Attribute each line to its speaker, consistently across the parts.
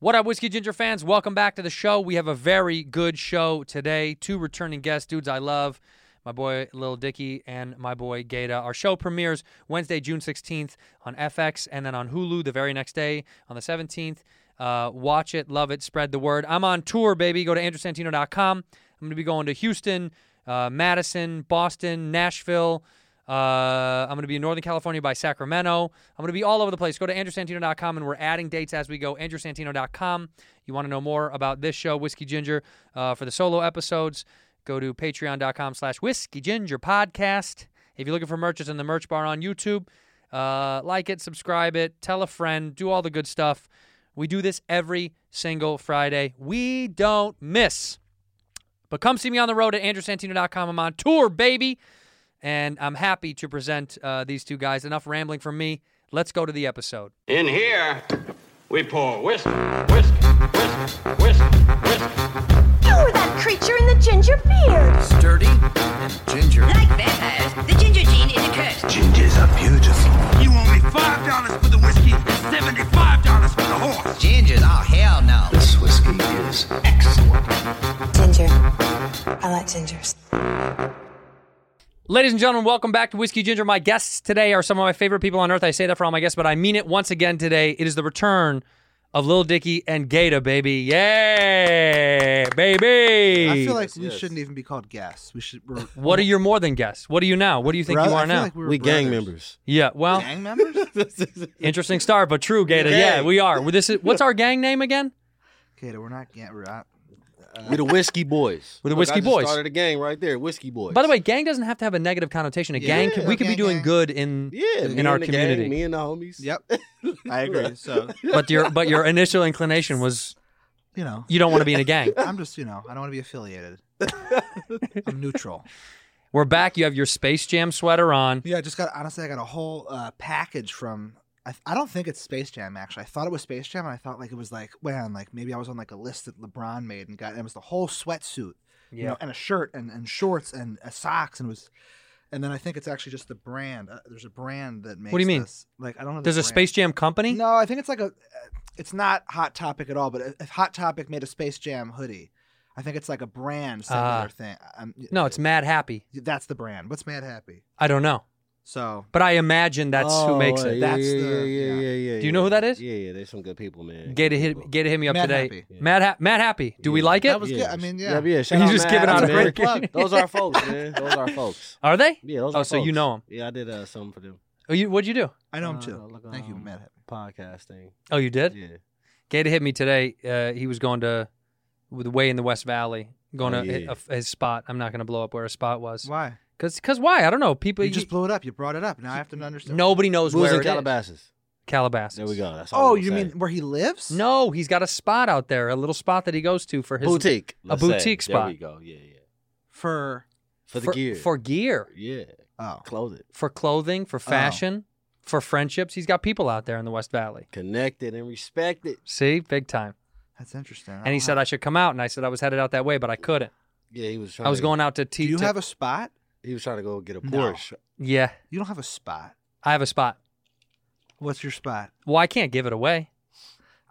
Speaker 1: What up, Whiskey Ginger fans? Welcome back to the show. We have a very good show today. Two returning guests, dudes I love, my boy Lil Dicky and my boy Gata. Our show premieres Wednesday, June 16th on FX and then on Hulu the very next day on the 17th. Uh, watch it, love it, spread the word. I'm on tour, baby. Go to AndrewSantino.com. I'm going to be going to Houston, uh, Madison, Boston, Nashville. Uh, I'm going to be in Northern California by Sacramento. I'm going to be all over the place. Go to AndrewSantino.com and we're adding dates as we go. AndrewSantino.com. You want to know more about this show, Whiskey Ginger, uh, for the solo episodes, go to patreon.com slash Whiskey Ginger Podcast. If you're looking for merch, it's in the merch bar on YouTube. Uh, like it, subscribe it, tell a friend, do all the good stuff. We do this every single Friday. We don't miss. But come see me on the road at AndrewSantino.com. I'm on tour, baby and I'm happy to present uh, these two guys. Enough rambling from me. Let's go to the episode.
Speaker 2: In here, we pour whisk, whisk, whisk, whisk, whisk.
Speaker 3: You were Oh, that creature in the ginger beard.
Speaker 4: sturdy and ginger.
Speaker 5: Like vampires, the ginger gene is a curse.
Speaker 6: Gingers are beautiful.
Speaker 7: You owe me five dollars for the whiskey and seventy-five dollars for the horse.
Speaker 4: Gingers, oh hell no.
Speaker 6: This whiskey is excellent.
Speaker 8: Ginger. I like gingers.
Speaker 1: Ladies and gentlemen, welcome back to Whiskey Ginger. My guests today are some of my favorite people on earth. I say that for all my guests, but I mean it once again today. It is the return of Lil Dicky and Gata, baby. Yay, baby.
Speaker 9: I feel like we shouldn't even be called guests. We should. We're,
Speaker 1: what are your more than guests? What are you now? What do you think
Speaker 9: brother-
Speaker 1: you
Speaker 9: I
Speaker 1: are
Speaker 9: feel
Speaker 1: now?
Speaker 9: like we're
Speaker 10: We gang
Speaker 9: brothers.
Speaker 10: members.
Speaker 1: yeah, well,
Speaker 9: Gang members?
Speaker 1: interesting start, but true, Gata. Yeah, we are. Well, This is what's our gang name again?
Speaker 9: okay, we're not gang. We're not.
Speaker 10: We're the Whiskey Boys.
Speaker 1: We're the
Speaker 10: Look,
Speaker 1: Whiskey
Speaker 10: I just
Speaker 1: Boys.
Speaker 10: Started a gang right there. Whiskey Boys.
Speaker 1: By the way, gang doesn't have to have a negative connotation. A gang, can,
Speaker 9: Yeah,
Speaker 1: we could be
Speaker 9: gang,
Speaker 1: doing
Speaker 9: gang.
Speaker 1: good in
Speaker 10: yeah, me
Speaker 1: in our
Speaker 10: and the
Speaker 1: community.
Speaker 10: gang, me and the homies.
Speaker 9: Yep, I agree. So
Speaker 1: but your but your initial inclination was
Speaker 9: you know,
Speaker 1: you don't want to be in a gang.
Speaker 9: I'm just you know, I don't want to be affiliated. I'm neutral.
Speaker 1: We're back. You have your Space Jam sweater on.
Speaker 9: Yeah, I just got honestly, I got a whole uh, package from. I, I don't think it's Space Jam actually. I thought it was Space Jam, and I thought like it was like, man, like maybe I was on like a list that LeBron made and got. And it was the whole sweatsuit, you know, and a shirt and and shorts and uh, socks, and it was. And then I think it's actually just the brand. Uh, there's a brand that makes.
Speaker 1: do you mean?
Speaker 9: This. Like I don't know. the
Speaker 1: There's a
Speaker 9: brand.
Speaker 1: Space Jam company.
Speaker 9: No, I think it's like a. uh, It's not Hot Topic at all, but uh, if Hot Topic made a Space Jam hoodie, I think it's like a brand similar
Speaker 1: Ah.
Speaker 9: thing. i
Speaker 1: No, it's Mad Happy.
Speaker 9: that's the brand. What's Mad Happy?
Speaker 1: I don't know,
Speaker 9: So
Speaker 1: but I imagine that's who makes
Speaker 10: Oh, yeah,
Speaker 1: it.
Speaker 9: That's
Speaker 10: yeah, yeah,
Speaker 9: the- yeah.
Speaker 10: yeah, yeah, yeah.
Speaker 1: Do you know who that is?
Speaker 10: Yeah, yeah. There's some good people,
Speaker 1: Gata
Speaker 10: man. Good
Speaker 1: hit
Speaker 10: people.
Speaker 1: Gata hit me up
Speaker 9: Oh, Mad
Speaker 1: today.
Speaker 9: Happy.
Speaker 1: Mad ha- Mad Happy. Do we like it?
Speaker 9: that was good. I mean, yeah.
Speaker 10: yeah, yeah. Shout
Speaker 1: You
Speaker 10: out
Speaker 1: just
Speaker 10: Mad
Speaker 1: giving out
Speaker 10: Happy,
Speaker 1: a
Speaker 10: man.
Speaker 1: great plug.
Speaker 10: Those are our folks, man. Those are our folks.
Speaker 1: Are they?
Speaker 10: Yeah, those
Speaker 1: Oh,
Speaker 10: are.
Speaker 1: so you
Speaker 10: folks.
Speaker 1: know 'em.
Speaker 10: Yeah, I did uh, something for them.
Speaker 1: Oh, you what'd you do?
Speaker 9: I know him
Speaker 10: Uh,
Speaker 9: too.
Speaker 10: like,
Speaker 9: Thank you,
Speaker 10: um,
Speaker 9: Mad Happy.
Speaker 10: Podcast thing.
Speaker 1: Oh, you did.
Speaker 10: Yeah.
Speaker 1: Gata hit me today. Uh, he was going to with way in the West Valley, going
Speaker 10: Oh,
Speaker 1: to hit
Speaker 10: yeah.
Speaker 1: a- his spot. I'm not going to blow up where his spot was.
Speaker 9: Why?
Speaker 1: Cause, cause why? I don't know. People
Speaker 9: you just blew it up. You brought it up. Now I have to understand.
Speaker 1: nobody knows
Speaker 10: Who's
Speaker 1: where it
Speaker 10: in
Speaker 1: is.
Speaker 10: Calabasas?
Speaker 1: Calabasas.
Speaker 10: There we go. That's all
Speaker 9: Oh,
Speaker 10: I'm
Speaker 9: you
Speaker 10: gonna
Speaker 9: mean where he
Speaker 1: Yes.
Speaker 9: lives?
Speaker 1: No, he's got a spot out there, a little spot that he goes to for
Speaker 10: say.
Speaker 1: his
Speaker 10: boutique?
Speaker 1: a
Speaker 10: let's say.
Speaker 1: boutique spot.
Speaker 10: There we go. Yeah, yeah.
Speaker 9: For
Speaker 10: For the
Speaker 1: for,
Speaker 10: gear.
Speaker 1: for gear,
Speaker 10: yeah,
Speaker 9: oh,
Speaker 10: clothing.
Speaker 1: for clothing, for fashion, for friendships. He's got people out there in the West Valley.
Speaker 10: Connected and respected.
Speaker 1: See, big time.
Speaker 9: that's interesting.
Speaker 1: And he said I should come out, and I said I was headed out that way, but I couldn't.
Speaker 10: Yeah, he was trying.
Speaker 1: I was
Speaker 10: to-
Speaker 1: going out to tea.
Speaker 9: "Do you
Speaker 1: to-
Speaker 9: have a spot?
Speaker 10: He was trying to go get a
Speaker 9: No.
Speaker 10: Porsche.
Speaker 1: yeah,
Speaker 9: You don't have a spot.
Speaker 1: I have a spot.
Speaker 9: What's your spot?
Speaker 1: Well, I can't give it away.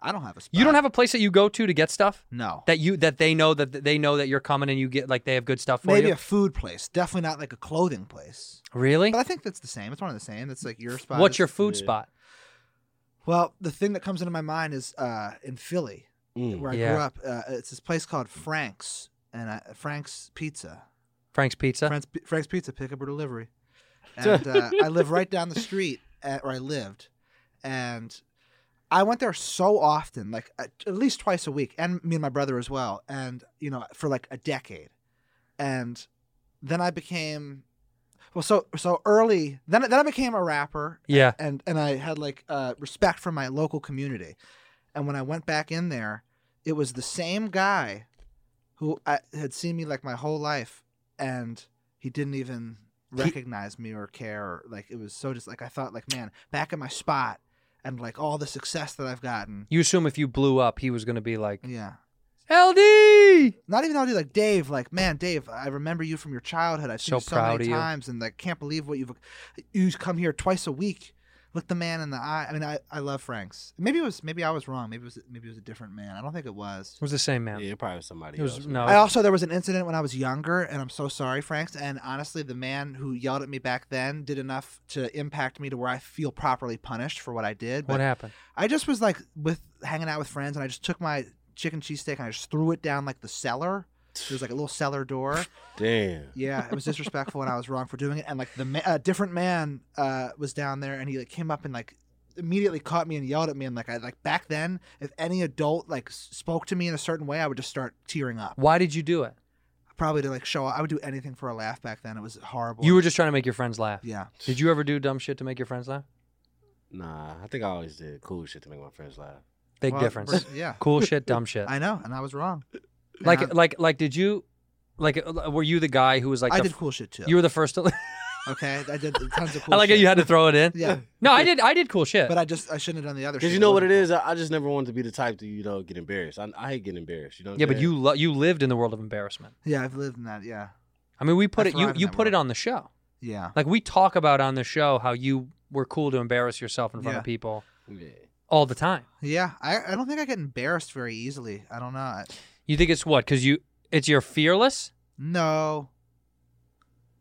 Speaker 9: I don't have a spot.
Speaker 1: You don't have a place that you go to to get stuff
Speaker 9: no.
Speaker 1: that you that they know that that they know that you're coming and you get like they have good stuff for
Speaker 9: Maybe
Speaker 1: you.
Speaker 9: a food place. Definitely not like a clothing place.
Speaker 1: really?
Speaker 9: But I think that's the same. It's one of the same. That's like your spot.
Speaker 1: What's
Speaker 9: is-
Speaker 1: your food
Speaker 10: Yeah.
Speaker 1: spot?
Speaker 9: Well, the thing that comes into my mind is uh, in Philly,
Speaker 10: Mm.
Speaker 9: where I
Speaker 1: Yeah.
Speaker 9: grew up. Uh, it's this place called Frank's and I, Frank's Pizza.
Speaker 1: Frank's Pizza.
Speaker 9: Frank's, Frank's Pizza, pickup or delivery. And uh, I live right down the street, at, or I lived, and I went there so often, like at at least twice a week, and me and my brother as well, and you know, for like a decade, and then I became, well, so so early. Then then I became a rapper,
Speaker 1: yeah.
Speaker 9: and and I had like uh, respect for my local community. And when I went back in there, it was the same guy who I, had seen me like my whole life, and he didn't even recognize me or care. Or, like it was so just like I thought like man, back in my spot, and like all the success that I've gotten.
Speaker 1: You assume if you blew up, he was going to be like,
Speaker 9: Yeah.
Speaker 1: LD.
Speaker 9: Not even LD, like Dave, like man, Dave, I remember you from your childhood. I've seen
Speaker 1: So
Speaker 9: you so
Speaker 1: proud
Speaker 9: many
Speaker 1: of you.
Speaker 9: times, and like can't believe what you've. You come here twice a week, look the man in the eye. I mean, I, I love Frank's. Maybe it was maybe I was wrong. Maybe it was maybe it was a different man. I don't think it was.
Speaker 1: It was the same man.
Speaker 10: Yeah, it probably was somebody
Speaker 1: It was
Speaker 10: else.
Speaker 1: no.
Speaker 9: I also there was an incident when I was younger, and I'm so sorry, Franks. And honestly, the man who yelled at me back then did enough to impact me to where I feel properly punished for what I did.
Speaker 1: what
Speaker 9: But
Speaker 1: happened?
Speaker 9: I just was like with hanging out with friends, and I just took my chicken cheesesteak and I just threw it down like the cellar. There's like a little cellar door.
Speaker 10: Damn.
Speaker 9: Yeah, it was disrespectful, and I was wrong for doing it. And like the ma- a different man uh, was down there, and he like came up and like immediately caught me and yelled at me. And like I like back then, if any adult like s- spoke to me in a certain way, I would just start tearing up.
Speaker 1: Why did you do it?
Speaker 9: Probably to like show. I would do anything for a laugh back then. It was horrible.
Speaker 1: You were just trying to make your friends laugh.
Speaker 9: yeah.
Speaker 1: Did you ever do dumb shit to make your friends laugh?
Speaker 10: Nah, I think I always did cool shit to make my friends laugh.
Speaker 1: Big
Speaker 9: Well,
Speaker 1: difference.
Speaker 9: we're- Yeah,
Speaker 1: cool shit, dumb shit.
Speaker 9: I know, and I was wrong. And
Speaker 1: like,
Speaker 9: I,
Speaker 1: like, like, did you, like, uh, were you the guy who was like,
Speaker 9: I
Speaker 1: the
Speaker 9: did
Speaker 1: f-
Speaker 9: cool shit too.
Speaker 1: you were the first to,
Speaker 9: okay? I did tons of cool.
Speaker 1: I like
Speaker 9: shit.
Speaker 1: how you had to throw it in.
Speaker 9: Yeah.
Speaker 1: No, I did, I did cool shit.
Speaker 9: But I just I shouldn't have done the other.
Speaker 10: Because
Speaker 9: shit.
Speaker 10: you know what it
Speaker 9: wasn't
Speaker 10: is? I, I just never wanted to be the type to, you know, get embarrassed. I, I hate getting embarrassed. You know what I'm
Speaker 1: yeah, but
Speaker 10: saying?
Speaker 1: you, lo- you lived in the world of embarrassment.
Speaker 9: cool. Yeah, I've lived in that. Yeah,
Speaker 1: I mean, we put
Speaker 9: I
Speaker 1: it, you,
Speaker 9: thrive in
Speaker 1: you
Speaker 9: that
Speaker 1: put it
Speaker 9: world.
Speaker 1: on the show.
Speaker 9: yeah.
Speaker 1: Like we talk about on the show how you were cool to embarrass yourself in front of
Speaker 9: Yeah.
Speaker 1: people
Speaker 10: Yeah.
Speaker 1: all the time.
Speaker 9: Yeah, I, I don't think I get embarrassed very easily. I don't know. I,
Speaker 1: You think it's what? Because you, it's you're fearless.
Speaker 9: no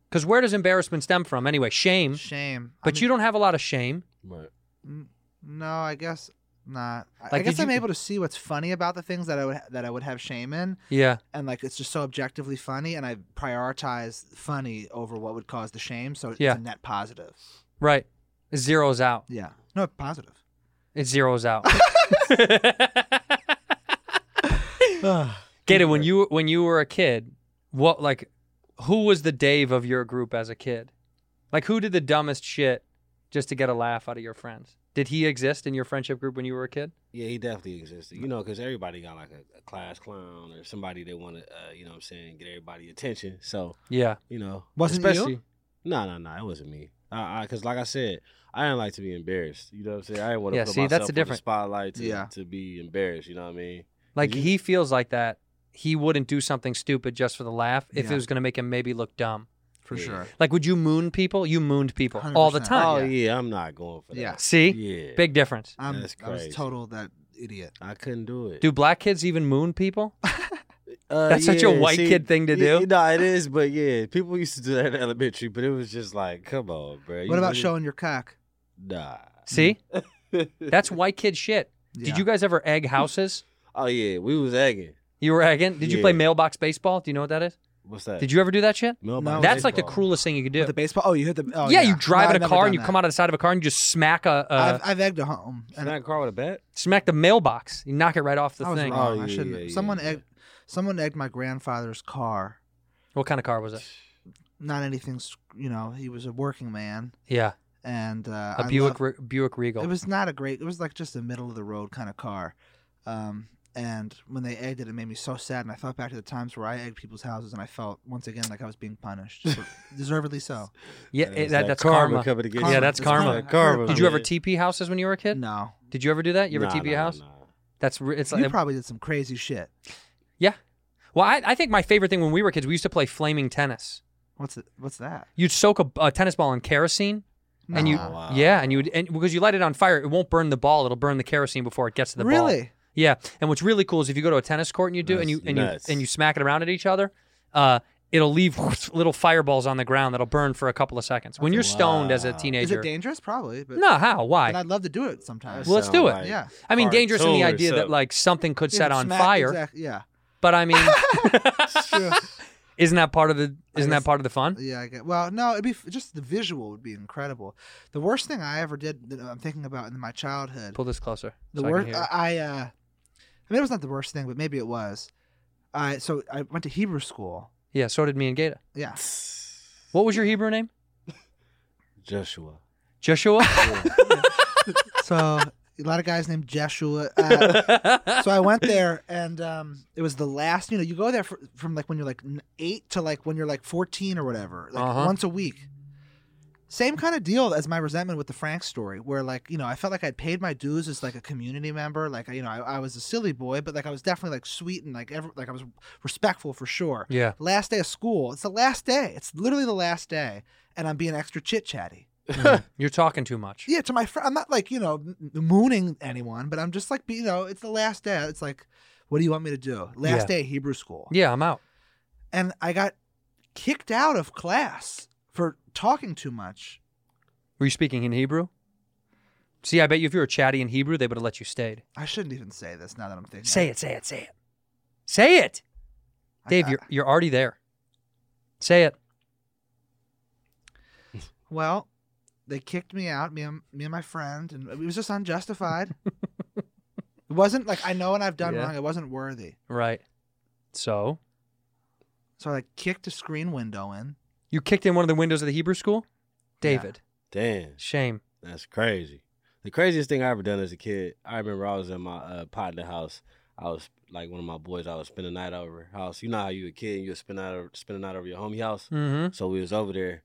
Speaker 1: Because where does embarrassment stem from anyway? Shame.
Speaker 9: shame.
Speaker 1: But you don't have a lot of shame.
Speaker 10: But
Speaker 9: don't. No, I guess not. I- I
Speaker 1: Like,
Speaker 9: guess
Speaker 1: did
Speaker 9: I'm
Speaker 1: you-
Speaker 9: able to see what's funny about the things that I would that I would have shame in,
Speaker 1: Yeah.
Speaker 9: and like it's just so objectively funny, and I prioritize funny over what would cause the shame. So
Speaker 1: Yeah.
Speaker 9: it's a net positive.
Speaker 1: Right. It zeroes out.
Speaker 9: Yeah, no positive.
Speaker 1: It zeroes out. Gator, when you when you were a kid, what like who was the Dave of your group as a kid? Like who did the dumbest shit just to get a laugh out of your friends? Did he exist in your friendship group when you were a kid?
Speaker 10: yeah, he definitely existed. You know, because everybody got like a, a class clown or somebody they want to, uh, you know what I'm saying, get everybody attention. So,
Speaker 1: Yeah.
Speaker 10: you know.
Speaker 9: Wasn't
Speaker 1: Especially
Speaker 9: you?
Speaker 10: No, no, no. It wasn't me. I, I, cause like I said, I didn't like to be embarrassed. You know what I'm saying? I didn't want to
Speaker 1: Yeah,
Speaker 10: put
Speaker 1: see, that's
Speaker 10: myself
Speaker 1: the
Speaker 10: in the
Speaker 1: difference.
Speaker 10: spotlight to,
Speaker 9: Yeah.
Speaker 10: to be embarrassed. You know what I mean?
Speaker 1: like
Speaker 10: you-
Speaker 1: he feels like that. He wouldn't do something stupid just for the laugh if it
Speaker 9: Yeah.
Speaker 1: was going to make him maybe look dumb.
Speaker 9: For sure.
Speaker 1: Like would you moon people? You mooned people all the
Speaker 9: 100%.
Speaker 1: time.
Speaker 10: Oh yeah. I'm not going for that.
Speaker 9: Yeah.
Speaker 1: See?
Speaker 10: Yeah.
Speaker 1: Big difference.
Speaker 9: I'm,
Speaker 10: That's
Speaker 9: I was
Speaker 10: crazy.
Speaker 9: total that idiot.
Speaker 10: I couldn't do it.
Speaker 1: Do black kids even moon people?
Speaker 10: Uh,
Speaker 1: That's such a
Speaker 10: yeah,
Speaker 1: white
Speaker 10: see,
Speaker 1: kid thing to do.
Speaker 10: y- No, it is, but yeah, people used to do that in elementary, but it was just like, come on, bro. you
Speaker 9: What about
Speaker 10: really-
Speaker 9: showing your cock?
Speaker 10: Nah.
Speaker 1: See? That's white kid shit. Did
Speaker 9: Yeah.
Speaker 1: you guys ever egg houses?
Speaker 10: Oh yeah, we was egging.
Speaker 1: You were egging? Did you play
Speaker 10: Yeah.
Speaker 1: mailbox baseball? Do you know what that is?
Speaker 10: What's that?
Speaker 1: Did you ever do that shit?
Speaker 10: No,
Speaker 9: No,
Speaker 1: That's like the
Speaker 10: baseball.
Speaker 1: cruelest thing you could do.
Speaker 9: With the baseball? Oh, you hit the. Oh,
Speaker 1: yeah,
Speaker 9: yeah,
Speaker 1: you drive in a car and you come uh,
Speaker 9: out.
Speaker 1: out of the side of a car and you just smack a, a
Speaker 9: I've, I've egged a home,
Speaker 10: Is
Speaker 9: and
Speaker 10: that a car with a bat?
Speaker 1: smack the mailbox. You knock it right off the
Speaker 9: I was
Speaker 1: thing.
Speaker 9: wrong.
Speaker 10: Oh,
Speaker 9: I
Speaker 10: yeah,
Speaker 9: shouldn't.
Speaker 10: yeah,
Speaker 9: have
Speaker 10: yeah,
Speaker 9: someone
Speaker 10: yeah.
Speaker 9: egged. Someone egged my grandfather's car.
Speaker 1: What kind of car was it?
Speaker 9: Not anything. s- You know, he was a working man,
Speaker 1: Yeah,
Speaker 9: and uh,
Speaker 1: a
Speaker 9: I
Speaker 1: Buick
Speaker 9: loved-
Speaker 1: Re- Buick Regal.
Speaker 9: it was not a great. It was like just a middle of the road kind of car. Um, and when they egged it, it made me so sad. And I thought back to the times where I egged people's houses, and I felt once again like I was being punished, for- deservedly so.
Speaker 1: yeah,
Speaker 10: That
Speaker 1: it-
Speaker 10: was
Speaker 1: that,
Speaker 10: that
Speaker 1: that's
Speaker 10: karma
Speaker 1: karma.
Speaker 10: coming to get
Speaker 1: Yeah,
Speaker 10: you.
Speaker 1: that's
Speaker 9: It's
Speaker 1: karma.
Speaker 9: I
Speaker 10: Karma.
Speaker 9: heard
Speaker 1: Did you ever
Speaker 9: about
Speaker 1: TP house as when you were a
Speaker 9: it.
Speaker 1: kid?
Speaker 9: No,
Speaker 1: Did you ever do that? You ever
Speaker 10: Nah,
Speaker 1: TP
Speaker 10: nah,
Speaker 1: house?
Speaker 10: nah.
Speaker 1: That's re- it's
Speaker 9: you
Speaker 1: like
Speaker 9: probably did some crazy shit.
Speaker 1: yeah. Well, I, I think my favorite thing when we were kids, we used to play flaming tennis.
Speaker 9: What's it, what's that?
Speaker 1: You'd soak a, a tennis ball in kerosene, and you
Speaker 9: No.
Speaker 10: Wow.
Speaker 1: yeah, and you would and because you light it on fire, it won't burn the ball; it'll burn the kerosene before it gets to the ball.
Speaker 9: really?
Speaker 1: Yeah, and what's really cool is if you go to a tennis court and you do and
Speaker 10: That's
Speaker 1: you and
Speaker 10: nuts.
Speaker 1: you and you smack it around at each other, uh, it'll leave little fireballs on the ground that'll burn for a couple of seconds. When you're stoned as a
Speaker 10: Wow.
Speaker 9: Is
Speaker 1: teenager,
Speaker 9: it dangerous? Probably, but
Speaker 1: no, how,
Speaker 9: And
Speaker 1: why?
Speaker 9: I'd love to do it sometimes.
Speaker 1: Well, let's do it.
Speaker 10: Sound like
Speaker 9: Yeah.
Speaker 1: I mean, dangerous in the
Speaker 10: cartoon or
Speaker 1: idea that
Speaker 10: something.
Speaker 1: like something could
Speaker 9: Yeah,
Speaker 1: set
Speaker 9: but
Speaker 1: on
Speaker 9: smack-
Speaker 1: fire,
Speaker 9: exact- yeah.
Speaker 1: but I mean,
Speaker 9: True.
Speaker 1: isn't that part of the isn't that
Speaker 9: guess-
Speaker 1: part of the fun?
Speaker 9: Yeah, I get. Well, no, it'd be f- just the visual would be incredible. The worst thing I ever did that I'm thinking about in my childhood.
Speaker 1: Pull this closer.
Speaker 9: The
Speaker 1: so I can
Speaker 9: worst
Speaker 1: hear it.
Speaker 9: I, I uh I mean it was not the worst thing, but maybe it was. I so I went to Hebrew school.
Speaker 1: Yeah, so did me and Gata.
Speaker 9: Yeah.
Speaker 1: What was your Hebrew name?
Speaker 10: Joshua.
Speaker 1: Joshua.
Speaker 9: So a lot of guys named Jeshua. Uh, so I went there and um it was the last, you know, you go there fr from like when you're like n- 8 to like when you're like 14 or whatever, like
Speaker 1: Uh-huh.
Speaker 9: once a week. Same kind of deal as my resentment with the Frank story, where like you know I felt like I'd paid my dues as like a community member, like you know I, I was a silly boy, but like I was definitely like sweet and like every, like I was respectful for sure.
Speaker 1: Yeah.
Speaker 9: Last day of school, it's the last day. It's literally the last day, and I'm being extra chit chatty.
Speaker 1: You're talking too much.
Speaker 9: Yeah, to my friend, I'm not like you know m- m- mooning anyone, but I'm just like be- you know, it's the last day. It's like, what do you want me to do? Last
Speaker 1: Yeah.
Speaker 9: day of Hebrew school,
Speaker 1: Yeah, I'm out.
Speaker 9: and I got kicked out of class for talking too much.
Speaker 1: Were you speaking in Hebrew? See, I bet you if you were chatty in Hebrew, they would have let you stayed.
Speaker 9: I shouldn't even say this now that I'm thinking.
Speaker 1: Say it, say it, say it. Say it.
Speaker 9: I-
Speaker 1: Dave,
Speaker 9: I-
Speaker 1: you're you're already there. Say it.
Speaker 9: well, they kicked me out, me and me and my friend, and it was just unjustified. it wasn't like I know what I've done
Speaker 1: Yeah.
Speaker 9: wrong. It wasn't worthy.
Speaker 1: Right. So
Speaker 9: So I like, kicked a screen window in.
Speaker 1: you kicked in one of the windows of the Hebrew school? David.
Speaker 10: Damn,
Speaker 1: Shame.
Speaker 10: that's crazy. The craziest thing I ever done as a kid, I remember I was in my uh, partner house. I was like one of my boys. I was spending the night over her house. You know how you a kid and you would spend out over, spend the night over your homie house.
Speaker 1: Mm-hmm.
Speaker 10: So we was over there.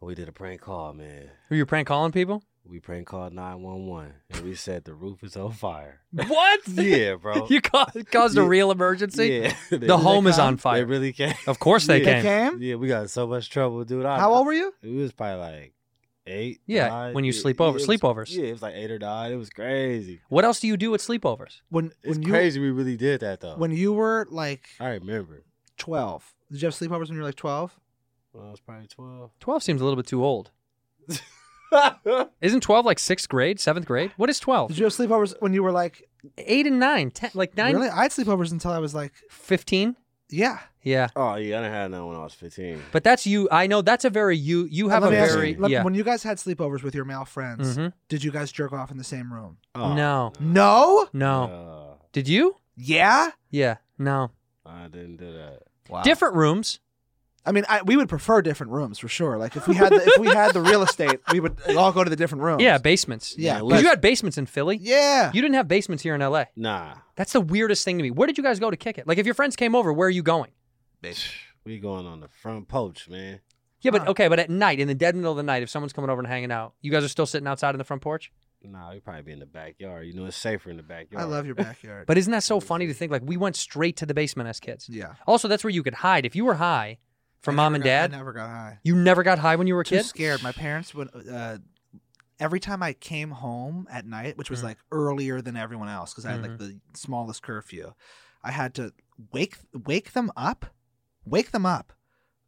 Speaker 10: We did a prank call, man.
Speaker 1: Were you prank calling people?
Speaker 10: We prank called nine one one, and we said the roof is on fire.
Speaker 1: What?
Speaker 10: yeah, bro.
Speaker 1: you caused, caused a
Speaker 10: Yeah.
Speaker 1: real emergency?
Speaker 10: yeah, They-
Speaker 1: The home is
Speaker 9: come?
Speaker 1: on
Speaker 10: They
Speaker 1: fire.
Speaker 10: really came.
Speaker 1: Of course they
Speaker 10: Yeah.
Speaker 9: They
Speaker 1: came.
Speaker 9: came.
Speaker 10: Yeah, we got in so much trouble, dude. I,
Speaker 9: How old were you?
Speaker 10: It was probably like eight.
Speaker 1: Yeah,
Speaker 10: nine.
Speaker 1: when you
Speaker 10: Yeah,
Speaker 1: sleep
Speaker 10: yeah,
Speaker 1: over-
Speaker 10: it was-
Speaker 1: sleepovers.
Speaker 10: Yeah, it was like eight or nine. It was crazy.
Speaker 1: What else do you do at sleepovers?
Speaker 9: When
Speaker 10: It's
Speaker 9: when you
Speaker 10: crazy. We really did that though.
Speaker 9: when you were like
Speaker 10: I remember,
Speaker 9: 12. Did you have sleepovers when you were like 12?
Speaker 10: when I was probably twelve.
Speaker 1: 12 seems a little bit too old.
Speaker 10: Oh,
Speaker 1: Isn't 12 like sixth grade, seventh grade? What is 12?
Speaker 9: Did you have sleepovers when you were like
Speaker 1: Eight and nine, ten, like nine,
Speaker 9: really? I had sleepovers until I was like
Speaker 1: 15?
Speaker 9: yeah.
Speaker 1: Yeah.
Speaker 10: oh yeah, I didn't have none when I was fifteen.
Speaker 1: But that's you. I know that's a very you. You have a
Speaker 9: Let me ask you,
Speaker 1: very
Speaker 9: let-
Speaker 1: yeah.
Speaker 9: When you guys had sleepovers with your male friends,
Speaker 1: Mhm.
Speaker 9: did you guys jerk off in the same room?
Speaker 10: Oh,
Speaker 1: No.
Speaker 9: No.
Speaker 1: No.
Speaker 10: uh,
Speaker 1: Did you?
Speaker 9: Yeah.
Speaker 1: Yeah. No.
Speaker 10: I didn't do that.
Speaker 9: Wow.
Speaker 1: Different rooms.
Speaker 9: I mean, I, we would prefer different rooms for sure. Like if we had the, if we had the real estate, we would all go to the different rooms.
Speaker 1: Yeah, basements.
Speaker 9: Yeah,
Speaker 1: Because
Speaker 9: let's-
Speaker 1: you had basements in Philly.
Speaker 9: Yeah.
Speaker 1: You didn't have basements here in LA.
Speaker 10: Nah,
Speaker 1: That's the weirdest thing to me. Where did you guys go to kick it? Like, if your friends came over, where are you going?
Speaker 10: we going on the front porch, man.
Speaker 1: Yeah, but okay, but at night, in the dead middle of the night, if someone's coming over and hanging out, you guys are still sitting outside in the front porch?
Speaker 10: Nah, we probably be in the backyard. You know, it's safer in the backyard.
Speaker 9: I love your backyard.
Speaker 1: But isn't that so funny to think? Like, we went straight to the basement as kids.
Speaker 9: yeah.
Speaker 1: Also, that's where you could hide. If you were high from mom
Speaker 9: I
Speaker 1: and
Speaker 9: never got-
Speaker 1: dad,
Speaker 9: I never got high.
Speaker 1: you never got high when you were a
Speaker 9: too
Speaker 1: kid?
Speaker 9: scared. My parents would. Uh, every time I came home at night, which was
Speaker 10: Mm.
Speaker 9: like earlier than everyone else, because I had like the
Speaker 10: Mm-hmm.
Speaker 9: smallest curfew, I had to wake wake them up, wake them up,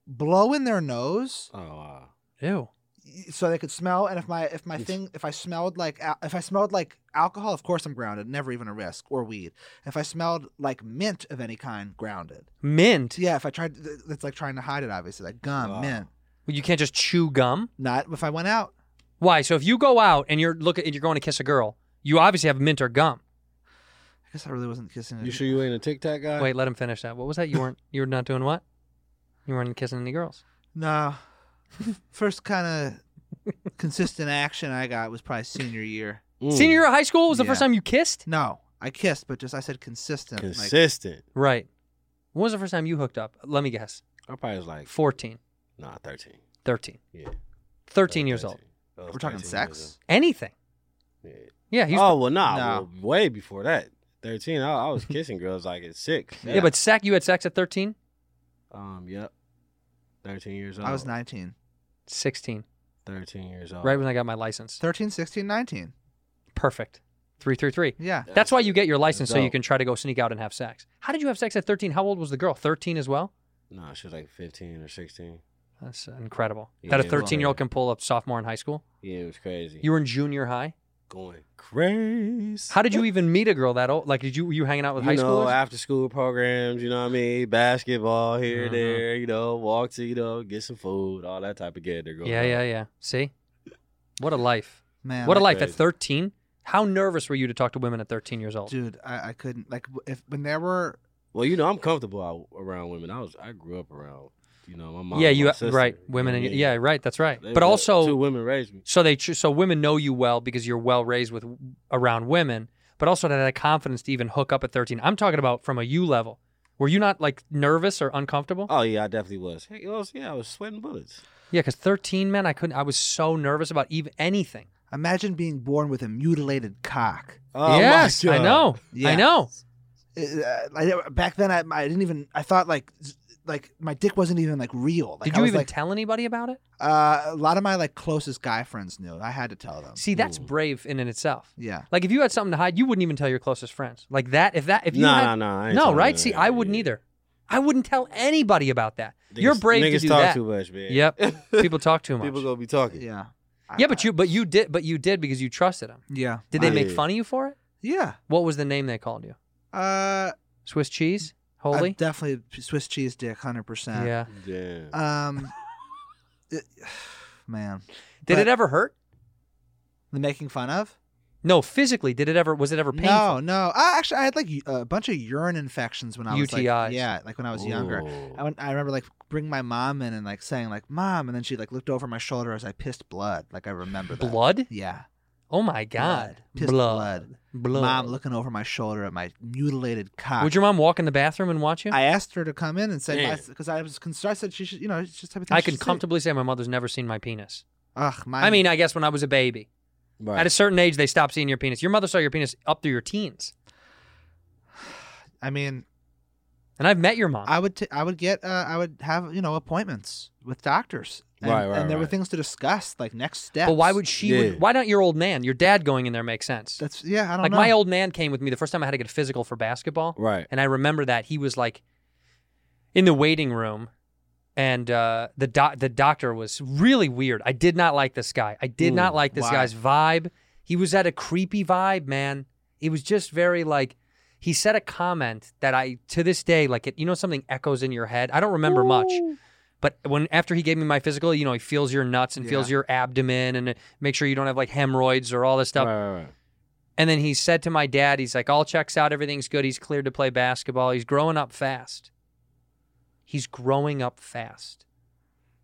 Speaker 9: blow in their nose
Speaker 10: Oh, wow.
Speaker 1: Ew.
Speaker 9: y- so they could smell. And if my if my thing if I smelled like al- if I smelled like alcohol, of course I'm grounded, never even a risk, or weed. If I smelled like mint of any kind, grounded.
Speaker 1: Mint.
Speaker 9: Yeah, if I tried, it's like trying to hide it. Obviously, like gum,
Speaker 10: Wow.
Speaker 9: mint.
Speaker 1: You can't just chew gum.
Speaker 9: Not if I went out.
Speaker 1: Why? So if you go out and you're looking and you're going to kiss a girl, you obviously have mint or gum.
Speaker 9: I guess I really wasn't kissing.
Speaker 10: You sure you ain't a Tic Tac guy?
Speaker 1: Wait, let him finish that. What was that? You weren't you were not doing what? You weren't kissing any girls.
Speaker 9: No. First kind of consistent action I got was probably senior year.
Speaker 10: Mm.
Speaker 1: Senior year of high school was the
Speaker 9: Yeah.
Speaker 1: first time you kissed?
Speaker 9: No, I kissed, but just I said consistent. Like,
Speaker 10: consistent.
Speaker 1: Right. When was the first time you hooked up? Let me guess.
Speaker 10: I probably was like
Speaker 1: 14,
Speaker 10: nah, thirteen.
Speaker 1: 13.
Speaker 10: Yeah,
Speaker 1: 13 years old.
Speaker 9: we're talking sex.
Speaker 1: Anything.
Speaker 10: Yeah.
Speaker 1: Yeah, he's
Speaker 10: oh well, nah,
Speaker 9: No.
Speaker 10: well, way before that. Thirteen, I, I was kissing girls like at six.
Speaker 1: yeah. but sec you had sex at 13?
Speaker 10: Um, yep. Thirteen years old.
Speaker 9: I was 19.
Speaker 1: 16.
Speaker 10: Thirteen years old.
Speaker 1: Right when I got my license.
Speaker 9: 13, 16, 19.
Speaker 1: Perfect. 333.
Speaker 9: Yeah.
Speaker 1: That's why you get your license so you
Speaker 10: dope.
Speaker 1: can try to go sneak out and have sex. How did you have sex at 13? How old was the girl? 13 as well?
Speaker 10: Nah, she was like fifteen or sixteen.
Speaker 1: That's incredible.
Speaker 10: Yeah,
Speaker 1: that a
Speaker 10: it was
Speaker 1: 13 year old can pull up sophomore in high school?
Speaker 10: Yeah, it was crazy.
Speaker 1: You were in junior high?
Speaker 10: going crazy.
Speaker 1: How did you even meet a girl that old? Like, did you were you hanging out with
Speaker 10: you
Speaker 1: high
Speaker 10: know,
Speaker 1: schoolers?
Speaker 10: after school programs, you know what I mean? Basketball here,
Speaker 1: Uh-huh.
Speaker 10: there, you know, walk to, you know, get some food, all that type of gathering. going
Speaker 1: yeah,
Speaker 10: on.
Speaker 1: yeah, yeah. See, what a life!
Speaker 9: Man.
Speaker 1: What a
Speaker 9: I-
Speaker 1: life at
Speaker 10: crazy.
Speaker 1: thirteen. How nervous were you to talk to women at thirteen years old?
Speaker 9: Dude, I, I couldn't. Like, w- if when there were.
Speaker 10: Well, you know, I'm comfortable out, around women. I was, I grew up around, you know, my mom.
Speaker 1: yeah,
Speaker 10: and
Speaker 1: you
Speaker 10: my sister,
Speaker 1: right,
Speaker 10: you know
Speaker 1: women,
Speaker 10: what
Speaker 1: and
Speaker 10: I
Speaker 1: you,
Speaker 10: mean?
Speaker 1: yeah, right, that's right.
Speaker 10: They-
Speaker 1: but
Speaker 10: the
Speaker 1: also,
Speaker 10: two women raised me.
Speaker 1: so they cho- so women know you well because you're well raised with around women, but also to have that confidence to even hook up at thirteen. I'm talking about from a U level. Were you not like nervous or uncomfortable?
Speaker 10: Oh yeah, I definitely was. Hey, I was- yeah, I was sweating bullets.
Speaker 1: yeah, because thirteen, man, I couldn't. I was so nervous about even anything.
Speaker 9: Imagine being born with a mutilated cock.
Speaker 10: Oh, my
Speaker 1: yes, I
Speaker 10: God.
Speaker 1: know, I
Speaker 9: Yeah.
Speaker 1: know.
Speaker 9: Uh, I, never- back then, I, I didn't even. I thought, like, z- like my dick wasn't even like real. Like,
Speaker 1: Did
Speaker 9: I
Speaker 1: you
Speaker 9: was,
Speaker 1: even
Speaker 9: like,
Speaker 1: tell anybody about it?
Speaker 9: Uh, a lot of my like closest guy friends knew. I had to tell them.
Speaker 1: See, that's brave in and itself.
Speaker 9: Yeah.
Speaker 1: Like if you had something to hide, you wouldn't even tell your closest friends. Like that, if that, if you
Speaker 10: Nah,
Speaker 1: had,
Speaker 10: nah, nah, I ain't
Speaker 1: no,
Speaker 10: telling
Speaker 1: right?
Speaker 10: none of
Speaker 1: See,
Speaker 10: that.
Speaker 1: I wouldn't either. I wouldn't tell anybody about that. You're
Speaker 10: Niggas-
Speaker 1: brave
Speaker 10: niggas
Speaker 1: to do
Speaker 10: talk
Speaker 1: that.
Speaker 10: too much, man.
Speaker 1: Yep, people talk too much.
Speaker 10: People gonna be talking.
Speaker 9: Yeah.
Speaker 1: yeah,
Speaker 9: "Ah."
Speaker 1: but you, but you did, but you did because you trusted them.
Speaker 9: Yeah.
Speaker 1: Did they make
Speaker 10: Yeah.
Speaker 1: fun of you for it?
Speaker 9: Yeah.
Speaker 1: What was the name they called you?
Speaker 9: Uh,
Speaker 1: Swiss cheese,
Speaker 9: I
Speaker 1: holy.
Speaker 9: definitely Swiss cheese dick, hundred percent.
Speaker 1: yeah.
Speaker 10: Damn.
Speaker 9: Um, it- man,
Speaker 1: Did
Speaker 9: but-
Speaker 1: it ever hurt?
Speaker 9: the making fun of?
Speaker 1: No, physically. Did it ever? Was it ever painful?
Speaker 9: No, no. I actually I had like u- a bunch of urine infections when I was
Speaker 1: UTIs.
Speaker 9: like yeah, like when I was younger.
Speaker 10: Ooh.
Speaker 9: I, went, I remember like bringing my mom in and like saying like mom, and then she like looked over my shoulder as I pissed blood. Like I remember that.
Speaker 1: Blood?
Speaker 9: Yeah.
Speaker 1: Oh my God!
Speaker 9: Pissed
Speaker 1: Blood.
Speaker 9: blood.
Speaker 1: Blood.
Speaker 9: Mom looking over my shoulder at my mutilated cock.
Speaker 1: Would your mom walk in the bathroom and watch you?
Speaker 9: I asked her to come in and say
Speaker 10: Damn.
Speaker 9: because I was concerned. I said she should, you know, it's just type of thing
Speaker 1: I
Speaker 9: she
Speaker 1: can
Speaker 9: should say.
Speaker 1: comfortably say my mother's never seen my penis.
Speaker 9: Ugh, my.
Speaker 1: I mean, I guess when I was a baby.
Speaker 10: Right.
Speaker 1: At a certain age, they stopped seeing your penis. Your mother saw your penis up through your teens.
Speaker 9: I mean,
Speaker 1: And I've met your mom.
Speaker 9: I would, t- I would get, uh, I would have, you know, appointments with doctors, and,
Speaker 10: Right, right,
Speaker 9: and there were
Speaker 10: right.
Speaker 9: things to discuss, like next steps.
Speaker 1: but why would she?
Speaker 10: Yeah.
Speaker 1: Would, why not your old man? Your dad going in there makes sense.
Speaker 9: That's yeah, I don't
Speaker 1: like
Speaker 9: know.
Speaker 1: my old man came with me the first time I had to get a physical for basketball.
Speaker 10: Right.
Speaker 1: And I remember that he was like in the waiting room, and uh, the doc- the doctor was really weird. I did not like this guy. I did not like this
Speaker 9: why?
Speaker 1: guy's vibe. He was at a creepy vibe, man. It was just very like. He said a comment that I to this day like it. You know something echoes in your head. I don't remember much. But when after he gave me my physical, you know, he feels your nuts and feels
Speaker 9: Yeah.
Speaker 1: your abdomen and uh, make sure you don't have like hemorrhoids or all this
Speaker 10: Right,
Speaker 1: stuff.
Speaker 10: right, right.
Speaker 1: And then he said to my dad, he's like, all checks out, everything's good. He's cleared to play basketball. He's growing up fast. He's growing up fast.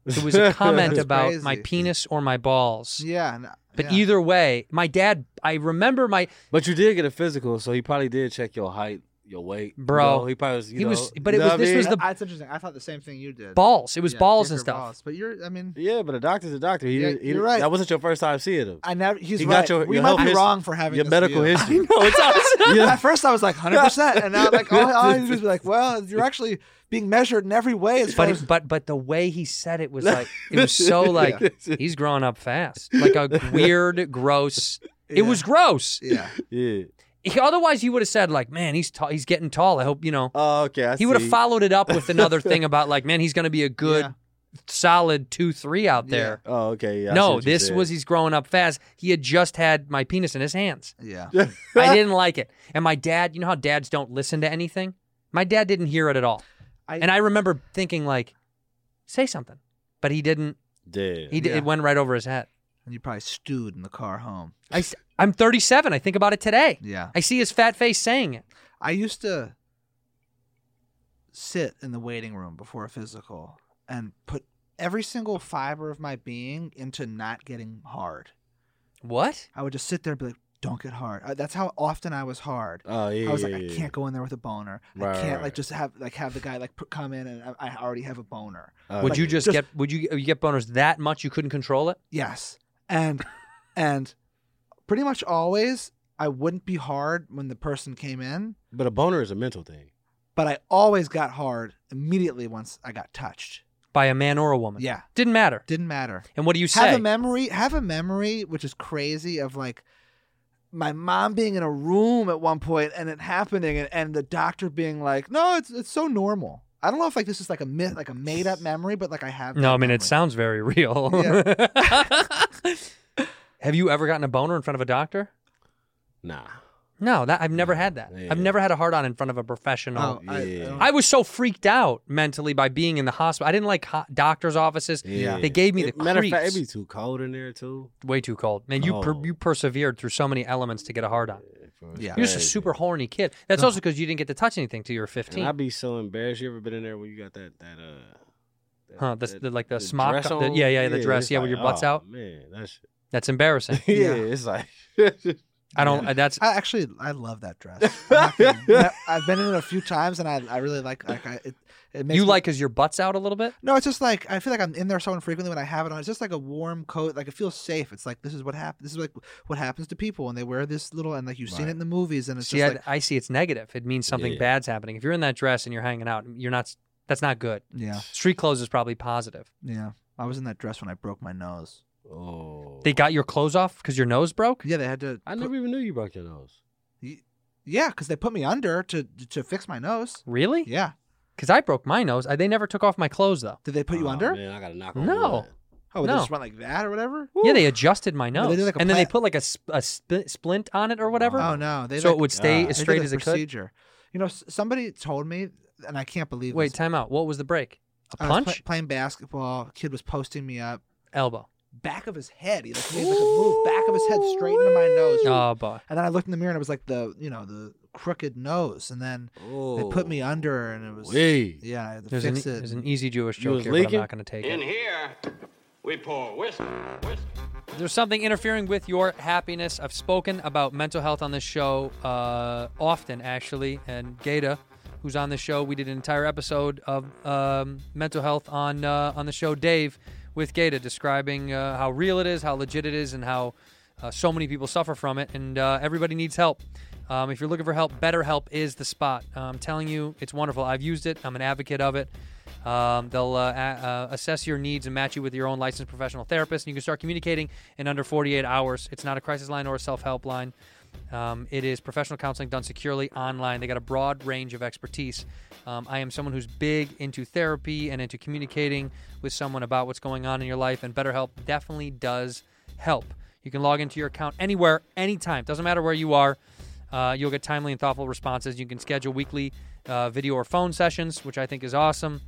Speaker 1: It was a comment
Speaker 9: That's
Speaker 1: about
Speaker 9: crazy.
Speaker 1: my penis or my balls.
Speaker 9: Yeah, no,
Speaker 1: But
Speaker 9: yeah.
Speaker 1: either way, my dad, I remember my,
Speaker 10: But you did get a physical, so he probably did check your height, your weight, you
Speaker 1: Bro.
Speaker 10: know, he probably was. You
Speaker 1: He
Speaker 10: know,
Speaker 1: was- but it
Speaker 10: you know
Speaker 1: was-
Speaker 10: what I
Speaker 1: this was
Speaker 10: mean?
Speaker 1: the-
Speaker 9: I, it's interesting. I thought the same thing you did.
Speaker 1: balls. It was
Speaker 9: Yeah,
Speaker 1: balls
Speaker 9: dick
Speaker 1: and
Speaker 9: or
Speaker 1: stuff.
Speaker 9: balls. But you're, I mean,
Speaker 10: Yeah, but a doctor's a doctor. He
Speaker 9: Yeah,
Speaker 10: didn't, he
Speaker 9: you're
Speaker 10: didn't-
Speaker 9: right.
Speaker 10: That wasn't your first time seeing him.
Speaker 9: I never. He's
Speaker 10: He
Speaker 9: right.
Speaker 10: got your,
Speaker 9: we
Speaker 10: your
Speaker 9: might
Speaker 10: health
Speaker 9: be
Speaker 10: history-
Speaker 9: wrong for having
Speaker 10: your
Speaker 9: this
Speaker 10: medical
Speaker 9: view.
Speaker 10: history.
Speaker 1: No, it's awesome.
Speaker 10: Yeah.
Speaker 9: At first, I was like 100, percent and now like all, all I was just like, well, you're actually being measured in every way. As far
Speaker 1: But,
Speaker 9: as,
Speaker 1: it, but but the way he said it was like it was so like he's growing up fast like a weird gross it
Speaker 9: Yeah.
Speaker 1: was gross
Speaker 9: yeah,
Speaker 10: Yeah.
Speaker 1: otherwise you would have said like man he's tall he's getting tall I hope you know
Speaker 10: Oh, okay. I
Speaker 1: he would have
Speaker 10: see.
Speaker 1: followed it up with another thing about like, man, he's going to be a good,
Speaker 9: Yeah.
Speaker 1: solid two three out there.
Speaker 10: Oh, okay. Yeah, I see
Speaker 1: no,
Speaker 10: what you
Speaker 1: this
Speaker 10: said.
Speaker 1: was he's growing up fast. He had just had my penis in his hands.
Speaker 9: yeah.
Speaker 1: I didn't like it, and my dad. You know how dads don't listen to anything. My dad didn't hear it at all,
Speaker 9: I-
Speaker 1: and I remember thinking like, say something, but he didn't.
Speaker 10: Damn.
Speaker 1: He did, it went right over his head.
Speaker 9: And you probably stewed in the car home.
Speaker 1: I, am 37. I think about it today.
Speaker 9: Yeah.
Speaker 1: I see his fat face saying it.
Speaker 9: I used to sit in the waiting room before a physical and put every single fiber of my being into not getting hard.
Speaker 1: What?
Speaker 9: I would just sit there and be like, don't get hard. Uh, That's how often I was hard.
Speaker 10: Oh yeah.
Speaker 9: I was
Speaker 10: yeah,
Speaker 9: like, I
Speaker 10: yeah.
Speaker 9: can't go in there with a boner.
Speaker 10: Right,
Speaker 9: I can't
Speaker 10: right.
Speaker 9: like just have like have the guy like put, come in and I, I already have a boner.
Speaker 10: Oh,
Speaker 1: Would
Speaker 10: okay.
Speaker 1: you just,
Speaker 9: just-
Speaker 1: get? Would you, you get boners that much you couldn't control it?
Speaker 9: Yes, and and pretty much always I wouldn't be hard when the person came in,
Speaker 10: But a boner is a mental thing.
Speaker 9: but I always got hard immediately once I got touched.
Speaker 1: by a man or a woman.
Speaker 9: Yeah.
Speaker 1: Didn't matter.
Speaker 9: Didn't matter.
Speaker 1: And what do you say?
Speaker 9: have a memory have a memory which is crazy of like my mom being in a room at one point and it happening and, and the doctor being like no it's it's so normal i don't know if like this is like a myth like a made up memory but like i have
Speaker 1: no,
Speaker 9: that
Speaker 1: I mean it
Speaker 9: memory.
Speaker 1: sounds very real. have you ever gotten a boner in front of a doctor?
Speaker 10: Nah.
Speaker 1: No, that I've never had that.
Speaker 10: Yeah.
Speaker 1: I've never had a hard on in front of a professional.
Speaker 9: oh, I, I
Speaker 10: Yeah.
Speaker 9: don't-
Speaker 1: I was so freaked out mentally by being in the hospital. I didn't like ho- doctors' offices.
Speaker 10: Yeah.
Speaker 1: They gave me
Speaker 10: It-
Speaker 1: the
Speaker 10: matter of fact,
Speaker 1: creeps.
Speaker 10: it'd be too cold in there too.
Speaker 1: Way too cold. Man, you per-
Speaker 10: Oh.
Speaker 1: you persevered through so many elements to get a hard on.
Speaker 9: Yeah.
Speaker 1: You're just a super horny kid. That's also because you didn't get to touch anything till you were 15.
Speaker 10: And I'd be so embarrassed. You ever been in there when you got that that uh? that-
Speaker 1: Huh, the-
Speaker 10: that-
Speaker 1: the- like the smock
Speaker 10: dress
Speaker 1: co- the-
Speaker 10: on?
Speaker 1: yeah, yeah, the dress,
Speaker 10: it's
Speaker 1: yeah, with your butts
Speaker 10: oh,
Speaker 1: out.
Speaker 10: Man, that's
Speaker 1: That's embarrassing.
Speaker 9: Yeah.
Speaker 10: yeah, it's like
Speaker 1: I don't. That's
Speaker 9: I actually i love that dress I'm not kidding. i've been in it a few times and i, I really like like I, it, it makes
Speaker 1: you
Speaker 9: me-
Speaker 1: like because your butt's out a little bit.
Speaker 9: no, it's just like I feel like I'm in there so infrequently when I have it on. It's just like a warm coat. Like it feels safe. It's like this is what happens. This is like what happens to people when they wear this little and like you've seen it in the movies and it's
Speaker 1: See,
Speaker 9: just
Speaker 1: I,
Speaker 9: like
Speaker 1: I see it's negative. It means something
Speaker 10: Yeah.
Speaker 1: bad's happening. If you're in that dress and you're hanging out, you're not. That's not good.
Speaker 9: Yeah,
Speaker 1: Street clothes is probably positive.
Speaker 9: yeah. I was in that dress when I broke my nose.
Speaker 10: Oh,
Speaker 1: They got your clothes off because your nose broke.
Speaker 9: Yeah, they had to.
Speaker 10: I
Speaker 9: put-
Speaker 10: never even knew you broke your nose.
Speaker 9: Y- Yeah, because they put me under to to fix my nose.
Speaker 1: Really?
Speaker 9: Yeah.
Speaker 1: Because I broke my nose. I, they never took off my clothes though.
Speaker 9: Did they put you
Speaker 10: Aw,
Speaker 9: under?
Speaker 10: Oh, Man, I got to knock on
Speaker 1: No.
Speaker 10: wood.
Speaker 9: Oh, they
Speaker 1: Oh, No.
Speaker 9: just went like that or whatever.
Speaker 1: Yeah, they adjusted my
Speaker 9: No,
Speaker 1: nose,
Speaker 9: they did like a
Speaker 1: and then they
Speaker 9: pla-
Speaker 1: put like a, sp- a sp- splint on it or whatever,
Speaker 9: Oh no, they
Speaker 1: so
Speaker 9: like, uh,
Speaker 1: it would stay
Speaker 10: God.
Speaker 1: as
Speaker 9: they did
Speaker 1: straight
Speaker 9: a
Speaker 1: as it could.
Speaker 9: procedure. You know, s- somebody told me, and I can't believe.
Speaker 1: Wait,
Speaker 9: this.
Speaker 1: time out. What was the break? A
Speaker 9: I Oh, was pla-
Speaker 1: punch,
Speaker 9: playing basketball. Kid was posting me up.
Speaker 1: elbow.
Speaker 9: Back of his head. He like made like a move. Back of his head straight into my nose.
Speaker 1: Oh boy.
Speaker 9: And then I looked in the mirror and it was like the you know the crooked nose. And then they put me under and it was
Speaker 10: Wait.
Speaker 9: yeah. I had to
Speaker 1: Oh. There's an, e,
Speaker 9: fix it.
Speaker 1: there's an easy Jewish
Speaker 10: You
Speaker 1: joke
Speaker 10: was
Speaker 1: here, but I'm
Speaker 10: leaking?
Speaker 1: not going to take
Speaker 2: In
Speaker 1: it.
Speaker 2: here, we pour whiskey, whiskey.
Speaker 1: There's something interfering with your happiness. I've spoken about mental health on this show uh, often, actually, and Gata, who's on the show, we did an entire episode of um, mental health on uh, on the show. Dave with Gata describing uh, how real it is, how legit it is, and how uh, so many people suffer from it, and uh, everybody needs help. Um, if you're looking for help, BetterHelp is the spot. I'm telling you, it's wonderful. I've used it. I'm an advocate of it. Um, they'll uh, a- uh, assess your needs and match you with your own licensed professional therapist, and you can start communicating in under 48 hours. It's not a crisis line or a self help line. Um, it is professional counseling done securely online. They got a broad range of expertise. Um, I am someone who's big into therapy and into communicating with someone about what's going on in your life, and BetterHelp definitely does help. You can log into your account anywhere, anytime. Doesn't matter where you are. Uh, you'll get timely and thoughtful responses. You can schedule weekly uh, video or phone sessions, which I think is awesome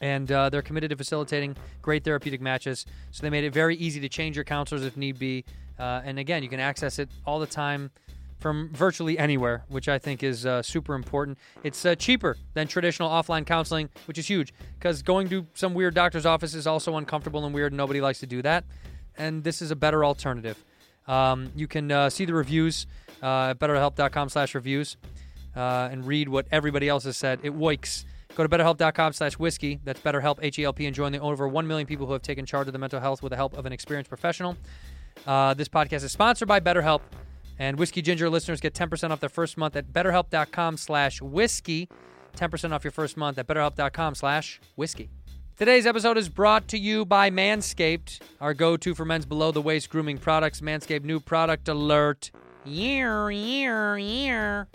Speaker 1: and uh, they're committed to facilitating great therapeutic matches. So they made it very easy to change your counselors if need be. Uh, and again, you can access it all the time from virtually anywhere, which I think is uh, super important. It's uh, cheaper than traditional offline counseling, which is huge because going to some weird doctor's office is also uncomfortable and weird. and Nobody likes to do that. And this is a better alternative. Um, you can uh, see the reviews uh, at betterhelp.com slash reviews uh, and read what everybody else has said. It works. Go to betterhelp.com slash whiskey. That's betterhelp, H-E-L-P, and join the over 1 million people who have taken charge of the mental health with the help of an experienced professional. Uh, this podcast is sponsored by BetterHelp, and Whiskey Ginger listeners get 10% off their first month at betterhelp.com slash whiskey. 10% off your first month at betterhelp.com slash whiskey. Today's episode is brought to you by Manscaped, our go-to for men's below-the-waist grooming products. Manscaped new product alert. Year, year, year.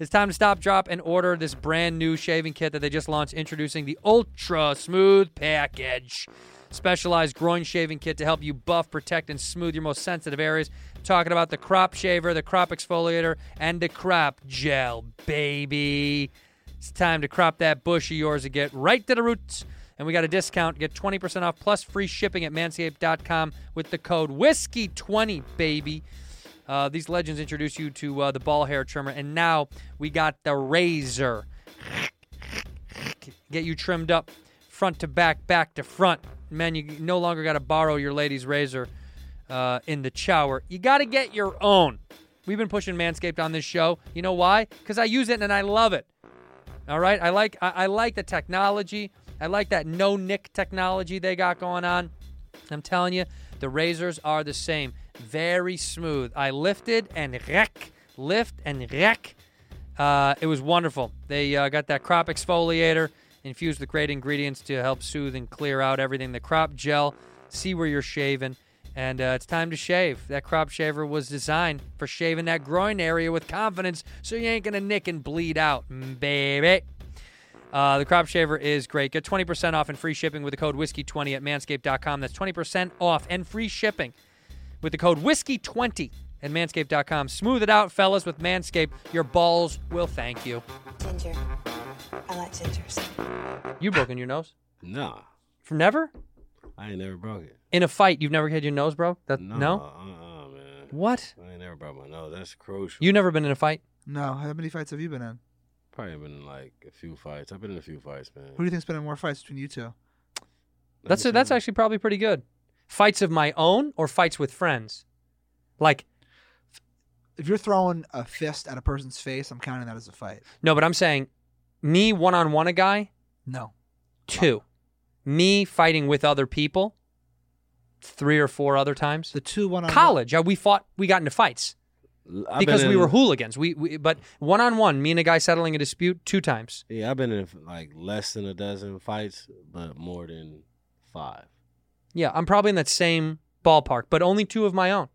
Speaker 1: It's time to stop, drop, and order this brand new shaving kit that they just launched, introducing the Ultra Smooth Package. Specialized groin shaving kit to help you buff, protect, and smooth your most sensitive areas. talking about the crop shaver, the crop exfoliator, and the crop gel, baby. It's time to crop that bush of yours and get right to the roots. And we got a discount. Get 20% off plus free shipping at manscaped.com with the code WHISKEY20, baby. Uh, these legends introduced you to uh, the ball hair trimmer, and now we got the razor. Get you trimmed up front to back, back to front. Man, you no longer got to borrow your lady's razor uh, in the shower. You got to get your own. We've been pushing Manscaped on this show. You know why? Because I use it and I love it. All right, I like I, I like the technology. I like that no nick technology they got going on. I'm telling you, the razors are the same. Very smooth. I lifted and wreck, lift and wreck. Uh, it was wonderful. They uh, got that crop exfoliator infused with great ingredients to help soothe and clear out everything. The crop gel, see where you're shaving, and uh, it's time to shave. That crop shaver was designed for shaving that groin area with confidence, so you ain't gonna nick and bleed out, mm, baby. Uh, the crop shaver is great. Get 20% off and free shipping with the code whiskey20 at manscaped.com. That's 20% off and free shipping with the code whiskey20 at manscaped.com. Smooth it out, fellas, with Manscaped. Your balls will thank you.
Speaker 8: Ginger. I like gingers.
Speaker 1: You broken your nose?
Speaker 10: Nah,
Speaker 1: From never?
Speaker 10: I ain't never broke it.
Speaker 1: In a fight, you've never had your nose broke? That,
Speaker 10: No,
Speaker 1: Uh, no.
Speaker 10: uh-uh, man.
Speaker 1: What?
Speaker 10: I ain't never broke my nose. That's crucial.
Speaker 1: You never been in a fight?
Speaker 9: No, how many fights have you been in?
Speaker 10: probably been in like a few fights. I've been in a few fights, man.
Speaker 9: Who do you think's been in more fights between you two?
Speaker 10: Let
Speaker 1: That's
Speaker 10: me
Speaker 1: that's
Speaker 10: see.
Speaker 1: actually probably pretty good. Fights of my own or fights with friends? Like,
Speaker 9: If you're throwing a fist at a person's face, I'm counting that as a fight.
Speaker 1: no, but I'm saying me one on one a guy,
Speaker 9: No.
Speaker 1: two. me fighting with other people three or four other times.
Speaker 9: The two one on
Speaker 1: College, uh, we fought, we got into fights.
Speaker 10: I've
Speaker 1: because
Speaker 10: been
Speaker 1: we
Speaker 10: in-
Speaker 1: were hooligans. We, we but one on one, me and a guy settling a dispute two times.
Speaker 10: Yeah, I've been in like less than a dozen fights, but more than five.
Speaker 1: Yeah, I'm probably in that same ballpark, but only two of my own.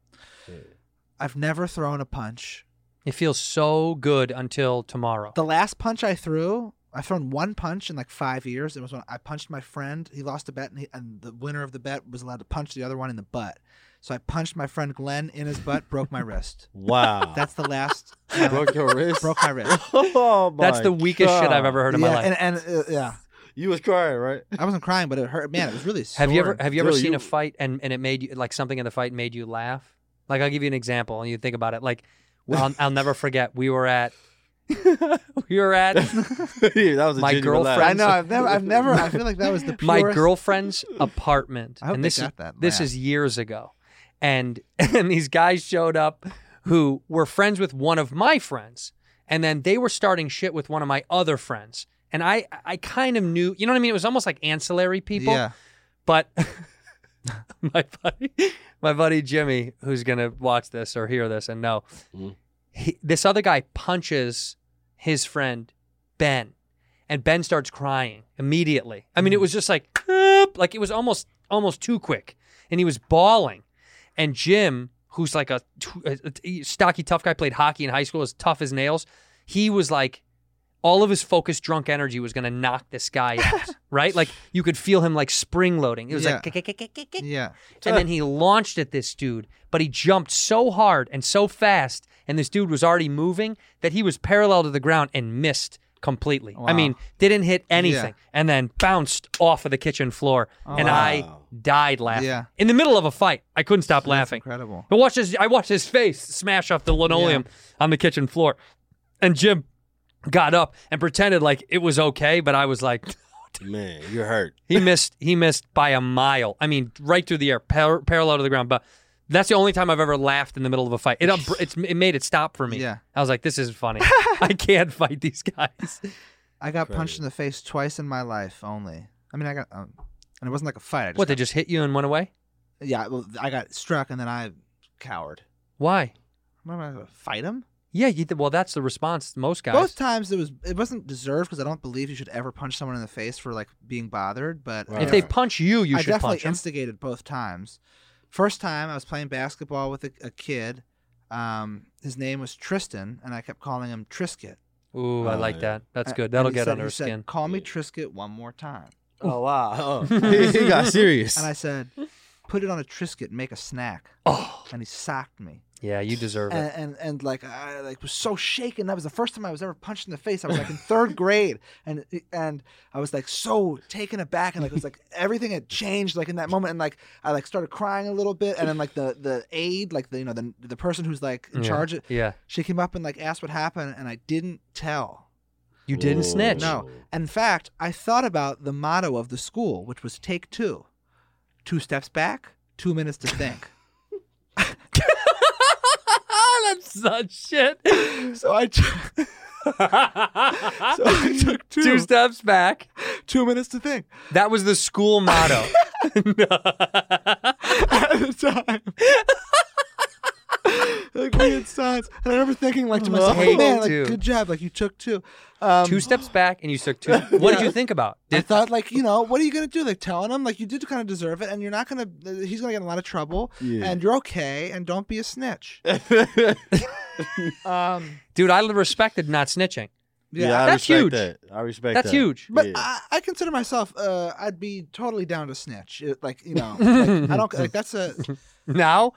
Speaker 9: I've never thrown a punch.
Speaker 1: It feels so good until tomorrow.
Speaker 9: The last punch I threw, I've thrown one punch in like five years. It was when I punched my friend. He lost a bet, and, he, and the winner of the bet was allowed to punch the other one in the butt. So I punched my friend Glenn in his butt, broke my wrist.
Speaker 10: Wow.
Speaker 9: That's the last. time I
Speaker 10: broke your wrist.
Speaker 9: broke my wrist.
Speaker 10: oh my
Speaker 1: That's the weakest shit I've
Speaker 10: God.
Speaker 1: ever heard in
Speaker 9: yeah,
Speaker 1: my life.
Speaker 9: and, and uh, yeah,
Speaker 10: You was crying, right?
Speaker 9: I wasn't crying, but it hurt. Man, it was really.
Speaker 1: Have you ever
Speaker 9: sore.
Speaker 1: have you ever
Speaker 10: Dude,
Speaker 1: seen
Speaker 10: you-
Speaker 1: a fight and, and it made you like something in the fight made you laugh? Like I'll give you an example and you think about it. Like I'll, I'll never forget. We were at we were at
Speaker 10: yeah, that was a
Speaker 1: My
Speaker 10: genuine laugh.
Speaker 9: I
Speaker 1: girlfriend-
Speaker 9: know. I've never. I've never. I feel like that was the purest.
Speaker 1: my girlfriend's apartment.
Speaker 9: I hope
Speaker 1: and
Speaker 9: they
Speaker 1: this is,
Speaker 9: got that
Speaker 1: this
Speaker 9: laugh.
Speaker 1: is years ago. And and these guys showed up who were friends with one of my friends. And then they were starting shit with one of my other friends. And I I kind of knew, you know what I mean? It was almost like ancillary people.
Speaker 9: Yeah.
Speaker 1: But my buddy, my buddy Jimmy, who's gonna watch this or hear this and know, he, this other guy punches his friend Ben, and Ben starts crying immediately. I mean, it was just like, "Oop," like it was almost almost too quick, and he was bawling. And Jim, who's like a, t- a t- stocky tough guy, played hockey in high school, as tough as nails. He was like all of his focused drunk energy was going to knock this guy out, right? Like you could feel him like spring loading. It was like,
Speaker 9: Yeah.
Speaker 1: "Kick, kick, kick, kick, kick,"
Speaker 9: Yeah.
Speaker 1: and then he launched at this dude, but he jumped so hard and so fast, and this dude was already moving that he was parallel to the ground and missed completely. I mean, didn't hit anything, and then bounced off of the kitchen floor, and I died laughing
Speaker 9: Oh, Yeah.
Speaker 1: in the middle of a fight. I couldn't stop laughing.
Speaker 9: incredible.
Speaker 1: I watched his, I watched his face smash off the linoleum on the kitchen floor, and Jim got up and pretended like it was okay, but I was like,
Speaker 10: Man, you're hurt.
Speaker 1: he missed. He missed by a mile. I mean, right through the air, par- parallel to the ground. But that's the only time I've ever laughed in the middle of a fight. It up- it's, it made it stop for me.
Speaker 9: Yeah.
Speaker 1: I was like, this is funny. I can't fight these guys.
Speaker 9: I got punched in the face twice in my life only. I mean, I got, um, and it wasn't like a fight. I just
Speaker 1: What? They just hit you and went away?
Speaker 9: Yeah, well, I got struck and then I cowered.
Speaker 1: Why?
Speaker 9: Am I gonna fight him?
Speaker 1: Yeah. You, well, that's the response. to Most guys.
Speaker 9: Both times it was it wasn't deserved because I don't believe you should ever punch someone in the face for like being bothered. But
Speaker 1: if they punch you, you
Speaker 9: uh, I
Speaker 1: should
Speaker 9: definitely
Speaker 1: punch them.
Speaker 9: instigated both times. First time I was playing basketball with a, a kid. Um, his name was Tristan, and I kept calling him Trisket.
Speaker 1: Ooh, I
Speaker 10: Oh,
Speaker 1: like
Speaker 10: yeah.
Speaker 1: that. That's
Speaker 9: Uh, And-
Speaker 1: good. That'll
Speaker 9: and he
Speaker 1: get
Speaker 9: said-
Speaker 1: under
Speaker 9: he
Speaker 1: her
Speaker 9: said,
Speaker 1: skin.
Speaker 9: Call me Trisket one more time.
Speaker 10: Oh wow. he, he got serious.
Speaker 9: And I said, put it on a Trisket, and make a snack.
Speaker 1: Oh.
Speaker 9: And he socked me.
Speaker 1: Yeah, you deserve it.
Speaker 9: and, and and like I like was so shaken. That was the first time I was ever punched in the face. I was like in third grade, and eh, and I was like so taken aback, and like it was like everything had changed like in that moment, and like I like started crying a little bit, and then like the the aide, like the you know the the person who's like in
Speaker 1: Yeah.
Speaker 9: charge,
Speaker 1: Yeah.
Speaker 9: she came up and like asked what happened, and I didn't tell.
Speaker 1: You didn't
Speaker 10: Whoa.
Speaker 1: snitch.
Speaker 9: No, in fact, I thought about the motto of the school, which was "Take two, two steps back, two minutes to think."
Speaker 1: That's such shit.
Speaker 9: so I t- so I took two
Speaker 1: Two steps back.
Speaker 9: two minutes to think.
Speaker 1: That was the school motto.
Speaker 9: at the time. like we had signs, and I remember thinking like to myself,
Speaker 1: Hey,
Speaker 9: oh, "Man, like,
Speaker 1: dude.
Speaker 9: good job! Like you took two. Um,
Speaker 1: two steps back and you took two. What did you think about?
Speaker 9: I
Speaker 1: Did,
Speaker 9: thought, like you know, what are you gonna do? Like telling him, like you did kind of deserve it, and you're not gonna. uh, He's gonna get in a lot of trouble, and you're okay, and don't be a snitch. um,
Speaker 1: dude, I respected not snitching.
Speaker 9: yeah.
Speaker 10: yeah, I
Speaker 1: That's
Speaker 10: respect
Speaker 1: huge.
Speaker 10: That. I respect
Speaker 1: That's
Speaker 10: that.
Speaker 1: huge.
Speaker 9: but
Speaker 10: yeah.
Speaker 9: I, I consider myself, uh, I'd be totally down to snitch. It- Like you know, like, I don't like that's a
Speaker 1: Now,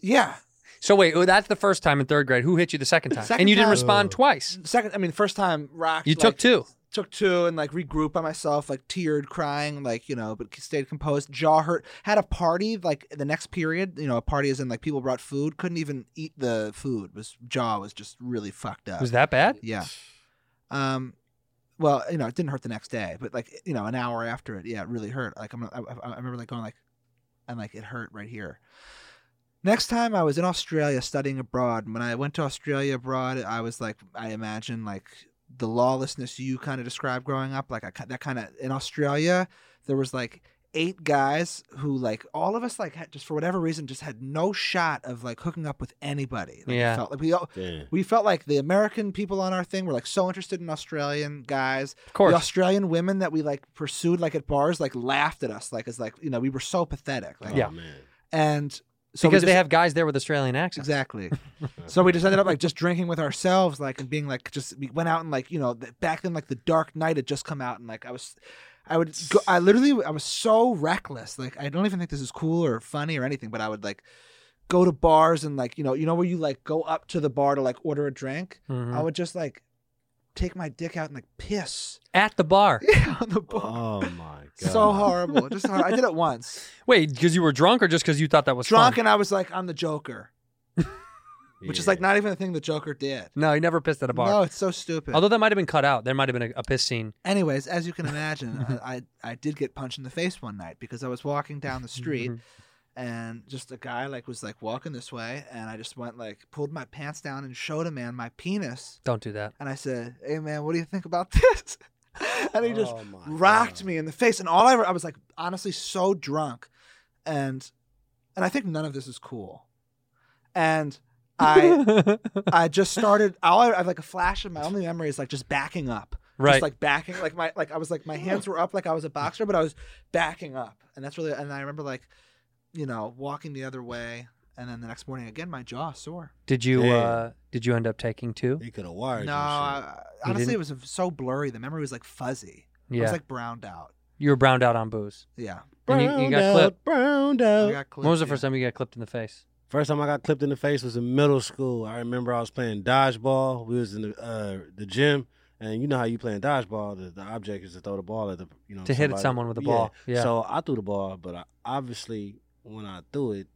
Speaker 9: yeah.
Speaker 1: so wait, oh, that's the first time in third grade. Who hit you the second time?
Speaker 9: Second
Speaker 1: and you didn't
Speaker 9: time.
Speaker 1: respond twice.
Speaker 9: Second, I mean, first time rocked.
Speaker 1: You
Speaker 9: like,
Speaker 1: took two.
Speaker 9: took two and like regrouped by myself, like teared, crying, like you know, but stayed composed. Jaw hurt. Had a party like the next period. You know, a party is in like people brought food, couldn't even eat the food. Was jaw was just really fucked up.
Speaker 1: Was that bad?
Speaker 9: Yeah. Um. Well, you know, it didn't hurt the next day, but like you know, an hour after it, yeah, it really hurt. Like I'm, I, I I remember like going like, and like it hurt right here. Next time I was in Australia studying abroad. When I went to Australia abroad, I was like, I imagine like the lawlessness you kind of described growing up, like I, ki- that kind of in Australia, there was like eight guys who like all of us like had, just for whatever reason just had no shot of like hooking up with anybody. Like, we
Speaker 1: Yeah.
Speaker 9: felt like we all,
Speaker 10: Damn.
Speaker 9: we felt like the American people on our thing were like so interested in Australian guys. Of
Speaker 1: course.
Speaker 9: the Australian women that we like pursued like at bars like laughed at us like as like you know we were so pathetic. Like,
Speaker 1: Yeah.
Speaker 10: Oh, man.
Speaker 9: and so we
Speaker 1: because
Speaker 9: just-
Speaker 1: they have guys there with Australian accents.
Speaker 9: Exactly. so we just ended up like just drinking with ourselves, like and being like just we went out and like you know th- back then like the Dark Knight had just come out and like I was, I would go, I literally I was so reckless. Like I don't even think this is cool or funny or anything, but I would like go to bars and like you know you know where you like go up to the bar to like order a drink.
Speaker 1: Mm-hmm.
Speaker 9: I would just like take my dick out and like piss
Speaker 1: At the bar.
Speaker 9: on the bar.
Speaker 10: Oh my god.
Speaker 9: so horrible. Just hor- I did it once,
Speaker 1: Wait, because you were drunk or just because you thought that was
Speaker 9: drunk,
Speaker 1: Fun?
Speaker 9: and I was like I'm the Joker, which is like not even a thing the Joker did.
Speaker 1: No, he never pissed at a bar.
Speaker 9: No, it's so stupid.
Speaker 1: Although that might have been cut out. There might have been a, a piss scene.
Speaker 9: Anyways, as you can imagine, I, I I did get punched in the face one night because I was walking down the street,
Speaker 1: Mm-hmm.
Speaker 9: and just a guy like was like walking this way, and I just went like pulled my pants down and showed a man my penis,
Speaker 1: Don't do that.
Speaker 9: and I said, "Hey man, what do you think about this?" and he just
Speaker 10: Oh,
Speaker 9: rocked me in the face, and all I re- I was like honestly so drunk, and and I think none of this is cool, and I. I just started. All I, I have like a flash of my only memory is like just backing up,
Speaker 1: Right.
Speaker 9: Just like backing, like my like I was like my hands were up like I was a boxer, but I was backing up, and that's really. And I remember like, you know, walking the other way, and then the next morning again, my jaw sore.
Speaker 1: did you?
Speaker 10: Yeah.
Speaker 1: Uh, did you end up taking two?
Speaker 10: He could have wired
Speaker 9: No,
Speaker 10: you. and shit.
Speaker 9: I,
Speaker 1: You
Speaker 9: honestly,
Speaker 1: didn't?
Speaker 9: it was so blurry. The memory was like fuzzy. It
Speaker 1: Yeah.
Speaker 9: was like browned out.
Speaker 1: You were browned out on booze.
Speaker 9: Yeah,
Speaker 1: And you, you got clipped.
Speaker 10: Browned
Speaker 9: I
Speaker 10: out.
Speaker 9: got
Speaker 1: When was the
Speaker 9: clipped,
Speaker 1: first
Speaker 9: yeah.
Speaker 1: time you got clipped in the face?
Speaker 10: First time I got clipped in the face was in middle school. I remember I was playing dodgeball. We was in the uh, the gym, and you know how you playing dodgeball. The, the object is to throw the ball at the you know
Speaker 1: To hit at
Speaker 10: somebody.
Speaker 1: someone with a ball. Yeah.
Speaker 10: So I threw the ball, but I, obviously when I threw it,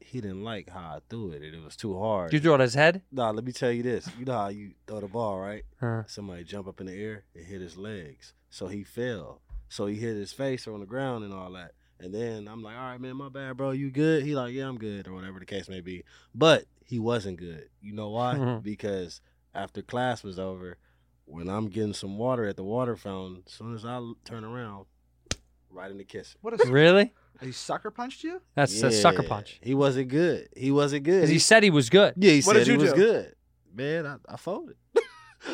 Speaker 10: he didn't like how I threw it, and it was too hard.
Speaker 1: Did you throw it at his head?
Speaker 10: nah, let me tell you this. You know how you throw the ball, right?
Speaker 1: Huh.
Speaker 10: Somebody jump up in the air and hit his legs, so he fell. So he hit his face on the ground and all that. And then I'm like, all right, man, my bad, bro. You good? He like, yeah, I'm good, or whatever the case may be. But he wasn't good. You know why?
Speaker 1: Mhm.
Speaker 10: because after class was over, when I'm getting some water at the water fountain, as soon as I l- turn around, right in the kisser.
Speaker 9: What a
Speaker 1: Really?
Speaker 9: he sucker punched you?
Speaker 1: That's a sucker
Speaker 10: Yeah.
Speaker 1: punch.
Speaker 10: He wasn't good. He wasn't good.
Speaker 1: 'Cause he
Speaker 10: He-
Speaker 1: said he was good.
Speaker 10: yeah, he
Speaker 9: What
Speaker 10: said
Speaker 9: did
Speaker 10: it
Speaker 9: you
Speaker 10: was
Speaker 9: do?
Speaker 10: good. Man, I, I folded.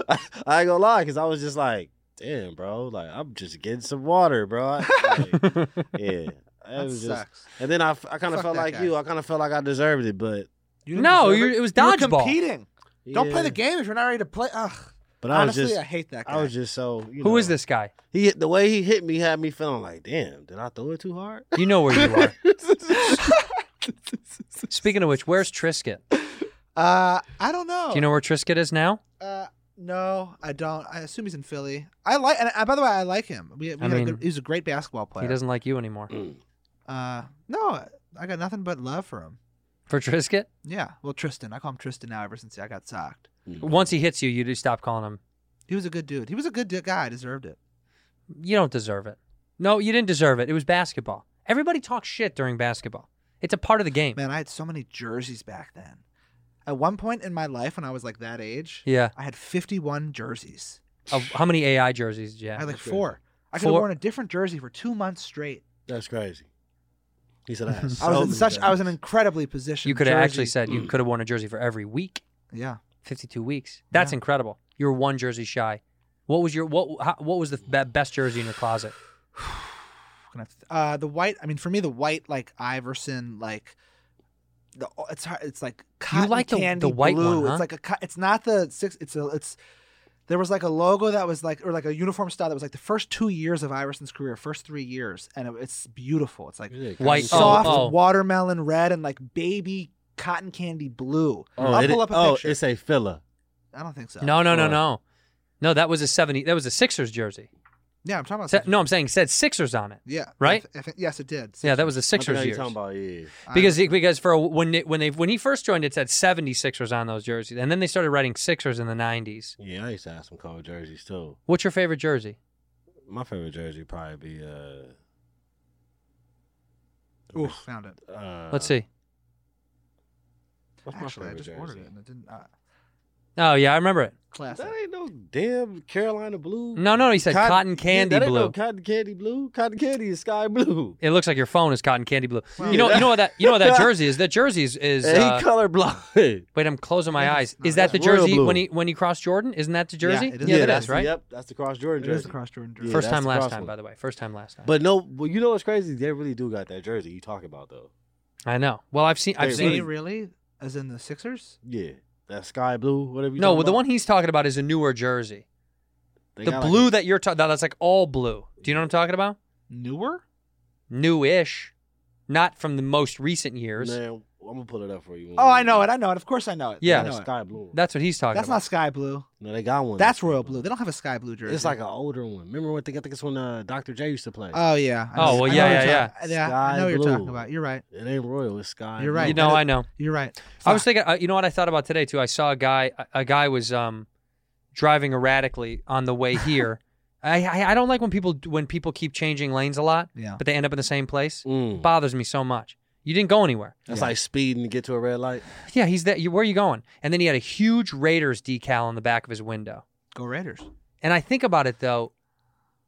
Speaker 10: I, I ain't gonna lie, cause I was just like, damn, bro, like I'm just getting some water, bro. I- like, yeah, I
Speaker 9: That
Speaker 10: was just.
Speaker 9: sucks.
Speaker 10: And then I, kind
Speaker 9: Fuck
Speaker 10: of felt
Speaker 9: that
Speaker 10: like
Speaker 9: guy.
Speaker 10: you. I kind of felt like I deserved it, but
Speaker 9: You didn't
Speaker 1: No,
Speaker 9: deserve
Speaker 1: you're- it was
Speaker 9: You were
Speaker 1: dodgeball.
Speaker 9: competing. Don't play
Speaker 10: Yeah.
Speaker 9: the game if you're not ready to play. Ugh.
Speaker 10: But I was
Speaker 9: Honestly,
Speaker 10: just,
Speaker 9: I hate that guy.
Speaker 10: I was just so. You
Speaker 1: Who is
Speaker 10: know,
Speaker 1: this guy?
Speaker 10: He hit the way he hit me had me feeling like, damn, did I throw it too hard?
Speaker 1: You know where you are. Speaking of which, where's Trisket? Do
Speaker 9: Uh, I don't know.
Speaker 1: you know where Trisket is now?
Speaker 9: Uh, no, I don't. I assume he's in Philly. I like, and uh, by the way, I like him. We, we
Speaker 1: I
Speaker 9: had
Speaker 1: mean,
Speaker 9: a good, he's a great basketball player.
Speaker 1: He doesn't like you anymore.
Speaker 10: Mm.
Speaker 9: Uh, no, I got nothing but love for him.
Speaker 1: For Trisket?
Speaker 9: Yeah. Well, Tristan. I call him Tristan now. Ever since I got socked,
Speaker 10: Mm-hmm.
Speaker 1: Once he hits you, you do stop calling him.
Speaker 9: he was a good dude. He was a good di- guy. I deserved it.
Speaker 1: You don't deserve it. No, you didn't deserve it. It was basketball. Everybody talks shit during basketball. It's a part of the game.
Speaker 9: Man, I had so many jerseys back then. At one point in my life, when I was like that age,
Speaker 1: Yeah.
Speaker 9: I had fifty-one jerseys.
Speaker 1: Of how many AI jerseys did you
Speaker 9: I
Speaker 1: have?
Speaker 9: had like
Speaker 10: that's crazy.
Speaker 9: four. I could have
Speaker 1: Four?
Speaker 9: worn a different jersey for two months straight.
Speaker 10: That's crazy. He said, I, had
Speaker 9: I was
Speaker 10: so
Speaker 9: in
Speaker 10: many
Speaker 9: such. I was in
Speaker 10: guys.
Speaker 9: incredibly position.
Speaker 1: you could have actually
Speaker 9: jersey-
Speaker 1: said you
Speaker 10: Mm.
Speaker 1: could have worn a jersey for every week,
Speaker 9: Yeah.
Speaker 1: 52 weeks. That's incredible. You're one jersey shy. What was your what how, what was the be- best jersey in your closet?
Speaker 9: gonna have to- uh the white i mean for me the white like iverson like the it's hard it's like cotton
Speaker 1: like the-
Speaker 9: candy
Speaker 1: the white one,
Speaker 9: blue
Speaker 1: huh?
Speaker 9: it's like a co- it's not the six it's a it's there was like a logo that was like or like a uniform style that was like the first two years of iverson's career first three years and it, it's beautiful it's like
Speaker 10: Yeah, kinda
Speaker 1: White-
Speaker 10: soft.
Speaker 9: soft
Speaker 1: oh.
Speaker 9: watermelon red and like baby cotton candy blue i'll
Speaker 10: it-
Speaker 9: pull up a
Speaker 10: oh,
Speaker 9: picture
Speaker 10: it's a filler.
Speaker 9: i don't think so
Speaker 1: No, no, no,
Speaker 10: Oh.
Speaker 1: no. No, that was a 70 that was a Sixers jersey.
Speaker 9: yeah i'm talking about
Speaker 1: Sa-
Speaker 9: something-
Speaker 1: no, I'm saying it said Sixers on it.
Speaker 9: yeah
Speaker 1: Right?
Speaker 9: I thi- yes it did
Speaker 1: Yeah, that was the
Speaker 10: I
Speaker 1: Sixers
Speaker 10: know you're
Speaker 1: years.
Speaker 10: talking about, yeah.
Speaker 1: Because he, because for a, when it, when they when he first joined, it said 76ers on those jerseys, and then they started writing Sixers in the 90s.
Speaker 10: Yeah, I used to have some cold jerseys too.
Speaker 1: What's your favorite jersey?
Speaker 10: My favorite jersey probably be uh,
Speaker 9: Oof, found it
Speaker 10: uh
Speaker 1: Let's see.
Speaker 10: What's my
Speaker 9: Actually, I
Speaker 10: favorite
Speaker 9: just
Speaker 10: jersey?
Speaker 9: ordered it and it didn't. Uh,
Speaker 1: Oh yeah, I remember it.
Speaker 9: Classic.
Speaker 10: That ain't no damn Carolina blue.
Speaker 1: No, no, he said cotton, candy
Speaker 10: yeah, that
Speaker 1: blue.
Speaker 10: Ain't no cotton candy blue. Cotton candy is sky blue.
Speaker 1: it looks like your phone is cotton candy blue. you know, you know what that you know what that jersey is. That jersey is, is
Speaker 10: And
Speaker 1: uh,
Speaker 10: he colorblind.
Speaker 1: wait. I'm closing my eyes.
Speaker 9: not.
Speaker 1: Is that the
Speaker 10: That's royal
Speaker 1: jersey
Speaker 10: blue.
Speaker 1: when he when he crossed Jordan? Isn't that the jersey?
Speaker 9: it is.
Speaker 1: yeah,
Speaker 9: Yeah,
Speaker 1: that
Speaker 10: that's-
Speaker 1: is right.
Speaker 10: Yep, that's the cross Jordan
Speaker 9: It
Speaker 10: jersey.
Speaker 9: is the cross Jordan jersey.
Speaker 10: Yeah,
Speaker 1: First
Speaker 10: that's
Speaker 1: time
Speaker 10: the
Speaker 1: last
Speaker 10: cross
Speaker 1: time,
Speaker 10: one.
Speaker 1: by the way. First time last time.
Speaker 10: But no, well, you know what's crazy? They really do got that jersey you talk about though.
Speaker 1: I know. Well, I've seen. I've
Speaker 10: They
Speaker 1: seen.
Speaker 9: Really, really? As in the Sixers?
Speaker 10: Yeah, that sky blue, whatever. you
Speaker 1: no,
Speaker 10: talking
Speaker 1: well, the
Speaker 10: about.
Speaker 1: one he's talking about is a newer jersey.
Speaker 10: They
Speaker 1: the
Speaker 10: got, like,
Speaker 1: blue that you're talking that's like all blue. Do you know what I'm talking about?
Speaker 9: Newer?
Speaker 1: Newish, not from the most recent years.
Speaker 10: Man, I'm gonna pull it up for you.
Speaker 9: Oh, I know it. I know it. Of course I know it.
Speaker 1: Yeah.
Speaker 9: I
Speaker 10: That's
Speaker 9: know it.
Speaker 10: sky blue.
Speaker 1: That's what he's talking
Speaker 9: That's
Speaker 1: about.
Speaker 9: not sky blue.
Speaker 10: no, they got one.
Speaker 9: That's royal blue. They don't have a sky blue jersey.
Speaker 10: It's like an older one. Remember what they got? I think it's when uh, Dr. J used to play.
Speaker 9: Oh yeah. I
Speaker 1: Oh, well,
Speaker 9: know- I know
Speaker 1: yeah,
Speaker 9: what you're
Speaker 1: yeah,
Speaker 9: talking- yeah. I
Speaker 10: Sky
Speaker 9: know what you're
Speaker 10: blue.
Speaker 9: talking about. You're right.
Speaker 10: it ain't royal. It's sky.
Speaker 9: You're
Speaker 10: blue.
Speaker 9: right.
Speaker 1: you know,
Speaker 9: That
Speaker 1: I know.
Speaker 9: You're right.
Speaker 1: I was thinking. Uh, you know what I thought about today too? I saw a guy. a- A guy was um, driving erratically on the way here. I, I I don't like when people when people keep changing lanes a lot.
Speaker 9: Yeah.
Speaker 1: But they end up in the same place.
Speaker 10: Mm.
Speaker 1: Bothers me so much. You didn't go anywhere.
Speaker 10: That's like speeding to get to a red light.
Speaker 1: Yeah, he's that. You, where are you going? And then he had a huge Raiders decal on the back of his window.
Speaker 9: Go Raiders.
Speaker 1: And I think about it though,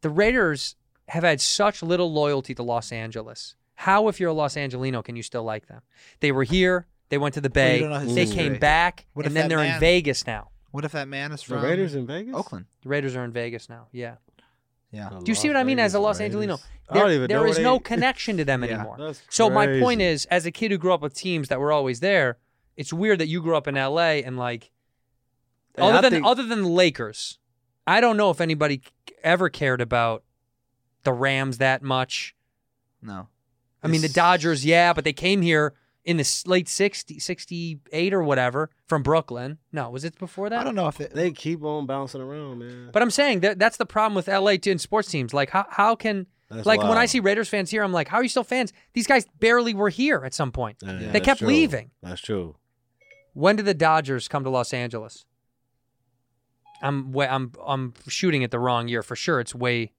Speaker 1: the Raiders have had such little loyalty to Los Angeles. How, if you're a Los Angelino, can you still like them? They were here. They went to the
Speaker 9: you
Speaker 1: Bay.
Speaker 9: don't know his
Speaker 1: they
Speaker 9: history.
Speaker 1: came back,
Speaker 9: What if
Speaker 1: and then
Speaker 9: that
Speaker 1: they're in
Speaker 9: man-
Speaker 1: Vegas now.
Speaker 9: What if that man is
Speaker 10: The
Speaker 9: from
Speaker 10: Raiders in Vegas.
Speaker 9: Oakland?
Speaker 1: The Raiders are in Vegas now. Yeah.
Speaker 9: Yeah.
Speaker 10: The
Speaker 1: Do you see
Speaker 10: Las
Speaker 1: what I mean? As a
Speaker 10: Vegas
Speaker 1: Los
Speaker 10: Raiders.
Speaker 1: Angelino,
Speaker 10: I
Speaker 1: there,
Speaker 10: don't even
Speaker 1: there
Speaker 10: know
Speaker 1: is
Speaker 10: what
Speaker 1: no
Speaker 10: they-
Speaker 1: connection to them
Speaker 9: Yeah.
Speaker 1: anymore.
Speaker 10: That's
Speaker 1: so my point
Speaker 10: crazy.
Speaker 1: is, as a kid who grew up with teams that were always there, it's weird that you grew up in L.A. and like,
Speaker 10: Hey,
Speaker 1: other
Speaker 10: I
Speaker 1: than
Speaker 10: think-
Speaker 1: other than the Lakers, I don't know if anybody c- ever cared about the Rams that much.
Speaker 9: No.
Speaker 1: I mean, the
Speaker 10: It's-
Speaker 1: Dodgers, yeah, but they came here in the s- late 60, 68 or whatever from Brooklyn. No, was it before that?
Speaker 9: I don't know if it.
Speaker 10: They keep on bouncing around, man.
Speaker 1: But I'm saying that that's the problem with LA t- and sports teams. Like how how can
Speaker 10: That's
Speaker 1: like when I
Speaker 10: wild.
Speaker 1: see Raiders fans here, I'm like, how are you still fans? These guys barely were here at some point.
Speaker 10: Yeah,
Speaker 1: they
Speaker 10: that's
Speaker 1: kept
Speaker 10: true.
Speaker 1: leaving.
Speaker 10: That's true.
Speaker 1: When did the Dodgers come to Los Angeles? I'm way, I'm I'm shooting at the wrong year for sure. It's way.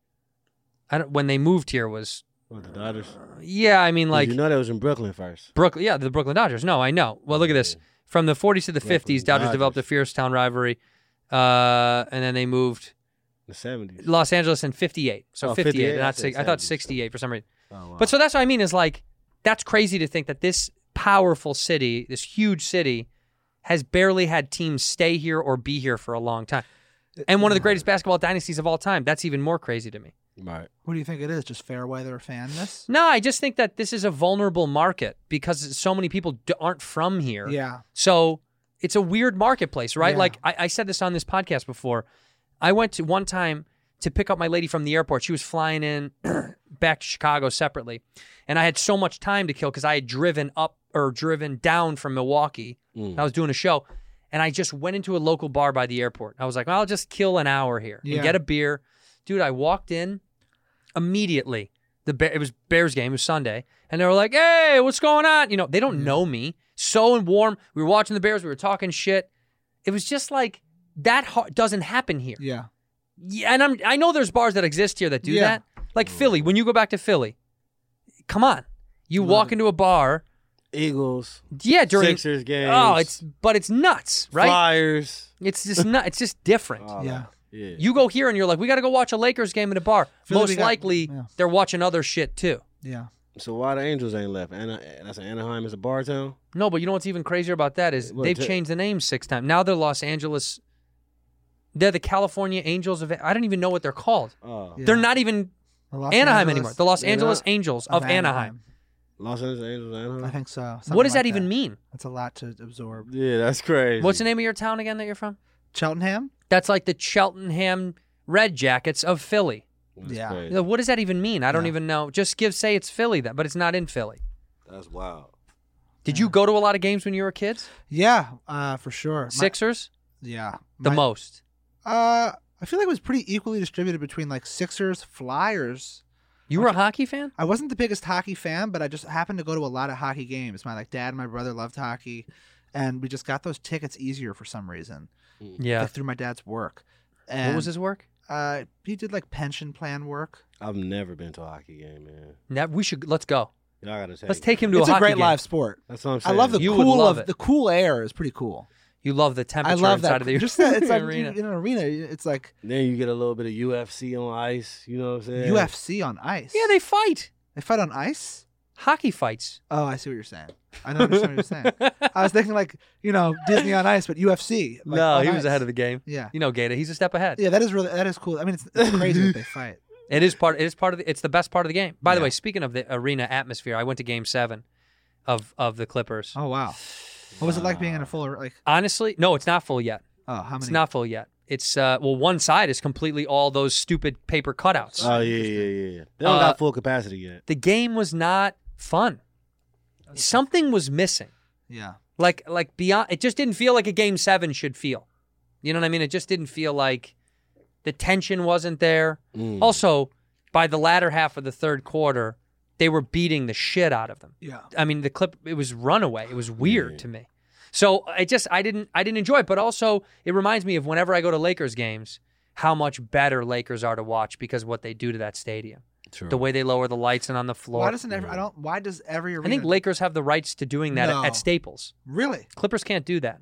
Speaker 1: I don't, when they moved here was
Speaker 10: With the Dodgers.
Speaker 1: yeah. I mean like
Speaker 10: you know that was in Brooklyn first.
Speaker 1: Brooklyn. Yeah, the Brooklyn Dodgers. No, I know. Well, look at this. From the 40s to the 50s, Dodgers,
Speaker 10: Dodgers.
Speaker 1: developed a fierce town rivalry, uh, and then they moved
Speaker 10: The seventies.
Speaker 1: Los Angeles in 58. So
Speaker 10: Oh,
Speaker 1: 58,
Speaker 10: 58,
Speaker 1: not
Speaker 10: I said
Speaker 1: six, I thought
Speaker 10: 70, so.
Speaker 1: 68 for some reason.
Speaker 10: Oh, wow.
Speaker 1: But so that's what I mean is like that's crazy to think that this powerful city, this huge city has barely had teams stay here or be here for a long time. And one of the greatest basketball dynasties of all time. That's even more crazy to me.
Speaker 10: right.
Speaker 9: What do you think it is? Just fair weather fanness?
Speaker 1: No, I just think that this is a vulnerable market because so many people d- aren't from here.
Speaker 9: Yeah.
Speaker 1: So it's a weird marketplace, right?
Speaker 9: Yeah.
Speaker 1: Like I, I said this on this podcast before. I went to one time to pick up my lady from the airport. She was flying in back to Chicago separately. And I had so much time to kill because I had driven up or driven down from Milwaukee. I was doing a show. And I just went into a local bar by the airport. I was like, I'll just kill an hour here and
Speaker 9: Yeah.
Speaker 1: get a beer. Dude, I walked in immediately. The Bear, it was Bears game. It was Sunday, and they were like, "Hey, what's going on?" You know, they
Speaker 9: Mm-hmm.
Speaker 1: don't know me. So warm. We were watching the Bears. We were talking shit. It was just like that ha- doesn't happen here.
Speaker 9: Yeah.
Speaker 1: Yeah, and I'm I know there's bars that exist here that do
Speaker 9: Yeah.
Speaker 1: that. Like Philly, when you go back to Philly, come on, you walk into a bar.
Speaker 10: Eagles,
Speaker 1: Yeah, during
Speaker 10: Sixers games.
Speaker 1: oh, it's but it's nuts, right?
Speaker 10: Flyers.
Speaker 1: It's just not. It's just different.
Speaker 10: all
Speaker 9: Yeah.
Speaker 10: that. Yeah.
Speaker 1: You go here and you're like, we got to go watch a Lakers game in a bar.
Speaker 9: Philly, we
Speaker 1: Most
Speaker 9: got-
Speaker 1: likely,
Speaker 9: yeah.
Speaker 1: they're watching other shit too.
Speaker 9: Yeah.
Speaker 10: So why the Angels ain't left? Ana- that's Anaheim is a bar town.
Speaker 1: No, but you know what's even crazier about that is
Speaker 10: Well,
Speaker 1: they've
Speaker 10: ju-
Speaker 1: changed the name six times. Now they're Los Angeles. They're the California Angels of. I don't even know what they're called.
Speaker 10: Oh,
Speaker 9: Yeah.
Speaker 1: They're not even
Speaker 9: The Los
Speaker 1: Anaheim
Speaker 9: Angeles
Speaker 1: anymore. The Los
Speaker 10: They're
Speaker 1: Angeles
Speaker 10: not-
Speaker 1: Angels of, Anaheim.
Speaker 10: Los Angeles Angels,
Speaker 9: I
Speaker 10: Anaheim.
Speaker 9: think so.
Speaker 1: what does
Speaker 9: Something like
Speaker 1: that even mean?
Speaker 9: That's a lot to absorb.
Speaker 10: Yeah, that's crazy.
Speaker 1: What's the name of your town again that you're from?
Speaker 9: Cheltenham?
Speaker 1: That's like the Cheltenham Red Jackets of Philly.
Speaker 10: That's
Speaker 9: Yeah.
Speaker 10: crazy.
Speaker 1: What does that even mean? I don't
Speaker 9: Yeah.
Speaker 1: even know. Just give say it's Philly that, but it's not in Philly.
Speaker 10: That's wild.
Speaker 1: Did you go to a lot of games when you were kids?
Speaker 9: Yeah, uh, for sure. My-
Speaker 1: Sixers,
Speaker 9: yeah.
Speaker 1: the
Speaker 9: My-
Speaker 1: most.
Speaker 9: Uh, I feel like it was pretty equally distributed between like Sixers, Flyers.
Speaker 1: You were a hockey fan?
Speaker 9: I wasn't the biggest hockey fan, but I just happened to go to a lot of hockey games. My like dad and my brother loved hockey, and we just got those tickets easier for some reason,
Speaker 1: Yeah.
Speaker 9: like through my dad's work. And,
Speaker 1: What was his work?
Speaker 9: Uh, he did like pension plan work.
Speaker 10: I've never been to a hockey game, man.
Speaker 1: Now, we should let's go.
Speaker 10: Y'all gotta take.
Speaker 1: Let's
Speaker 10: me.
Speaker 1: take him to
Speaker 9: it's
Speaker 1: a
Speaker 9: a,
Speaker 1: hockey
Speaker 9: great
Speaker 1: game.
Speaker 9: live sport.
Speaker 10: That's what I'm saying.
Speaker 9: I love the
Speaker 1: You would
Speaker 9: cool
Speaker 1: love
Speaker 9: of
Speaker 1: it.
Speaker 9: the cool air is pretty cool.
Speaker 1: You love the temperature
Speaker 9: I love
Speaker 1: inside
Speaker 9: that.
Speaker 1: of the,
Speaker 9: Just that, it's like
Speaker 1: arena.
Speaker 9: in an arena. It's like
Speaker 10: Then you get a little bit of UFC on ice. You know what I'm saying?
Speaker 9: UFC on ice.
Speaker 1: yeah, they fight.
Speaker 9: they fight on ice.
Speaker 1: Hockey fights.
Speaker 9: Oh, I see what you're saying. I don't understand what you're saying. I was thinking like you know Disney on Ice, but UFC. Like,
Speaker 1: no,
Speaker 9: on
Speaker 1: he was
Speaker 9: ice.
Speaker 1: ahead of the game.
Speaker 9: Yeah.
Speaker 1: You know, Gator, he's a step ahead.
Speaker 9: Yeah, that is really that is cool. I mean, it's, it's crazy that they fight.
Speaker 1: It is part. It is part of. The, it's the best part of the game. By the way, speaking of the arena atmosphere, I went to Game Seven of of the Clippers.
Speaker 9: Oh wow, what was it like being in a full ar- like?
Speaker 1: Honestly, no, it's not full yet.
Speaker 9: Oh, how many?
Speaker 1: Uh, It's not full yet. It's uh, well, one side is completely all those stupid paper
Speaker 9: Uh.
Speaker 1: cutouts.
Speaker 10: Oh yeah, yeah, yeah. yeah. They don't
Speaker 1: Uh,
Speaker 10: got full capacity yet.
Speaker 1: the game was not fun. Something was missing.
Speaker 9: yeah,
Speaker 1: Like like beyond, it just didn't feel like a game seven should feel. You know what I mean? It just didn't feel like the tension wasn't there.
Speaker 10: Oh,
Speaker 1: Also, by the latter half of the third quarter, they were beating the shit out of them.
Speaker 9: yeah.
Speaker 1: I mean, the clip it was runaway. It was weird to me. So I just I didn't I didn't enjoy it. But also it reminds me of whenever I go to Lakers games, how much better Lakers are to watch because what they do to that stadium,
Speaker 10: True.
Speaker 1: the way they lower the lights and on the floor.
Speaker 9: Why doesn't every? I don't. Why does every arena?
Speaker 1: I think Lakers have the rights to doing that at-
Speaker 9: No.
Speaker 1: at Staples.
Speaker 9: really.
Speaker 1: Clippers can't do that.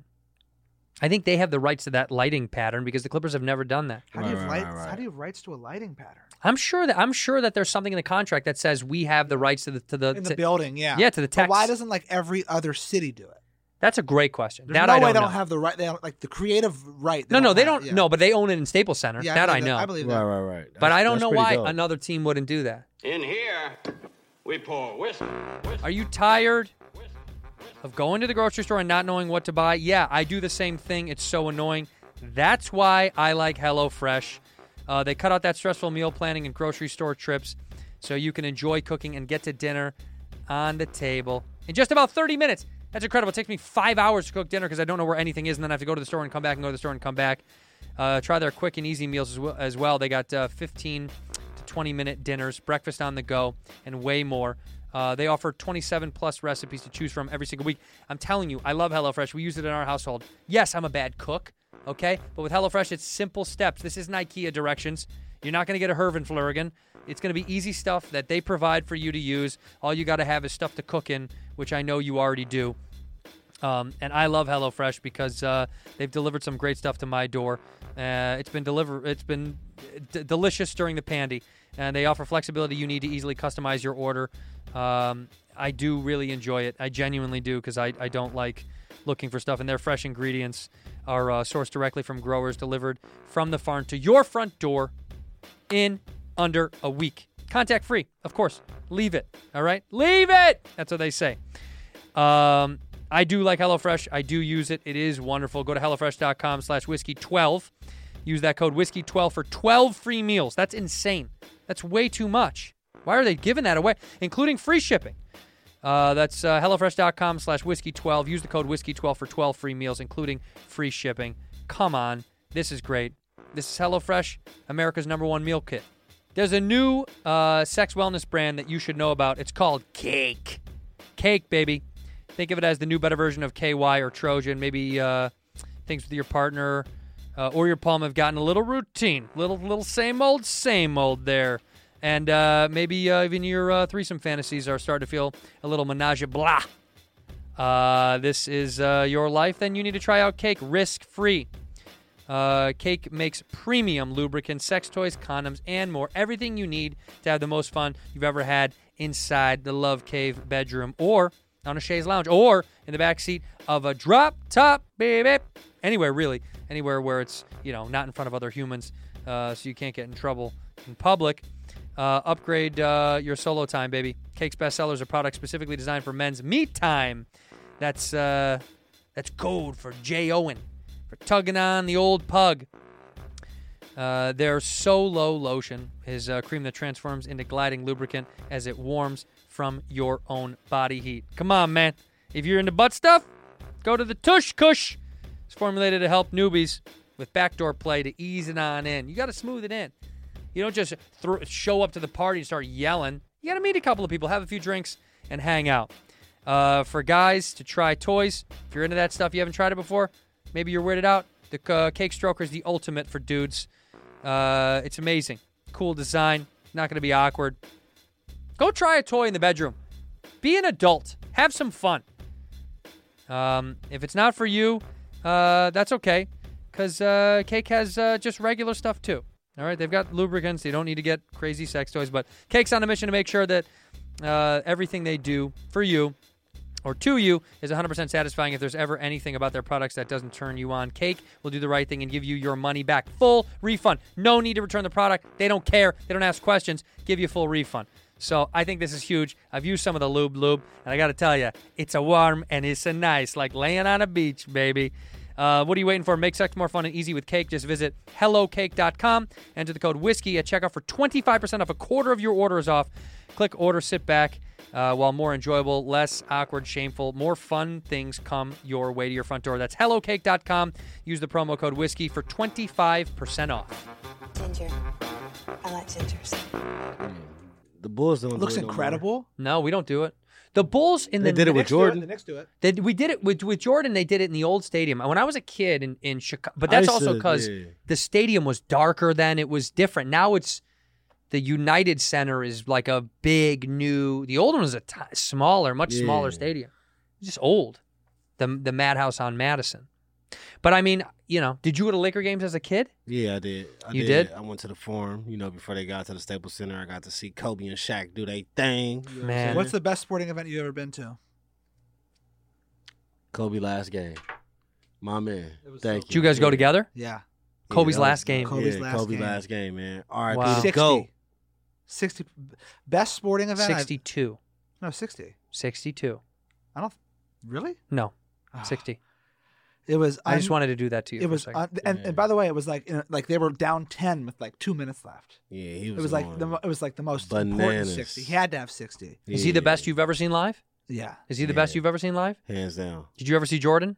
Speaker 1: I think they have the rights to that lighting pattern because the Clippers have never done that.
Speaker 9: How do you
Speaker 10: Right,
Speaker 9: have
Speaker 10: right,
Speaker 9: lights?
Speaker 10: right, right.
Speaker 9: How do you have rights to a lighting pattern
Speaker 1: I'm sure that I'm sure that there's something in the contract that says we have the rights to the to the.
Speaker 9: in the
Speaker 1: to-
Speaker 9: building? Yeah,
Speaker 1: yeah, to the
Speaker 9: But why
Speaker 1: text.
Speaker 9: doesn't like every other city do it?
Speaker 1: that's a great question.
Speaker 9: There's
Speaker 1: that
Speaker 9: no
Speaker 1: I don't
Speaker 9: way
Speaker 1: know.
Speaker 9: they don't have the right. They don't like the creative right.
Speaker 1: no, no, they
Speaker 9: have,
Speaker 1: don't.
Speaker 9: yeah.
Speaker 1: No, but they own it in Staples Center.
Speaker 9: Yeah,
Speaker 1: that I
Speaker 9: believe
Speaker 1: know.
Speaker 9: I believe
Speaker 10: Right,
Speaker 9: that.
Speaker 10: right, right.
Speaker 1: But
Speaker 10: That's-
Speaker 1: I don't
Speaker 10: that's
Speaker 1: know
Speaker 10: pretty
Speaker 1: why
Speaker 10: dope.
Speaker 1: another team wouldn't do that.
Speaker 2: In here, we pour whiskey. whiskey.
Speaker 1: Are you tired of going to the grocery store and not knowing what to buy? Yeah, I do the same thing. It's so annoying. That's why I like HelloFresh. Uh, they cut out that stressful meal planning and grocery store trips so you can enjoy cooking and get to dinner on the table in just about 30 minutes. That's incredible. It takes me five hours to cook dinner because I don't know where anything is, and then I have to go to the store and come back and go to the store and come back. Uh, try their quick and easy meals as well. As well. They got uh, 15 to 20 minute dinners, breakfast on the go, and way more. Uh, they offer 27 plus recipes to choose from every single week. I'm telling you, I love HelloFresh. We use it in our household. Yes, I'm a bad cook, okay? But with HelloFresh, it's simple steps. This isn't IKEA directions. You're not going to get a Hervin Flurigan. It's going to be easy stuff that they provide for you to use. All you got to have is stuff to cook in, which I know you already do. Um, and I love HelloFresh because uh, they've delivered some great stuff to my door. Uh, it's been deliver, it's been d- delicious during the pandy, and they offer flexibility you need to easily customize your order. Um, I do really enjoy it. I genuinely do because I, I don't like looking for stuff, and their fresh ingredients are uh, sourced directly from growers, delivered from the farm to your front door in under a week. Contact free, of course. Leave it. All right, leave it. That's what they say. Um, I do like HelloFresh. I do use it. It is wonderful. Go to HelloFresh.com slash whiskey12. Use that code whiskey12 for 12 free meals. That's insane. That's way too much. Why are they giving that away? Including free shipping. Uh, that's uh, HelloFresh.com slash whiskey12. Use the code whiskey12 for 12 free meals, including free shipping. Come on. This is great. This is HelloFresh, America's number one meal kit. There's a new uh, sex wellness brand that you should know about. It's called Cake. Cake, baby. Think of it as the new, better version of KY or Trojan. Maybe uh, things with your partner uh, or your palm have gotten a little routine, little little same old, same old there, and uh, maybe uh, even your uh, threesome fantasies are starting to feel a little menage a blah. Uh, this is uh, your life. Then you need to try out Cake, risk free. Uh, Cake makes premium lubricants, sex toys, condoms, and more. Everything you need to have the most fun you've ever had inside the Love Cave bedroom or on a chaise lounge or in the back seat of a drop top, baby. Anywhere, really. Anywhere where it's, you know, not in front of other humans uh, so you can't get in trouble in public. Uh, upgrade uh, your solo time, baby. Cake's best sellers are products specifically designed for men's meat time. That's uh, that's code for J Owen for tugging on the old pug. Uh, their Solo Lotion is a cream that transforms into gliding lubricant as it warms from your own body heat. Come on, man. If you're into butt stuff, go to the Tush Kush. It's formulated to help newbies with backdoor play to ease it on in. You got to smooth it in. You don't just throw, show up to the party and start yelling. You got to meet a couple of people, have a few drinks, and hang out. Uh, for guys to try toys, if you're into that stuff, you haven't tried it before, maybe you're weirded out. The uh, Cake Stroker is the ultimate for dudes. Uh, it's amazing. Cool design. Not going to be awkward. Go try a toy in the bedroom. Be an adult. Have some fun. Um, if it's not for you, uh, that's okay, because uh, Cake has uh, just regular stuff too. All right, they've got lubricants. They don't need to get crazy sex toys, but Cake's on a mission to make sure that uh, everything they do for you or to you is 100% satisfying if there's ever anything about their products that doesn't turn you on. Cake will do the right thing and give you your money back. Full refund. No need to return the product. They don't care. They don't ask questions. Give you a full refund. So I think this is huge. I've used some of the lube lube, and I got to tell you, it's a warm and it's a nice, like laying on a beach, baby. Uh, what are you waiting for? Make sex more fun and easy with cake. Just visit hellocake.com. Enter the code whiskey at checkout for 25% off. A quarter of your order is off. Click order, sit back. Uh, while more enjoyable, less awkward, shameful, more fun things come your way to your front door. That's hellocake.com. Use the promo code whiskey for 25% off.
Speaker 8: Ginger. I like gingers.
Speaker 10: The Bulls don't. do
Speaker 9: Looks
Speaker 10: it no more.
Speaker 9: incredible.
Speaker 1: No, we don't do it. The Bulls in
Speaker 10: They
Speaker 1: the
Speaker 10: did it with Jordan.
Speaker 9: The next to it.
Speaker 1: They, we did it with, with Jordan. They did it in the old stadium. When I was a kid in, in Chicago, but
Speaker 10: I
Speaker 1: that's
Speaker 10: used
Speaker 1: also
Speaker 10: to-
Speaker 1: because
Speaker 10: yeah.
Speaker 1: the stadium was darker then. It was different. Now it's the United Center is like a big new. The old one was a t- smaller, much smaller
Speaker 10: Yeah.
Speaker 1: stadium. It's just old. The the madhouse on Madison. But I mean, you know, did you go to Laker games as a kid?
Speaker 10: Yeah, I did. I
Speaker 1: You did?
Speaker 10: I went to the forum, you know, before they got to the Staples Center. I got to see Kobe and Shaq do their thing. You know what I'm
Speaker 1: Man.
Speaker 10: saying?
Speaker 9: What's the best sporting event you've ever been to?
Speaker 10: Kobe last game? My man.
Speaker 9: was
Speaker 10: Thank
Speaker 9: so
Speaker 1: Did you guys go
Speaker 10: Yeah.
Speaker 1: together?
Speaker 9: Yeah.
Speaker 10: Yeah,
Speaker 1: Kobe's
Speaker 10: that
Speaker 1: last game.
Speaker 9: Kobe's
Speaker 10: yeah,
Speaker 9: last
Speaker 10: Kobe
Speaker 9: game.
Speaker 10: last game, man. All right,
Speaker 1: Wow.
Speaker 10: to go.
Speaker 9: 60. Best sporting event. I've-
Speaker 1: 62.
Speaker 9: no, 60.
Speaker 1: 62.
Speaker 9: I don't. Really?
Speaker 1: No,
Speaker 9: Ah.
Speaker 1: 60.
Speaker 9: It was.
Speaker 1: I just
Speaker 9: un-
Speaker 1: wanted to do that to you.
Speaker 9: It was.
Speaker 1: For a second.
Speaker 9: Un- and, and by the way, it was like you know, like they were down ten with like two minutes left.
Speaker 10: Yeah, he
Speaker 9: It
Speaker 10: was.
Speaker 9: was like
Speaker 10: on.
Speaker 9: the. mo- It was like the most important
Speaker 10: Bananas.
Speaker 9: sixty. He had to have sixty.
Speaker 1: Is he the
Speaker 10: Yeah,
Speaker 1: best you've ever seen live?
Speaker 9: Yeah.
Speaker 1: Is he the best
Speaker 10: Yeah.
Speaker 1: you've ever seen live?
Speaker 10: Hands down.
Speaker 1: Did you ever see Jordan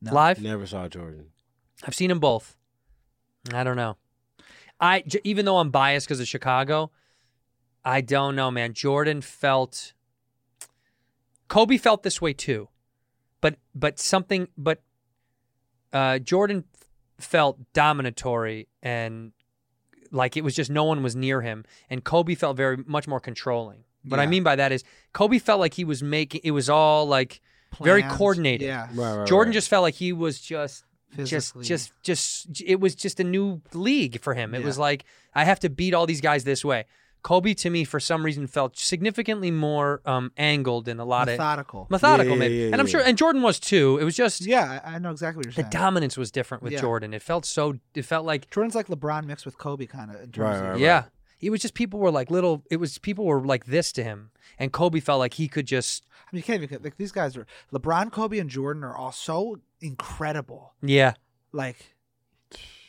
Speaker 9: No.
Speaker 1: live?
Speaker 10: Never saw Jordan.
Speaker 1: I've seen them both. I don't know. I j- even though I'm biased because of Chicago, I don't know, man. Jordan felt Kobe felt this way too, but but something but uh, Jordan f- felt dominatory and like it was just no one was near him, and Kobe felt very much more controlling. What I
Speaker 9: Yeah.
Speaker 1: mean by that is Kobe felt like he was making it was all like very
Speaker 9: Plans.
Speaker 1: coordinated.
Speaker 9: Yeah.
Speaker 10: Right, right,
Speaker 1: Jordan
Speaker 10: right.
Speaker 1: just felt like he was just just
Speaker 9: Physically.
Speaker 1: just just it was just a new league for him. It
Speaker 9: Yeah.
Speaker 1: was like I have to beat all these guys this way. Kobe to me for some reason felt significantly more um, angled in a lot
Speaker 9: methodical.
Speaker 1: of methodical
Speaker 10: Yeah, yeah,
Speaker 1: maybe.
Speaker 10: yeah,
Speaker 1: and I'm
Speaker 10: yeah.
Speaker 1: sure and Jordan was too. It was just
Speaker 9: Yeah, I, I know exactly what you're
Speaker 1: the
Speaker 9: saying.
Speaker 1: dominance was different with
Speaker 9: Yeah.
Speaker 1: Jordan. It felt so it felt like
Speaker 9: Jordan's like LeBron mixed with Kobe, kind of in terms
Speaker 10: Right,
Speaker 9: of
Speaker 10: right,
Speaker 1: yeah. It was just people were like little it was people were like this to him. And Kobe felt like he could just
Speaker 9: I mean, you can't even like these guys are LeBron, Kobe, and Jordan are all so incredible.
Speaker 1: yeah.
Speaker 9: Like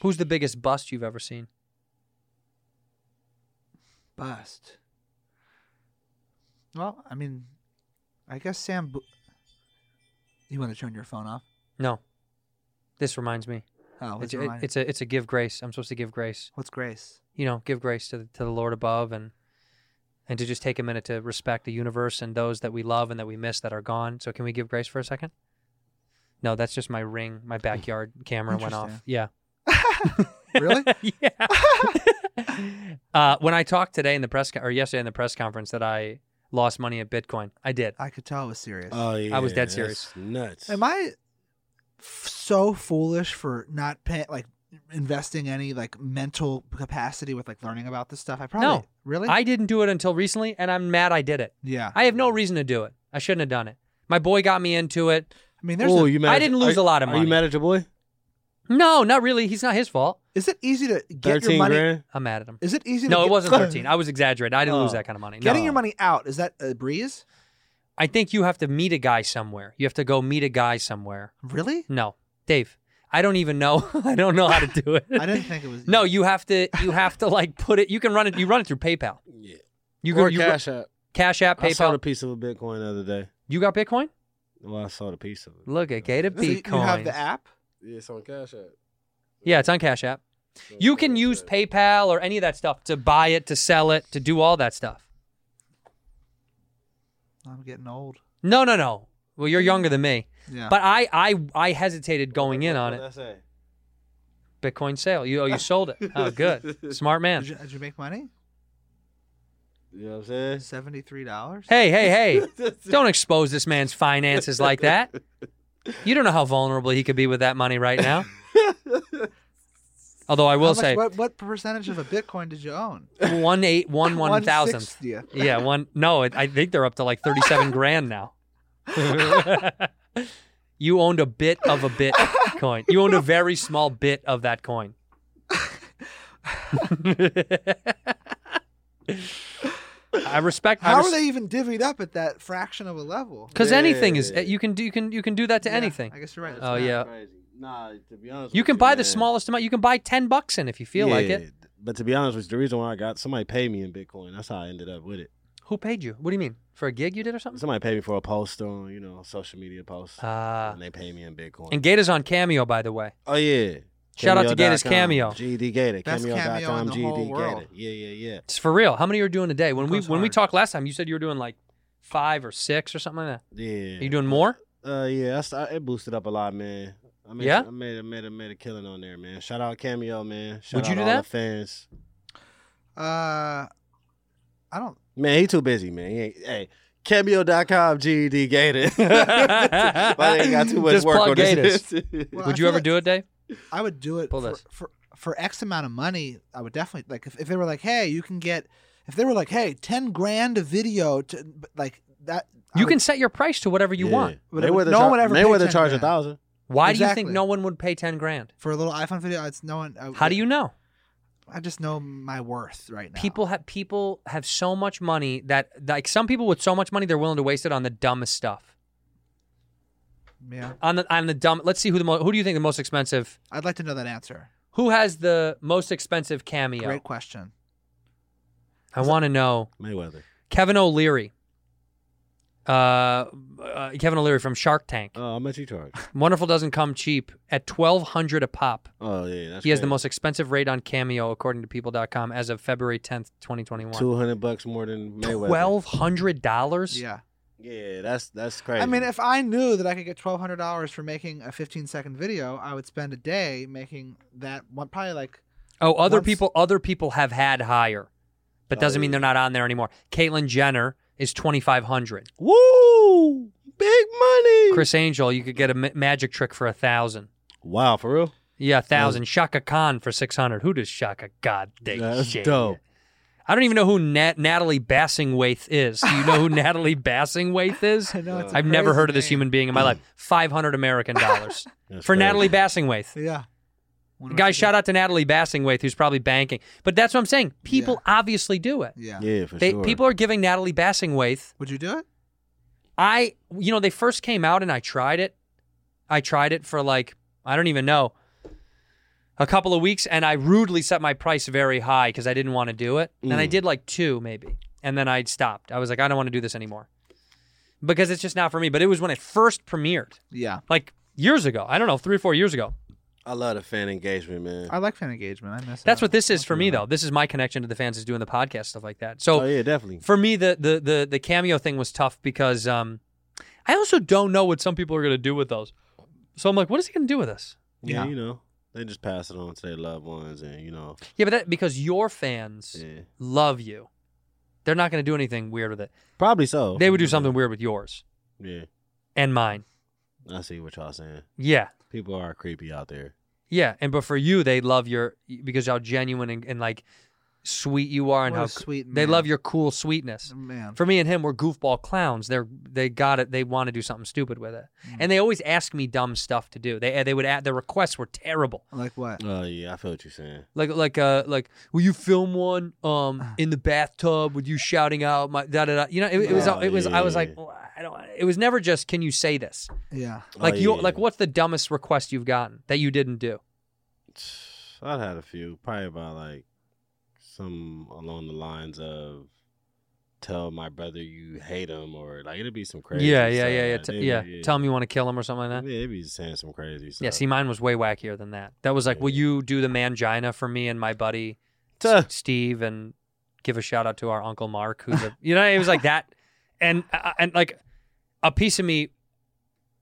Speaker 1: Who's the biggest bust you've ever seen?
Speaker 9: bust. Well, I mean, I guess Sam. Bu- you want to turn your phone off?
Speaker 1: No. This reminds me.
Speaker 9: Oh,
Speaker 1: It's,
Speaker 9: what's,
Speaker 1: it, it's a it's a give grace. I'm supposed to give grace.
Speaker 9: what's Grace?
Speaker 1: you know, give grace to the, to the Lord above and and to just take a minute to respect the universe and those that we love and that we miss that are gone. So can we give grace for a second? No, that's just my ring. My backyard camera went off.
Speaker 9: Interesting.
Speaker 1: Yeah.
Speaker 9: Really?
Speaker 1: yeah. uh, when I talked today in the press co- or yesterday in the press conference that I lost money at Bitcoin, I did.
Speaker 9: I could tell it was serious.
Speaker 10: Oh yeah.
Speaker 1: I was dead
Speaker 10: that's
Speaker 1: serious.
Speaker 10: Nuts.
Speaker 9: Am I f- so foolish for not paying like? investing any like mental capacity with like learning about this stuff i probably
Speaker 1: No.
Speaker 9: really
Speaker 1: I didn't do it until recently, and I'm mad I did it.
Speaker 9: yeah
Speaker 1: I have no reason to do it. I shouldn't have done it. My boy got me into it.
Speaker 9: I mean, there's.
Speaker 10: Oh,
Speaker 9: a-
Speaker 10: you mad?
Speaker 1: I
Speaker 10: at-
Speaker 1: didn't
Speaker 10: are-
Speaker 1: lose a lot of
Speaker 10: Are
Speaker 1: money.
Speaker 10: you mad at your boy?
Speaker 1: No, not really. He's not his fault.
Speaker 9: is it easy to get your
Speaker 10: Thirteen
Speaker 9: money?
Speaker 10: grand.
Speaker 1: I'm mad at him.
Speaker 9: Is it easy?
Speaker 1: No,
Speaker 9: to
Speaker 1: it
Speaker 9: get-
Speaker 1: wasn't 13. I was exaggerating. I didn't lose
Speaker 10: Oh.
Speaker 1: that kind of money. No.
Speaker 9: Getting your money out is that a breeze?
Speaker 1: I think you have to meet a guy somewhere. You have to go meet a guy somewhere.
Speaker 9: Really?
Speaker 1: No, Dave, I don't even know. I don't know how to do it.
Speaker 9: I didn't think it was.
Speaker 1: No, you have to. You have to like put it. You can run it. You run it through PayPal.
Speaker 10: Yeah.
Speaker 1: You
Speaker 10: or
Speaker 1: can you,
Speaker 10: Cash App.
Speaker 1: Cash App,
Speaker 10: I saw
Speaker 1: PayPal.
Speaker 10: a piece of a Bitcoin the other day.
Speaker 1: you got Bitcoin?
Speaker 10: Well, I saw the piece of it.
Speaker 1: Look at Gator
Speaker 9: So you-
Speaker 1: Bitcoin.
Speaker 9: you have the app.
Speaker 10: Yeah, it's on Cash App.
Speaker 1: Yeah, it's on Cash App. You can use PayPal or any of that stuff to buy it, to sell it, to do all that stuff.
Speaker 9: I'm getting old.
Speaker 1: No, no, no. Well, you're younger than me.
Speaker 9: Yeah.
Speaker 1: But I, I, I hesitated going in on it.
Speaker 10: That's it.
Speaker 1: Bitcoin sale. You oh you sold it. Oh good. Smart
Speaker 9: did you,
Speaker 1: man.
Speaker 9: did you make money?
Speaker 10: You know what I'm saying?
Speaker 9: Seventy three dollars.
Speaker 1: Hey, hey, hey. Don't expose this man's finances like that. You don't know how vulnerable he could be with that money right now. Although I
Speaker 9: How
Speaker 1: will
Speaker 9: much-
Speaker 1: say,
Speaker 9: what, what percentage of a Bitcoin did you own?
Speaker 1: one eight one one thousandth.
Speaker 9: 1/60th.
Speaker 1: Yeah, one. No, it, I think they're up to like thirty-seven grand now. you owned a bit of a bitcoin. You owned a very small bit of that coin. I respect.
Speaker 9: How
Speaker 1: I
Speaker 9: are they even divvied up at that fraction of a level?
Speaker 1: Because anything is
Speaker 10: Yeah.
Speaker 1: you can do. You can you can do that to
Speaker 9: Yeah,
Speaker 1: anything.
Speaker 9: I guess you're right. it's
Speaker 1: Oh
Speaker 9: math.
Speaker 1: yeah,
Speaker 10: Crazy. Nah, to be honest,
Speaker 1: you
Speaker 10: with
Speaker 1: can buy the
Speaker 10: man.
Speaker 1: smallest amount. You can buy ten bucks in if you feel like it.
Speaker 10: Yeah, But to be honest with you, the reason why I got somebody paid me in Bitcoin. That's how I ended up with it.
Speaker 1: Who paid you? What do you mean for a gig you did or something?
Speaker 10: Somebody paid me for a post on you know social media post,
Speaker 1: Ah.
Speaker 10: and they paid me in Bitcoin.
Speaker 1: And Gata's on Cameo, by the way.
Speaker 10: oh yeah.
Speaker 1: Shout out to Gator's
Speaker 10: Cameo.com,
Speaker 1: Cameo.
Speaker 10: GD Gator.
Speaker 9: Best cameo in
Speaker 10: Cameo.com.
Speaker 9: the whole
Speaker 10: GD Gator.
Speaker 9: world.
Speaker 10: Yeah, yeah, yeah.
Speaker 1: It's for real. How many are doing a day? When we
Speaker 9: Goes
Speaker 1: when we
Speaker 9: hard.
Speaker 1: talked last time, you said you were doing like five or six or something like that.
Speaker 10: Yeah.
Speaker 1: Are you doing more?
Speaker 10: Uh, yeah, I st- it boosted up a lot, man. I made,
Speaker 1: Yeah?
Speaker 10: I made, I made, I made a killing on there, man. Shout out Cameo, man. Shout
Speaker 1: Would you
Speaker 10: out
Speaker 1: do
Speaker 10: all
Speaker 1: that?
Speaker 10: The fans.
Speaker 9: Uh, I don't.
Speaker 10: Man, he too busy, man. He ain't, hey, cameo.com, GED E Gator. but ain't got too much
Speaker 1: Just
Speaker 10: work
Speaker 1: plug
Speaker 10: on this.
Speaker 9: Well,
Speaker 1: Would
Speaker 9: I
Speaker 1: you
Speaker 9: feel
Speaker 1: ever
Speaker 9: like
Speaker 1: do a day?
Speaker 9: I would do it
Speaker 1: Pull
Speaker 9: for,
Speaker 1: this.
Speaker 9: for for X amount of money. I would definitely like if, if they were like, hey, you can get if they were like, hey, ten grand a video to but, like that. I
Speaker 1: You
Speaker 9: would-
Speaker 1: can set your price to whatever you
Speaker 10: Yeah.
Speaker 1: want.
Speaker 9: But
Speaker 10: Mayweather
Speaker 9: no
Speaker 10: char-
Speaker 9: one ever paid
Speaker 10: Mayweather
Speaker 9: 10
Speaker 10: charge a
Speaker 9: grand.
Speaker 10: thousand.
Speaker 1: Why do you think
Speaker 9: Exactly.
Speaker 1: no one would pay ten grand?
Speaker 9: for a little iPhone video. It's no one. I,
Speaker 1: How do you know?
Speaker 9: I just know my worth right now.
Speaker 1: People have people have so much money that like some people with so much money they're willing to waste it on the dumbest stuff.
Speaker 9: Yeah,
Speaker 1: On the on the dumb. Let's see who the mo- who do you think the most expensive?
Speaker 9: I'd like to know that answer.
Speaker 1: Who has the most expensive cameo?
Speaker 9: Great question.
Speaker 1: I want to know.
Speaker 10: Mayweather.
Speaker 1: Kevin O'Leary. Uh, uh, Kevin O'Leary from Shark Tank.
Speaker 10: Oh, how much he charge?
Speaker 1: Wonderful doesn't come cheap at twelve hundred a pop.
Speaker 10: Oh, yeah. That's
Speaker 1: He has the
Speaker 10: crazy.
Speaker 1: most expensive rate on Cameo, according to People.com, as of February tenth, twenty twenty one.
Speaker 10: 200 bucks more than Mayweather.
Speaker 1: Twelve hundred dollars.
Speaker 9: Yeah,
Speaker 10: Yeah, that's that's crazy.
Speaker 9: I mean, if I knew that I could get twelve hundred dollars for making a fifteen second video, I would spend a day making that one. Probably like
Speaker 1: Oh, other
Speaker 9: Once-
Speaker 1: people. Other people have had higher, but
Speaker 10: Oh,
Speaker 1: doesn't mean
Speaker 10: yeah.
Speaker 1: they're not on there anymore. Caitlyn Jenner is twenty five hundred.
Speaker 10: Woo! Big money.
Speaker 1: Chris Angel, you could get a ma- magic trick for a thousand.
Speaker 10: Wow, for real?
Speaker 1: Yeah, a thousand. Shaka Khan for six hundred. Who does Shaka God dig
Speaker 10: That's
Speaker 1: shit?
Speaker 10: dope.
Speaker 1: I don't even know who Nat- Natalie Bassingwaith is. Do you know who Natalie Bassingwaith is?
Speaker 9: I know it's a
Speaker 1: I've never
Speaker 9: crazy
Speaker 1: heard of this
Speaker 9: name.
Speaker 1: human being in my life. 500 American dollars
Speaker 10: That's
Speaker 1: for
Speaker 10: crazy.
Speaker 1: Natalie Bassingwaith.
Speaker 9: Yeah,
Speaker 1: Guys, shout out to Natalie Bassingwaith, who's probably banking. But that's what I'm saying. People obviously do it.
Speaker 9: Yeah.
Speaker 10: Yeah, for
Speaker 1: They,
Speaker 10: sure.
Speaker 1: People are giving Natalie Bassingwaith.
Speaker 9: Would you do it?
Speaker 1: I, you know, they first came out and I tried it. I tried it for like, I don't even know, a couple of weeks. And I rudely set my price very high because I didn't want to do it. And I
Speaker 10: Mm.
Speaker 1: did like two maybe. And then I stopped. I was like, I don't want to do this anymore because it's just not for me. But it was when it first premiered,
Speaker 9: Yeah,
Speaker 1: like years ago. I don't know, three or four years ago.
Speaker 10: I love the fan engagement, man.
Speaker 9: I like fan engagement. I miss.
Speaker 1: That's
Speaker 9: it.
Speaker 1: what this is for me, though. This is my connection to the fans is doing the podcast stuff like that. So
Speaker 10: oh yeah, definitely.
Speaker 1: for me, the the the the cameo thing was tough because um, I also don't know what some people are gonna do with those. So I'm like, what is he gonna do with this?
Speaker 10: Yeah,
Speaker 9: Yeah.
Speaker 10: you know, they just pass it on to their loved ones, and you know,
Speaker 1: Yeah, but that because your fans
Speaker 10: yeah.
Speaker 1: love you, they're not gonna do anything weird with it.
Speaker 10: probably so.
Speaker 1: They would do something weird with yours
Speaker 10: Yeah,
Speaker 1: and mine.
Speaker 10: I see what y'all saying.
Speaker 1: Yeah,
Speaker 10: People are creepy out there.
Speaker 1: yeah. And but for you, they love your because how genuine and, and like sweet you are, and
Speaker 9: What a
Speaker 1: how
Speaker 9: sweet
Speaker 1: they
Speaker 9: man.
Speaker 1: love your cool sweetness.
Speaker 9: man.
Speaker 1: for me and him we're goofball clowns they're they got it they want to do something stupid with it
Speaker 10: Mm.
Speaker 1: and they always ask me dumb stuff to do they they would add their requests were terrible
Speaker 9: Like what?
Speaker 10: Oh yeah, I feel what you're saying.
Speaker 1: like like uh like will you film one um in the bathtub with you shouting out my da da da you know it, it was
Speaker 10: Oh,
Speaker 1: it was i was
Speaker 10: yeah.
Speaker 1: like "Well, i don't it was never just can you say this
Speaker 9: Yeah.
Speaker 1: like
Speaker 10: oh,
Speaker 1: you
Speaker 10: yeah.
Speaker 1: like what's the dumbest request you've gotten that you didn't do
Speaker 10: I've had a few, probably about like some along the lines of tell my brother you hate him, or like it'd be some crazy.
Speaker 1: yeah yeah
Speaker 10: stuff.
Speaker 1: yeah yeah,
Speaker 10: Like,
Speaker 1: T-
Speaker 10: they'd be-
Speaker 1: yeah. tell him you want to kill him or something like that
Speaker 10: Yeah, they be saying some crazy stuff.
Speaker 1: yeah see mine was way wackier than that that was like will
Speaker 10: Yeah.
Speaker 1: you do the mangina for me and my buddy
Speaker 10: Tuh.
Speaker 1: Steve and give a shout out to our uncle Mark, who's a, you know it was like that, and uh, and like a piece of me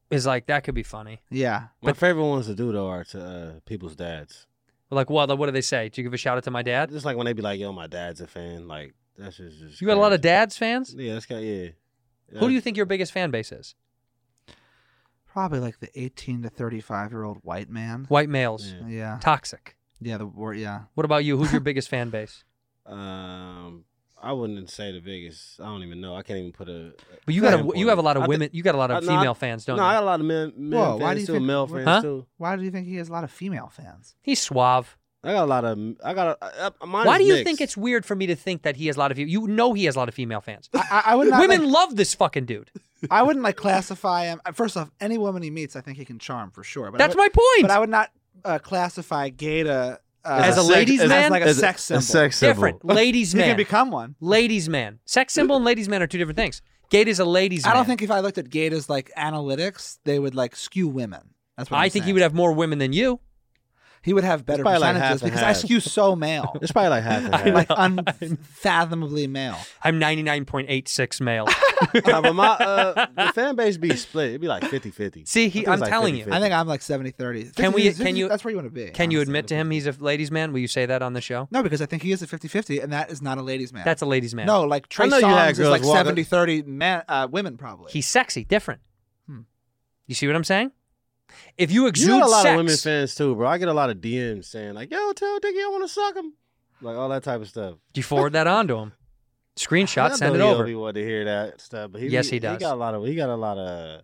Speaker 1: is like that could be funny.
Speaker 9: Yeah.
Speaker 10: My favorite ones to do though are to uh, people's dads.
Speaker 1: Like what? What do they say? Do you give a shout out to my dad?
Speaker 10: Just like when they be like, "Yo, my dad's a fan." Like that's just. just
Speaker 1: You got a lot of
Speaker 10: crazy.
Speaker 1: dads fans.
Speaker 10: Yeah, that's kind of yeah.
Speaker 1: Who do you think your biggest fan base is?
Speaker 9: probably like the 18 to 35 year old white man.
Speaker 1: White males,
Speaker 10: Yeah.
Speaker 9: Yeah.
Speaker 1: toxic.
Speaker 9: Yeah. The war. Yeah.
Speaker 1: What about you? Who's your biggest fan base?
Speaker 10: Um, I wouldn't say the biggest. I don't even know. I can't even put a.
Speaker 1: But you got
Speaker 10: Fan
Speaker 1: a, you have a lot
Speaker 10: I
Speaker 1: of
Speaker 10: thi-
Speaker 1: women. You got a lot
Speaker 10: I-
Speaker 1: of
Speaker 10: no, I-
Speaker 1: female fans, don't
Speaker 10: no, I
Speaker 1: you?
Speaker 10: got a lot of men, men
Speaker 9: Whoa,
Speaker 10: fans
Speaker 9: why do you
Speaker 10: too,
Speaker 9: think-
Speaker 10: male
Speaker 9: what-
Speaker 10: friends
Speaker 1: Huh?
Speaker 10: too.
Speaker 9: Why do you think he has a lot of female fans?
Speaker 1: He's suave.
Speaker 10: I got a lot of. I got a. I, mine
Speaker 1: Why
Speaker 10: is
Speaker 1: do you
Speaker 10: mixed.
Speaker 1: think it's weird for me to think that he has a lot of you? You know he has a lot of female fans.
Speaker 9: I, I would not.
Speaker 1: Women
Speaker 9: like-
Speaker 1: love this fucking dude.
Speaker 9: I wouldn't like classify him. First off, any woman he meets, I think he can charm for sure. But I
Speaker 1: That's
Speaker 9: would-
Speaker 1: my point.
Speaker 9: But I would not uh, classify Gata uh,
Speaker 1: As a
Speaker 9: sex-
Speaker 1: ladies'
Speaker 9: as
Speaker 1: man?
Speaker 9: like a
Speaker 10: As
Speaker 9: sex symbol.
Speaker 10: A sex symbol.
Speaker 1: different. Ladies
Speaker 9: He
Speaker 1: man.
Speaker 9: can become one.
Speaker 1: ladies man. Sex symbol and ladies man are two different things. Gate is a ladies
Speaker 9: I
Speaker 1: man.
Speaker 9: don't think if I looked at Gata's like analytics, they would like skew women. That's what
Speaker 1: I
Speaker 9: I'm
Speaker 1: think
Speaker 9: saying.
Speaker 1: he would have more women than you.
Speaker 9: He would have better
Speaker 10: probably like
Speaker 9: percentages
Speaker 10: half and
Speaker 9: because I
Speaker 10: half.
Speaker 9: skew so male,
Speaker 10: It's probably like half and half.
Speaker 9: like unfathomably male.
Speaker 1: I'm 99.86 male.
Speaker 10: Nah, but my uh, the fan base be split. It'd be like 50-50.
Speaker 1: See,
Speaker 10: I
Speaker 1: he-
Speaker 10: think
Speaker 1: I'm
Speaker 10: it's like
Speaker 1: telling you.
Speaker 10: 50-50.
Speaker 9: I think I'm like 70 30.
Speaker 1: Can we- can you-
Speaker 9: That's where you want to be.
Speaker 1: Can you
Speaker 9: honestly.
Speaker 1: admit to him he's a ladies man? Will you say that on the show?
Speaker 9: No, because I think he is a 50 50, and that is not a ladies' man.
Speaker 1: That's a ladies man.
Speaker 9: No, like Trey
Speaker 10: know you had
Speaker 9: Songz is
Speaker 10: girls
Speaker 9: like
Speaker 10: walk up-
Speaker 9: 70 30 man, uh, women, probably.
Speaker 1: He's sexy, different.
Speaker 9: Hmm.
Speaker 1: You see what I'm saying? If you
Speaker 10: You
Speaker 1: exude
Speaker 10: got a lot
Speaker 1: sex,
Speaker 10: of women fans too, bro. I get a lot of DMs saying like, "Yo, tell Dickie I want to suck him," like all that type of stuff.
Speaker 1: you forward that on to him.
Speaker 10: I
Speaker 1: Screenshot,
Speaker 10: know
Speaker 1: send it
Speaker 10: he
Speaker 1: over.
Speaker 10: Only wanted to hear that stuff, but he,
Speaker 1: Yes, he does.
Speaker 10: He got a lot of. He got a lot of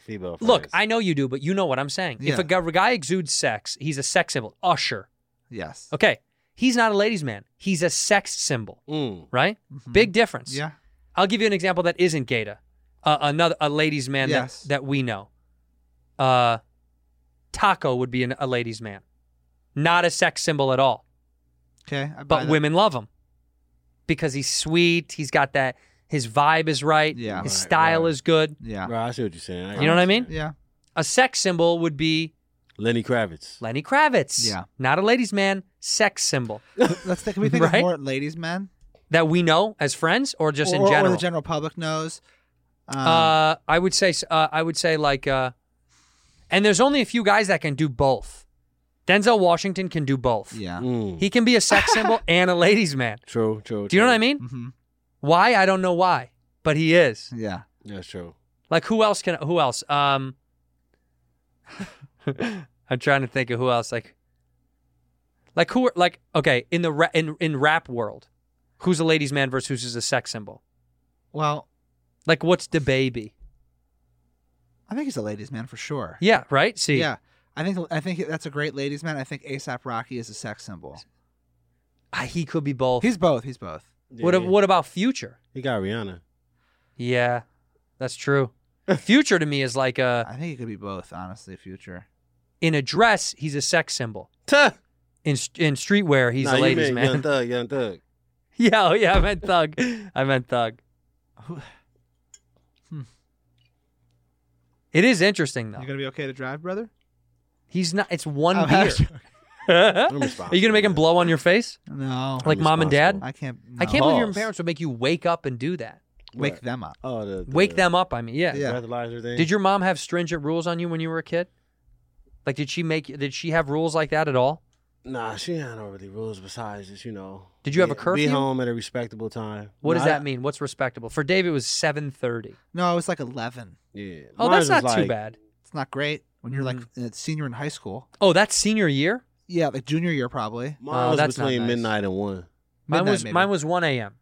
Speaker 10: female. Friends.
Speaker 1: Look, I know you do, but you know what I'm saying. If
Speaker 9: Yeah.
Speaker 1: a gu- guy exudes sex, he's a sex symbol. Usher.
Speaker 9: yes.
Speaker 1: Okay. He's not a ladies' man. He's a sex symbol,
Speaker 10: Mm.
Speaker 1: right? Big difference.
Speaker 9: Mm-hmm. Yeah.
Speaker 1: I'll give you an example that isn't Gata. Uh, another a ladies' man
Speaker 9: Yes.
Speaker 1: that, that we know. Uh, Taco would be an, a ladies' man, not a sex symbol at all.
Speaker 9: Okay. I buy
Speaker 1: But
Speaker 9: that.
Speaker 1: women love him because he's sweet. He's got that. His vibe is right.
Speaker 9: Yeah.
Speaker 1: His
Speaker 10: Right,
Speaker 1: style
Speaker 10: right.
Speaker 1: is good.
Speaker 9: Yeah.
Speaker 10: bro, I see what you're saying.
Speaker 1: You know what I mean?
Speaker 9: Yeah.
Speaker 1: A sex symbol would be
Speaker 10: Lenny Kravitz.
Speaker 1: Lenny Kravitz.
Speaker 9: Yeah.
Speaker 1: Not a ladies' man, sex symbol
Speaker 9: Let's think. Can we think
Speaker 1: Right?
Speaker 9: of more ladies' men?
Speaker 1: that we know as friends or just
Speaker 9: or,
Speaker 1: in general.
Speaker 9: Or the general public knows. Um,
Speaker 1: uh, I would say s- uh, I would say like, uh, and there's only a few guys that can do both. Denzel Washington can do both.
Speaker 9: yeah.
Speaker 10: Mm.
Speaker 1: He can be a sex symbol and a ladies' man.
Speaker 10: True, true.
Speaker 1: Do you know what
Speaker 10: true.
Speaker 1: I mean?
Speaker 9: hmm
Speaker 1: Why I don't know why, but he is.
Speaker 9: Yeah.
Speaker 10: That's true.
Speaker 1: Like who else can? Who else? Um, I'm trying to think of who else. Like, like who? Are, like okay, in the ra- in in rap world, who's a ladies' man versus who's just a sex symbol?
Speaker 9: Well,
Speaker 1: Like what's the baby?
Speaker 9: I think he's a ladies' man for sure.
Speaker 1: Yeah, right. See,
Speaker 9: Yeah. I think I think that's a great ladies' man. I think ASAP Rocky is a sex symbol.
Speaker 1: Ah, he could be both.
Speaker 9: He's both. He's both.
Speaker 1: what ab- what about future?
Speaker 10: He got Rihanna.
Speaker 1: Yeah, that's true. future to me is like a
Speaker 9: I think he could be both, honestly, future.
Speaker 1: in a dress. He's a sex symbol.
Speaker 10: Tuh.
Speaker 1: In st- in streetwear, he's
Speaker 10: Nah,
Speaker 1: a
Speaker 10: you
Speaker 1: ladies'
Speaker 10: meant
Speaker 1: man.
Speaker 10: Young Thug, Young Thug.
Speaker 1: yeah, oh, yeah. I meant thug. I meant thug. Hmm. It is interesting though.
Speaker 9: You gonna be okay to drive, brother?
Speaker 1: He's not. It's one
Speaker 9: I'm
Speaker 1: beer.
Speaker 9: actually-
Speaker 1: Are
Speaker 10: I'm
Speaker 1: you gonna make him blow on your face
Speaker 9: No.
Speaker 1: like mom and dad?
Speaker 10: responsible.
Speaker 9: I can't. No.
Speaker 1: I can't believe your
Speaker 10: Pause.
Speaker 1: parents would make you wake up and do that.
Speaker 9: wake
Speaker 10: What?
Speaker 9: them up.
Speaker 10: Oh, the, the
Speaker 1: Wake them up. I mean, yeah.
Speaker 9: Yeah.
Speaker 10: breathalyzer thing.
Speaker 1: Did your mom have stringent rules on you when you were a kid? Like, did she make? Did she have rules like that at all?
Speaker 10: Nah, she had no really rules besides just you know.
Speaker 1: Did you have a
Speaker 10: be-
Speaker 1: curfew?
Speaker 10: Be home at a respectable time.
Speaker 1: What does
Speaker 10: Nah, I-
Speaker 1: that mean? What's respectable? For Dave, it was seven thirty.
Speaker 9: No, it was like eleven.
Speaker 10: Yeah.
Speaker 1: Oh,
Speaker 10: Mine
Speaker 1: that's not
Speaker 10: was
Speaker 1: too
Speaker 10: like-
Speaker 1: bad.
Speaker 9: It's not great when you're like
Speaker 1: Mm-hmm.
Speaker 9: a senior in high school.
Speaker 1: Oh, that's senior year.
Speaker 9: Yeah, like junior year probably.
Speaker 10: Mine
Speaker 1: Oh,
Speaker 10: was
Speaker 1: that's not
Speaker 10: between
Speaker 1: nice.
Speaker 10: midnight and one.
Speaker 1: Mine
Speaker 9: Midnight,
Speaker 1: was
Speaker 9: maybe.
Speaker 1: mine was one a.m.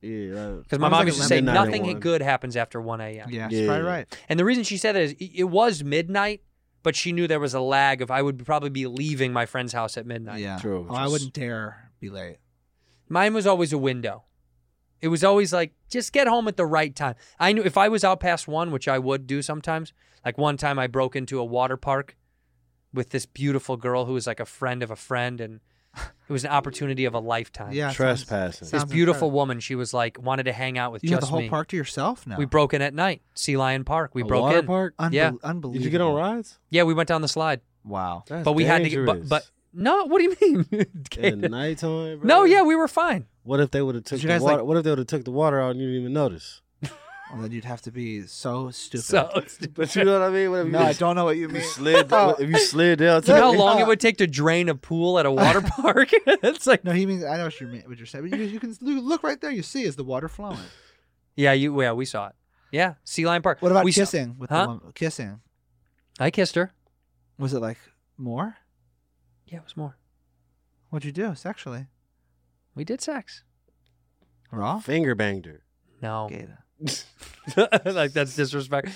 Speaker 10: Yeah. like-
Speaker 1: because my mom
Speaker 9: Mine was like
Speaker 1: used to say
Speaker 10: 11.
Speaker 1: nothing good happens after one a.m.
Speaker 9: Yeah,
Speaker 10: Yeah.
Speaker 9: she's probably right.
Speaker 1: And the reason she said that is i- it was midnight, but she knew there was a lag of I would probably be leaving my friend's house at midnight.
Speaker 9: Yeah.
Speaker 10: True,
Speaker 9: Oh, I
Speaker 10: just-
Speaker 9: wouldn't dare be late.
Speaker 1: Mine was always a window. It was always like, just get home at the right time. I knew if I was out past one, which I would do sometimes, like one time I broke into a water park with this beautiful girl who was like a friend of a friend, and it was an opportunity of a lifetime.
Speaker 9: Yeah. sounds-
Speaker 10: Trespassing.
Speaker 1: This
Speaker 9: sounds
Speaker 1: beautiful
Speaker 9: incredible.
Speaker 1: woman, she was like, wanted to hang out with
Speaker 9: You
Speaker 1: just
Speaker 9: have the whole
Speaker 1: me.
Speaker 9: park to yourself now.
Speaker 1: We broke in at night, Sea Lion Park. We
Speaker 10: A
Speaker 1: broke
Speaker 10: water
Speaker 1: in.
Speaker 10: park.
Speaker 9: Unbe-
Speaker 1: yeah.
Speaker 9: Unbelievable.
Speaker 10: Did you get on rides?
Speaker 1: Yeah, we went down the slide.
Speaker 9: Wow.
Speaker 10: That's
Speaker 1: but we had to get, but,
Speaker 10: dangerous.
Speaker 1: but no, what do you mean?
Speaker 10: in the nighttime. Bro.
Speaker 1: no, yeah, we were fine.
Speaker 10: What if they would have took
Speaker 9: Did you
Speaker 10: the
Speaker 9: guys,
Speaker 10: water?
Speaker 9: like-
Speaker 10: what if they would have took the water out and you didn't even notice?
Speaker 9: Well, then you'd have to be so stupid.
Speaker 1: So stupid.
Speaker 10: But you know what I mean. What if
Speaker 9: no, I don't know what you mean.
Speaker 10: Slid, if you slid down.
Speaker 1: Do you know how long it would take to drain a pool at a water park? it's like,
Speaker 9: No, he means I know what you mean. What you're saying, but you, you can you look right there. You see, is the water flowing?
Speaker 1: yeah, you, yeah, we saw it. Yeah, Sea Lion Park.
Speaker 9: What about
Speaker 1: we saw-
Speaker 9: kissing with
Speaker 1: Huh?
Speaker 9: the woman? Kissing.
Speaker 1: I kissed her.
Speaker 9: Was it like more?
Speaker 1: Yeah, it was more.
Speaker 9: What'd you do sexually?
Speaker 1: We did sex.
Speaker 9: Raw?
Speaker 10: Finger banged her.
Speaker 1: No,
Speaker 9: Gata.
Speaker 1: like that's disrespect.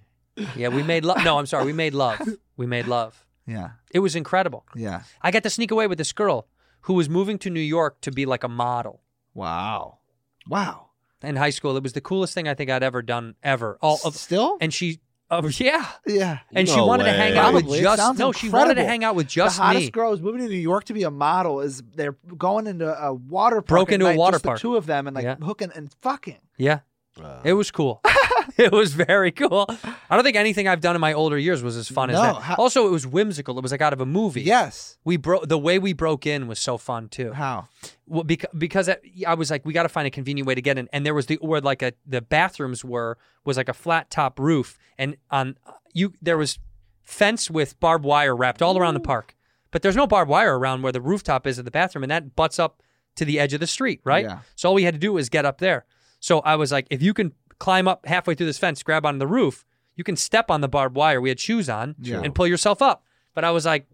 Speaker 1: yeah, we made love. No, I'm sorry. We made love. We made love.
Speaker 9: Yeah.
Speaker 1: It was incredible.
Speaker 9: Yeah.
Speaker 1: I got to sneak away with this girl who was moving to New York to be like a model
Speaker 9: Wow. Wow.
Speaker 1: in high school. It was the coolest thing I think I'd ever done ever. All
Speaker 9: S-
Speaker 1: of
Speaker 9: Still?
Speaker 1: and she, oh yeah,
Speaker 9: yeah.
Speaker 1: and she
Speaker 10: No
Speaker 1: wanted to hang
Speaker 10: way.
Speaker 1: out
Speaker 9: Probably.
Speaker 1: with
Speaker 9: It
Speaker 1: just
Speaker 9: sounds
Speaker 1: no. She wanted to
Speaker 9: incredible.
Speaker 1: hang out with just
Speaker 9: the hottest
Speaker 1: me.
Speaker 9: girl is moving to New York to be a model. Is they're going into a water park?
Speaker 1: Broke
Speaker 9: at
Speaker 1: into a
Speaker 9: night,
Speaker 1: water
Speaker 9: just the
Speaker 1: park.
Speaker 9: two of them and like
Speaker 1: Yeah.
Speaker 9: hooking and fucking.
Speaker 1: Yeah,
Speaker 10: Uh,
Speaker 1: it was cool. it was very cool. I don't think anything I've done in my older years was as fun as
Speaker 9: No,
Speaker 1: that.
Speaker 9: how-
Speaker 1: also, it was whimsical. It was like out of a movie.
Speaker 9: Yes.
Speaker 1: we broke the way we broke in was so fun too.
Speaker 9: How?
Speaker 1: well, because because I, I was like, we got to find a convenient way to get in, and there was the where like a the bathrooms were was like a flat top roof, and on you there was fence with barbed wire wrapped all around the park, but there's no barbed wire around where the rooftop is of the bathroom, and that butts up to the edge of the street, right?
Speaker 9: Yeah.
Speaker 1: So all we had to do was get up there. So I was like, if you can climb up halfway through this fence, grab on the roof, you can step on the barbed wire. We had shoes on
Speaker 9: Yeah.
Speaker 1: and pull yourself up. But I was like,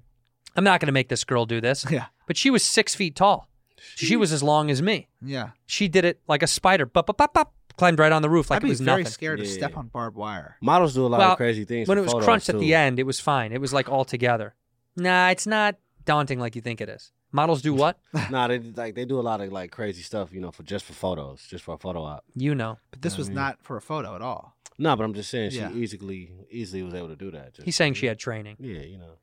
Speaker 1: I'm not going to make this girl do this.
Speaker 9: Yeah.
Speaker 1: But she was six feet tall. She was as long as me.
Speaker 9: Yeah.
Speaker 1: She did it like a spider. Bop, bop, bop, bop, climbed right on the roof like
Speaker 9: I'd be
Speaker 1: it was
Speaker 9: very
Speaker 1: nothing.
Speaker 9: scared to
Speaker 10: Yeah.
Speaker 9: step on barbed wire.
Speaker 10: models do a lot
Speaker 1: Well,
Speaker 10: of crazy things.
Speaker 1: When
Speaker 10: for
Speaker 1: it was
Speaker 10: photos,
Speaker 1: crunched at
Speaker 10: too.
Speaker 1: the end, it was fine. It was like all together. Nah, it's not daunting like you think it is. Models do what?
Speaker 10: Nah, they like they do a lot of like crazy stuff, you know, for just for photos, just for a photo op.
Speaker 1: You know.
Speaker 9: But this was not for a photo at all.
Speaker 10: No, but I'm just saying she
Speaker 9: Yeah.
Speaker 10: easily easily was able to do that. Just,
Speaker 1: He's saying she had training.
Speaker 10: yeah, you know,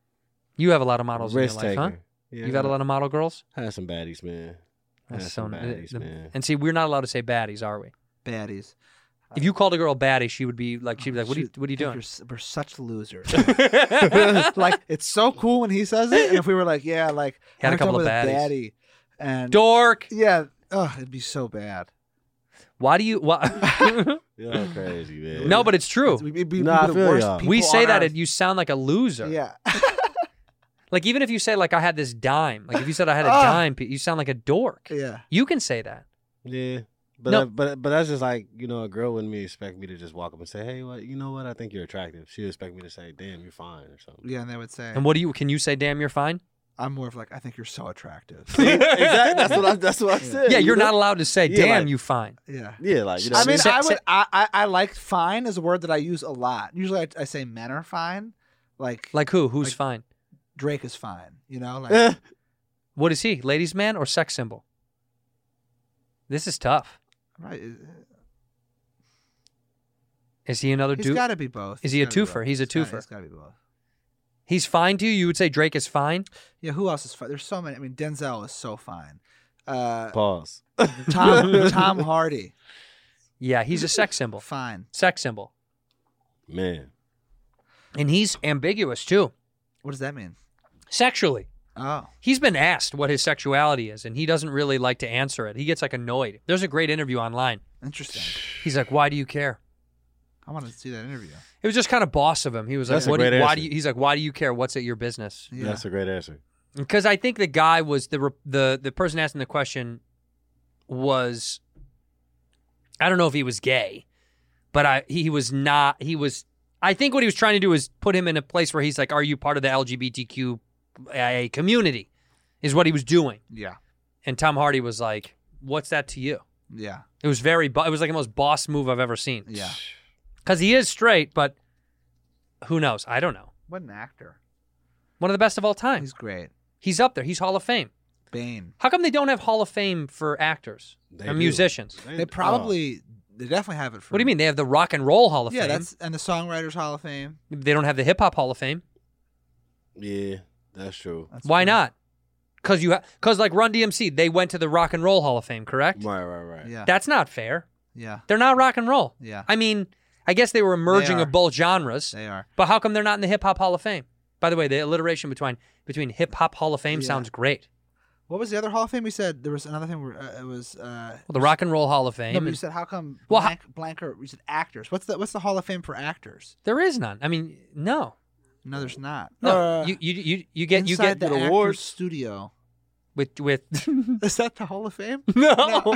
Speaker 1: You have a lot of models
Speaker 10: risk
Speaker 1: in your
Speaker 10: taker.
Speaker 1: life, huh?
Speaker 10: Yeah,
Speaker 1: You've had a lot of model girls?
Speaker 10: Had some baddies, man. Had some baddies,
Speaker 1: eh, the-
Speaker 10: man.
Speaker 1: And see, we're not allowed to say baddies, are we?
Speaker 9: Baddies.
Speaker 1: If you called a girl baddie, she would be like, she'd be like, "What are you,
Speaker 9: Shoot,
Speaker 1: what are you
Speaker 9: I think
Speaker 1: doing?"
Speaker 9: you're s- we're such losers. like it's so cool when he says it, and if we were like, yeah, like
Speaker 1: Had a
Speaker 9: hooked up
Speaker 1: couple of
Speaker 9: with
Speaker 1: baddies.
Speaker 9: baddie, and
Speaker 1: Dork.
Speaker 9: yeah, oh, it'd be so bad.
Speaker 1: Why do you? Why?
Speaker 10: You're crazy, man.
Speaker 1: no, but it's true.
Speaker 9: We'd be, we'd be
Speaker 10: Nah, I
Speaker 9: the
Speaker 10: feel
Speaker 9: worst
Speaker 10: y'all.
Speaker 9: people
Speaker 1: We say
Speaker 9: on
Speaker 1: that,
Speaker 9: earth.
Speaker 1: and you sound like a loser.
Speaker 9: yeah,
Speaker 1: Like even if you say like I had this dime, like if you said I had a
Speaker 9: Ah.
Speaker 1: dime, you sound like a dork.
Speaker 9: yeah.
Speaker 1: You can say that.
Speaker 10: yeah, but
Speaker 1: No.
Speaker 10: I- but but that's just like you know, a girl wouldn't be expect me to just walk up and say, hey, what you know what? I think you're attractive. She would expect me to say, damn, you're fine or something.
Speaker 9: Yeah, and they would say,
Speaker 1: And what do you? Can you say, "Damn, you're fine"?
Speaker 9: I'm more of like, I think you're so attractive.
Speaker 10: exactly. That's what I, that's what I said.
Speaker 1: Yeah,
Speaker 10: you
Speaker 1: you're
Speaker 10: know?
Speaker 1: not allowed to say,
Speaker 10: Yeah,
Speaker 1: "Damn,
Speaker 10: like-
Speaker 1: you fine."
Speaker 9: Yeah.
Speaker 10: Yeah, like you know.
Speaker 9: I
Speaker 10: what
Speaker 9: mean,
Speaker 1: Say-
Speaker 9: I
Speaker 1: say-
Speaker 9: would. I, I I like "fine" is a word that I use a lot. Usually, I, I say men are fine, like
Speaker 1: Like who? Who's
Speaker 9: Like-
Speaker 1: fine?
Speaker 9: Drake is fine. You know, like
Speaker 10: Eh.
Speaker 1: What is he? Ladies' man or sex symbol? This is tough.
Speaker 9: right. eh,
Speaker 1: Is he another
Speaker 9: He's
Speaker 1: dude?
Speaker 9: got to be both.
Speaker 1: Is he a
Speaker 9: He's gotta be
Speaker 1: twofer?
Speaker 9: both.
Speaker 1: He's a
Speaker 9: gotta-
Speaker 1: twofer.
Speaker 9: He's got to be both.
Speaker 1: He's fine to you. You would say Drake is fine.
Speaker 9: Yeah, who else is fine? There's so many. I mean, Denzel is so fine. Uh,
Speaker 10: Pause.
Speaker 9: Tom Tom Hardy,
Speaker 1: Yeah,
Speaker 10: Mm-hmm.
Speaker 1: he's a sex symbol.
Speaker 9: fine.
Speaker 1: Sex symbol.
Speaker 10: Man.
Speaker 1: And he's ambiguous too,
Speaker 9: What does that mean?
Speaker 1: sexually.
Speaker 9: Oh,
Speaker 1: He's been asked what his sexuality is, and he doesn't really like to answer it. He gets like annoyed. There's a great interview online.
Speaker 9: interesting.
Speaker 1: He's like, "Why do you care?"
Speaker 9: I want to see that interview.
Speaker 1: It was just kind of boss of him. He was
Speaker 10: That's a
Speaker 1: like, what do you-
Speaker 10: great
Speaker 1: "Why do
Speaker 10: answer.
Speaker 1: you?" He's like, "Why do you care? What's at your business?"
Speaker 9: Yeah.
Speaker 10: That's a great answer.
Speaker 1: Because I think the guy was the re- the the person asking the question was, I don't know if he was gay, but I he was not. He was. I think what he was trying to do is put him in a place where he's like, "Are you part of the LGBTQIA community?" Is what he was doing.
Speaker 9: yeah,
Speaker 1: And Tom Hardy was like, "What's that to you?"
Speaker 9: yeah,
Speaker 1: It was very. Bo- it was like the most boss move I've ever seen.
Speaker 9: yeah.
Speaker 1: because he is straight, but who knows? I don't know.
Speaker 9: What an actor.
Speaker 1: One of the best of all time.
Speaker 9: He's great.
Speaker 1: He's up there. He's Hall of Fame.
Speaker 9: Bane.
Speaker 1: How come they don't have Hall of Fame for actors
Speaker 10: They
Speaker 1: and
Speaker 10: do.
Speaker 1: musicians?
Speaker 9: They probably, they definitely have it.
Speaker 1: oh.
Speaker 9: For
Speaker 1: What do you mean? They have the Rock and Roll Hall of
Speaker 9: yeah,
Speaker 1: Fame.
Speaker 9: that's and the Songwriters Hall of Fame.
Speaker 1: They don't have the Hip Hop Hall of Fame.
Speaker 10: Yeah, that's true.
Speaker 9: That's
Speaker 1: Why
Speaker 9: true.
Speaker 1: not? Because you because like Run DMC, they went to the Rock and Roll Hall of Fame, correct?
Speaker 10: Right, right, right.
Speaker 9: Yeah,
Speaker 1: That's not fair.
Speaker 9: yeah,
Speaker 1: They're not rock and roll.
Speaker 9: Yeah.
Speaker 1: I mean, I guess they were merging
Speaker 9: are.
Speaker 1: of both genres,
Speaker 9: they are.
Speaker 1: but how come they're not in the Hip Hop Hall of Fame? By the way, the alliteration between between Hip Hop Hall of Fame
Speaker 9: Yeah.
Speaker 1: sounds great.
Speaker 9: What was the other Hall of Fame? We said there was another thing. Where, uh, it was. Uh,
Speaker 1: Well, the Rock and Roll Hall of Fame.
Speaker 9: no, but you
Speaker 1: and-
Speaker 9: said how come
Speaker 1: Well, ho-
Speaker 9: blank, blanker? You said actors. What's the What's the Hall of Fame for actors?
Speaker 1: There is none. I mean, no,
Speaker 9: No, there's not.
Speaker 1: no.
Speaker 9: Uh,
Speaker 1: you, you you you get you get
Speaker 9: inside the
Speaker 1: the
Speaker 9: actor's
Speaker 1: awards.
Speaker 9: studio.
Speaker 1: with with
Speaker 9: Is that the Hall of Fame?
Speaker 1: no.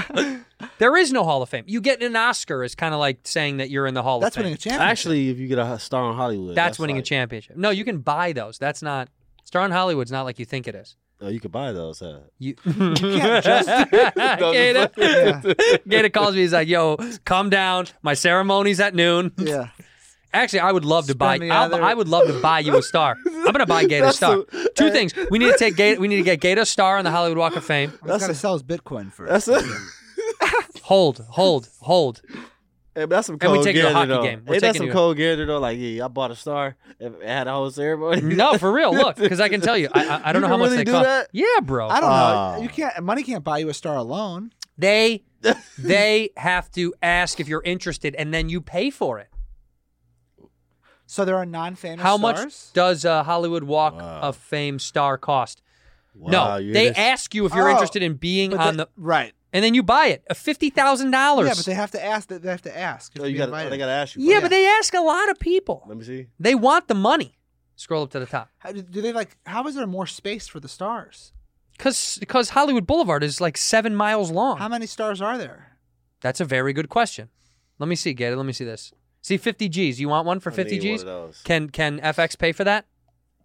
Speaker 1: there is no Hall of Fame. You get an Oscar is kind of like saying that you're in the Hall
Speaker 9: That's
Speaker 1: of Fame.
Speaker 9: winning a championship.
Speaker 10: Actually, if you get a star on Hollywood,
Speaker 1: that's, winning
Speaker 10: like-
Speaker 1: a championship. No, you can buy those. That's not Star in Hollywood's not like you think it is.
Speaker 10: Oh, you could buy those, huh?
Speaker 1: You
Speaker 9: can't just-
Speaker 1: Gator, Gator calls me. He's like, "Yo, calm down. My ceremony's at noon."
Speaker 9: yeah.
Speaker 1: Actually, I would love to buy.
Speaker 9: Spend the
Speaker 1: I'll,
Speaker 9: other-
Speaker 1: I would love to buy you a star. I'm gonna buy Gator a star.
Speaker 10: uh,
Speaker 1: Two things. We need to take. Gator, we need to get Gator a star on the Hollywood Walk of Fame.
Speaker 9: He's got to sell his Bitcoin first.
Speaker 10: That's it.
Speaker 1: Hold, hold, hold.
Speaker 10: Hey, but that's some
Speaker 1: And
Speaker 10: cold
Speaker 1: we take you to a
Speaker 10: gander,
Speaker 1: hockey
Speaker 10: though.
Speaker 1: game. We're
Speaker 10: Ain't that
Speaker 1: taking
Speaker 10: some
Speaker 1: you-
Speaker 10: cold gander though? Like, yeah, I bought a star. If it had a whole ceremony.
Speaker 1: No, for real. Look, because I can tell you, I, I, I don't
Speaker 10: You
Speaker 1: know how
Speaker 10: can
Speaker 1: much
Speaker 10: really
Speaker 1: they
Speaker 10: do
Speaker 1: cost.
Speaker 10: that?
Speaker 1: Yeah, bro.
Speaker 9: I don't
Speaker 10: Ah.
Speaker 9: know. You can't. Money can't buy you a star alone.
Speaker 1: They they have to ask if you're interested, and then you pay for it.
Speaker 9: So there are non-famous
Speaker 1: How
Speaker 9: stars?
Speaker 1: much does a Hollywood Walk of Fame star cost?
Speaker 10: Wow,
Speaker 1: no,
Speaker 10: you
Speaker 1: they
Speaker 10: just-
Speaker 1: ask you if you're
Speaker 9: Oh,
Speaker 1: interested in being
Speaker 9: But
Speaker 1: on
Speaker 9: they-
Speaker 1: the,
Speaker 9: right.
Speaker 1: and then you buy it, fifty thousand dollars.
Speaker 9: Yeah, but they have to ask. They have to ask.
Speaker 10: Oh,
Speaker 9: to
Speaker 10: you
Speaker 9: be
Speaker 10: gotta, oh,
Speaker 9: invited.
Speaker 10: they gotta ask you.
Speaker 1: Yeah,
Speaker 10: first.
Speaker 1: but they ask a lot of people.
Speaker 10: Let me see.
Speaker 1: They want the money. Scroll up to the top.
Speaker 9: How, do- do they like? How is there more space for the stars?
Speaker 1: Cause, cause Hollywood Boulevard is like seven miles long.
Speaker 9: How many stars are there?
Speaker 1: That's a very good question. Let me see, Gator. Let me see this. See, fifty G's. You want one for
Speaker 10: I
Speaker 1: fifty
Speaker 10: need one
Speaker 1: G's?
Speaker 10: of those.
Speaker 1: Can can FX pay for that?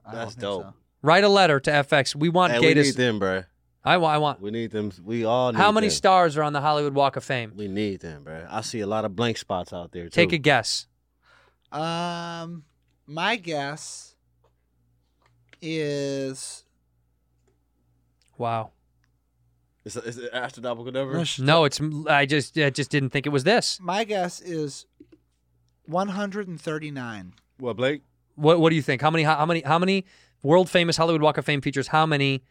Speaker 9: I
Speaker 10: That's
Speaker 9: don't think
Speaker 10: dope.
Speaker 1: Write a letter to FX. We want
Speaker 10: Hey, we
Speaker 1: Gator's.
Speaker 10: need them, bro.
Speaker 1: I want. I want.
Speaker 10: We need them. We all need
Speaker 1: How many
Speaker 10: them.
Speaker 1: stars are on the Hollywood Walk of Fame?
Speaker 10: We need them, bro. I see a lot of blank spots out there. Too.
Speaker 1: Take a guess.
Speaker 9: so. Um, my guess is
Speaker 1: Wow.
Speaker 10: Is, is it astronomical number?
Speaker 1: No, it's. I just. I just didn't think it was this.
Speaker 9: my guess is one hundred and thirty-nine.
Speaker 10: What, Blake?
Speaker 1: What What do you think? How many? How many? How many world famous Hollywood Walk of Fame features? How many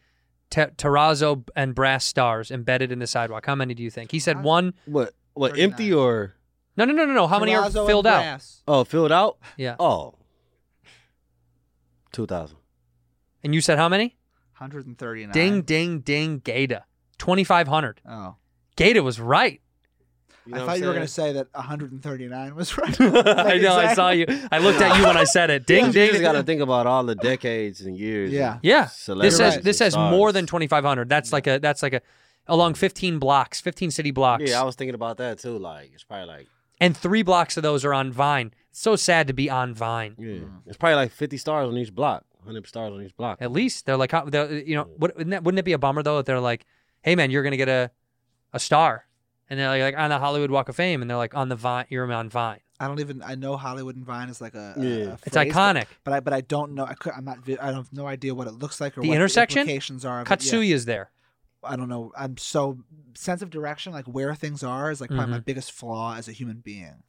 Speaker 1: te- terrazzo and brass stars embedded in the sidewalk? How many do you think? He said one.
Speaker 10: What? What?
Speaker 9: 39.
Speaker 10: Empty or
Speaker 1: No, no, no, no, no. How many are
Speaker 9: Terrazzo and
Speaker 1: filled out?
Speaker 9: Brass.
Speaker 10: oh filled out?
Speaker 1: Yeah.
Speaker 10: Oh. Two thousand.
Speaker 1: And you said how many?
Speaker 9: Hundred and thirty-nine.
Speaker 1: Ding, ding, ding. Gata. Twenty five hundred.
Speaker 9: Oh,
Speaker 1: Gata was right.
Speaker 9: I thought you were gonna say that hundred and thirty-nine was right.
Speaker 1: I know. I saw you. I looked at you when I said it. Ding,
Speaker 10: You
Speaker 1: ding.
Speaker 10: just gotta think about all the decades and years.
Speaker 9: Yeah.
Speaker 10: and
Speaker 1: Yeah. This
Speaker 10: celebrities
Speaker 1: says
Speaker 10: and
Speaker 1: this says more
Speaker 10: stars.
Speaker 1: than 2500. That's like a that's like a along 15 blocks, 15 city blocks.
Speaker 10: Yeah, I was thinking about that too. Like it's probably like
Speaker 1: and 3 blocks of those are on Vine. It's so sad to be on Vine.
Speaker 10: yeah, it's probably like fifty stars on each block, hundred stars on each block.
Speaker 1: At least they're like how- they're, uh, you know, what, wouldn't, that, wouldn't it be a bummer though if they're like, "Hey man, you're going to get a a star." And they're like, like on the Hollywood Walk of Fame and they're like on the Vine, you're on Vine.
Speaker 9: I don't even. I know Hollywood and Vine is like a. a-
Speaker 10: Yeah.
Speaker 9: a
Speaker 1: It's
Speaker 9: phrase, but-
Speaker 1: iconic.
Speaker 9: But I but I don't know. I could, I'm not. vi- I have no idea what it looks like or
Speaker 1: The
Speaker 9: what
Speaker 1: intersection?
Speaker 9: the implications are. of it. Yeah.
Speaker 1: Katsuya is there.
Speaker 9: I don't know. I'm so sense of direction, like where things are, is like probably
Speaker 1: Mm-hmm.
Speaker 9: my biggest flaw as a human being.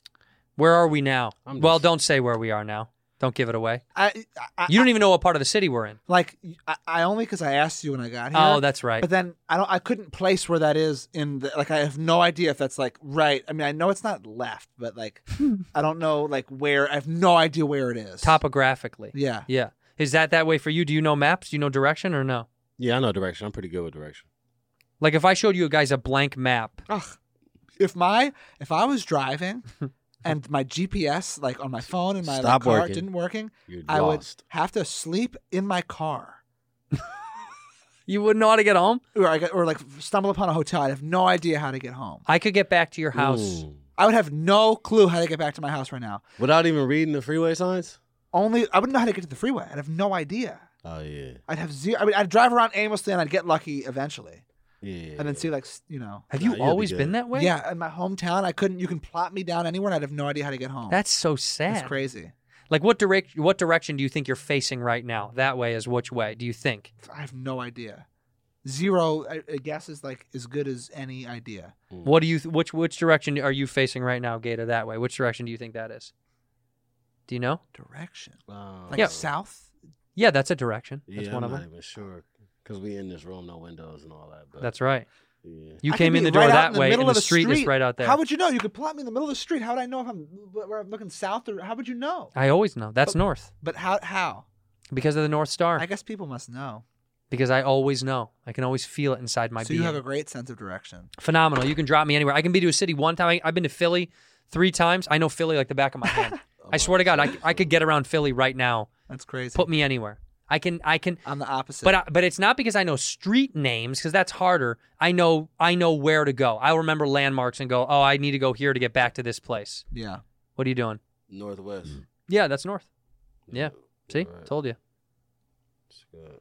Speaker 1: Where are we now?
Speaker 10: I'm
Speaker 1: well,
Speaker 10: just-
Speaker 1: don't say where we are now. Don't give it away.
Speaker 9: I, I,
Speaker 1: You don't even know what part of the city we're in.
Speaker 9: like I, I only because I asked you when I got here.
Speaker 1: Oh, that's right.
Speaker 9: But then I don't. I couldn't place where that is in the. Like I have no idea if that's like right. I mean, I know it's not left, but like
Speaker 1: Hmm.
Speaker 9: I don't know like where. I have no idea where it is.
Speaker 1: Topographically.
Speaker 9: Yeah.
Speaker 1: Yeah. Is that that way for you? Do you know maps? Do you know direction or no?
Speaker 10: Yeah, I know direction. I'm pretty good with direction.
Speaker 1: Like if I showed you guys a blank map,
Speaker 9: Ugh. If my if I was driving and my GPS like on my phone and my like,
Speaker 10: Stop
Speaker 9: car
Speaker 10: working.
Speaker 9: didn't working,
Speaker 10: You're
Speaker 9: I
Speaker 10: lost.
Speaker 9: would have to sleep in my car.
Speaker 1: you wouldn't know how to get home.
Speaker 9: or I got, or like stumble upon a hotel. I'd have no idea how to get home.
Speaker 1: I could get back to your house.
Speaker 10: Mm.
Speaker 9: I would have no clue how to get back to my house right now.
Speaker 10: Without even reading the freeway signs?
Speaker 9: Only I wouldn't know how to get to the freeway. I'd have no idea.
Speaker 10: Oh yeah.
Speaker 9: I'd have zero. I mean, I'd drive around aimlessly and I'd get lucky eventually,
Speaker 10: Yeah.
Speaker 9: and then see like s- you know.
Speaker 1: Have
Speaker 10: Nah,
Speaker 1: you
Speaker 10: you'll be
Speaker 1: always
Speaker 10: good.
Speaker 1: been that way?
Speaker 9: Yeah, in my hometown, I couldn't. You can plot me down anywhere, and I'd have no idea how to get home.
Speaker 1: That's so sad.
Speaker 9: That's crazy.
Speaker 1: Like what direct what direction do you think you're facing right now? That way is which way? Do you think?
Speaker 9: I have no idea. Zero. I, I guess is like as good as any idea.
Speaker 1: What do you th- which which direction are you facing right now, Gator? That way. Which direction do you think that is? Do you know?
Speaker 9: Direction
Speaker 10: Um,
Speaker 9: like
Speaker 1: Oh. Yeah.
Speaker 9: south.
Speaker 1: Yeah, that's a direction. That's
Speaker 10: yeah,
Speaker 1: one
Speaker 10: I'm
Speaker 1: of
Speaker 10: not
Speaker 1: them.
Speaker 10: even sure because we in this room, no windows and all that. But
Speaker 1: That's right.
Speaker 10: yeah.
Speaker 1: You
Speaker 9: I could
Speaker 1: came in
Speaker 9: be
Speaker 1: the door
Speaker 9: right out
Speaker 1: that
Speaker 9: in the
Speaker 1: way,
Speaker 9: middle
Speaker 1: and the
Speaker 9: of a
Speaker 1: street, is right out there.
Speaker 9: How would you know? You could plot me in the middle of the street. How would I know if I'm where I'm looking south or how would you know?
Speaker 1: I always know. That's north
Speaker 9: But how? How?
Speaker 1: because of the North Star.
Speaker 9: Oh. I guess people must know.
Speaker 1: because I always know. I can always feel it inside my
Speaker 9: so
Speaker 1: being.
Speaker 9: you have a great sense of direction.
Speaker 1: Phenomenal. You can drop me anywhere. I can be to a city one time. I, I've been to Philly three times. I know
Speaker 10: Oh,
Speaker 1: Philly like the back of my hand. I swear to God, I, I could get around Philly right now.
Speaker 9: That's crazy.
Speaker 1: Put me anywhere. I can I can
Speaker 9: I'm the opposite.
Speaker 1: but I, but it's not because I know street names because that's harder. I know I know where to go. I remember landmarks and go, "Oh, I need to go here to get back to this place."
Speaker 9: yeah,
Speaker 1: What are you doing?
Speaker 10: Northwest.
Speaker 9: Mm.
Speaker 1: Yeah, that's north. Yeah. See?
Speaker 10: Right.
Speaker 1: Told you.
Speaker 10: It's good.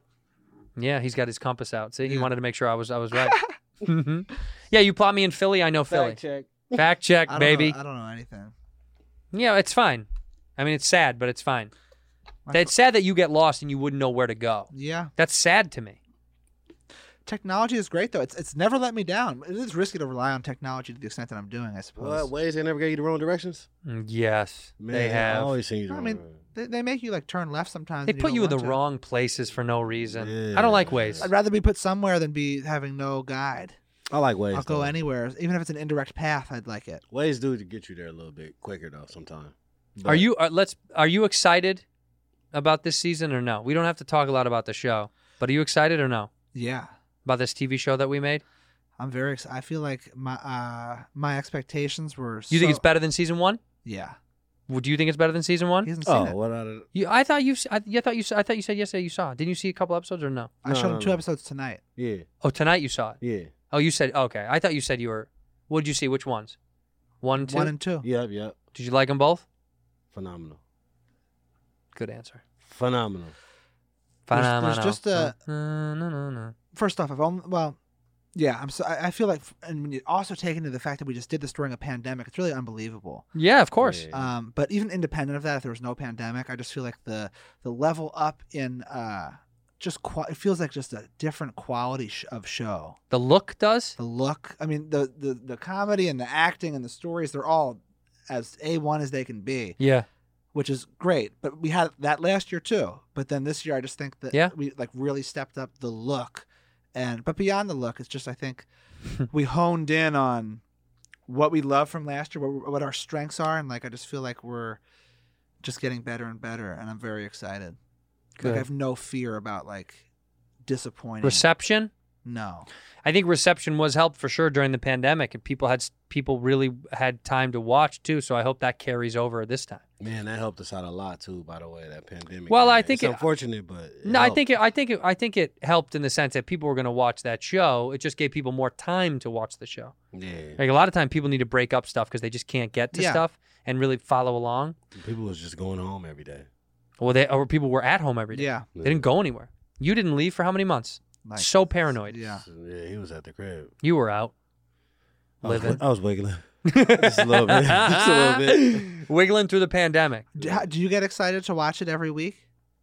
Speaker 1: Yeah, he's got his compass out. See? He wanted to make sure I was I was right. Mhm. Yeah, you plot me in Philly, I know Philly.
Speaker 10: Fact check.
Speaker 1: Fact check,
Speaker 9: I don't
Speaker 1: baby.
Speaker 9: Know, I don't know anything.
Speaker 1: Yeah, it's fine. I mean, it's sad, but it's fine.
Speaker 9: My
Speaker 1: It's sad that you get lost and you wouldn't know where to go.
Speaker 9: Yeah,
Speaker 1: That's sad to me.
Speaker 9: technology is great though. It's it's never let me down. It is risky to rely on technology to the extent that I'm doing. I
Speaker 10: What
Speaker 9: suppose.
Speaker 10: ways they never gave you the wrong directions?
Speaker 1: Mm, Yes,
Speaker 10: Man,
Speaker 1: they
Speaker 10: I
Speaker 1: have.
Speaker 10: always seen you. The
Speaker 9: I
Speaker 10: wrong
Speaker 9: mean,
Speaker 10: way.
Speaker 9: they, they make you like turn left sometimes.
Speaker 1: They
Speaker 9: and you
Speaker 1: put
Speaker 9: don't
Speaker 1: you in the
Speaker 9: want to.
Speaker 1: wrong places for no reason.
Speaker 10: Yeah.
Speaker 1: I don't like ways.
Speaker 9: I'd rather be put somewhere than be having no guide.
Speaker 10: I like ways.
Speaker 9: I'll go
Speaker 10: though.
Speaker 9: anywhere, even if it's an indirect path. I'd like it.
Speaker 10: Ways do to get you there a little bit quicker though. Sometimes.
Speaker 1: Are you? Are, let's. Are you excited about this season or no? We don't have to talk a lot about the show, but are you excited or no
Speaker 9: Yeah,
Speaker 1: about this TV show that we made?
Speaker 9: I'm very. Ex- I feel like my uh my expectations were.
Speaker 1: You think
Speaker 9: so-
Speaker 1: it's better than season one?
Speaker 9: Yeah,
Speaker 1: Would- Do you think it's better than season
Speaker 9: he
Speaker 1: one?
Speaker 9: hasn't seen
Speaker 10: Oh,
Speaker 9: it.
Speaker 10: what out of
Speaker 1: You, I thought you. I, I thought you. I thought you said yesterday you saw. it. Didn't you see a couple episodes or no?
Speaker 9: I
Speaker 10: No,
Speaker 9: showed
Speaker 10: no,
Speaker 9: him two
Speaker 10: no.
Speaker 9: episodes tonight.
Speaker 10: yeah,
Speaker 1: Oh, tonight you saw it.
Speaker 10: yeah,
Speaker 1: Oh, you said okay. I thought you said you were. What did you see? Which ones? One, two.
Speaker 9: One and two.
Speaker 10: yep, yep.
Speaker 1: Did you like them both?
Speaker 10: Phenomenal,
Speaker 1: Good answer.
Speaker 10: phenomenal.
Speaker 9: There's-
Speaker 1: Phenomenal.
Speaker 9: there's just a-
Speaker 1: No, no, no, no.
Speaker 9: First off, I've only well, yeah. I'm so. I, I feel like, and when you also take into the fact that we just did this during a pandemic, it's really unbelievable.
Speaker 1: Yeah, of course.
Speaker 10: Yeah.
Speaker 9: Um, but even independent of that, if there was no pandemic, I just feel like the the level up in uh just qua it feels like just a different quality sh- of show.
Speaker 1: The look does.
Speaker 9: The look, I mean, the the the comedy and the acting and the stories, they're all as a one as they can be,
Speaker 1: Yeah.
Speaker 9: which is great. But we had that last year too. But then this year, I just think that
Speaker 1: Yeah.
Speaker 9: we like really stepped up the look, and but beyond the look, it's just I think we honed in on what we love from last year, what, what our strengths are, and like I just feel like we're just getting better and better, and I'm very excited. Like
Speaker 1: Good.
Speaker 9: I have no fear about like disappointing.
Speaker 1: Reception.
Speaker 9: no,
Speaker 1: I think reception was helped for sure during the pandemic, and people had people really had time to watch too. So I hope that carries over this time.
Speaker 10: Man, that helped us out a lot too. By the way, that pandemic.
Speaker 1: Well, I
Speaker 10: man.
Speaker 1: think
Speaker 10: it's
Speaker 1: it-
Speaker 10: unfortunate, but it
Speaker 1: No, I
Speaker 10: helped.
Speaker 1: think it, I think it, I think it helped in the sense that people were going to watch that show. It just gave people more time to watch the show.
Speaker 10: yeah,
Speaker 1: Like a lot of time, people need to break up stuff because they just can't get to
Speaker 9: Yeah.
Speaker 1: stuff and really follow along.
Speaker 10: people was just going home every day.
Speaker 1: Well, they or people were at home every day.
Speaker 9: yeah,
Speaker 1: They didn't go anywhere. You didn't leave for how many months?
Speaker 9: like
Speaker 1: so paranoid.
Speaker 9: yeah.
Speaker 10: Yeah, he was at the crib.
Speaker 1: You were out
Speaker 10: I was,
Speaker 1: living,
Speaker 10: I was wiggling. Oh, just a little bit. Just a little bit.
Speaker 1: wiggling through the pandemic.
Speaker 9: Do, how- do you get excited to watch it every week?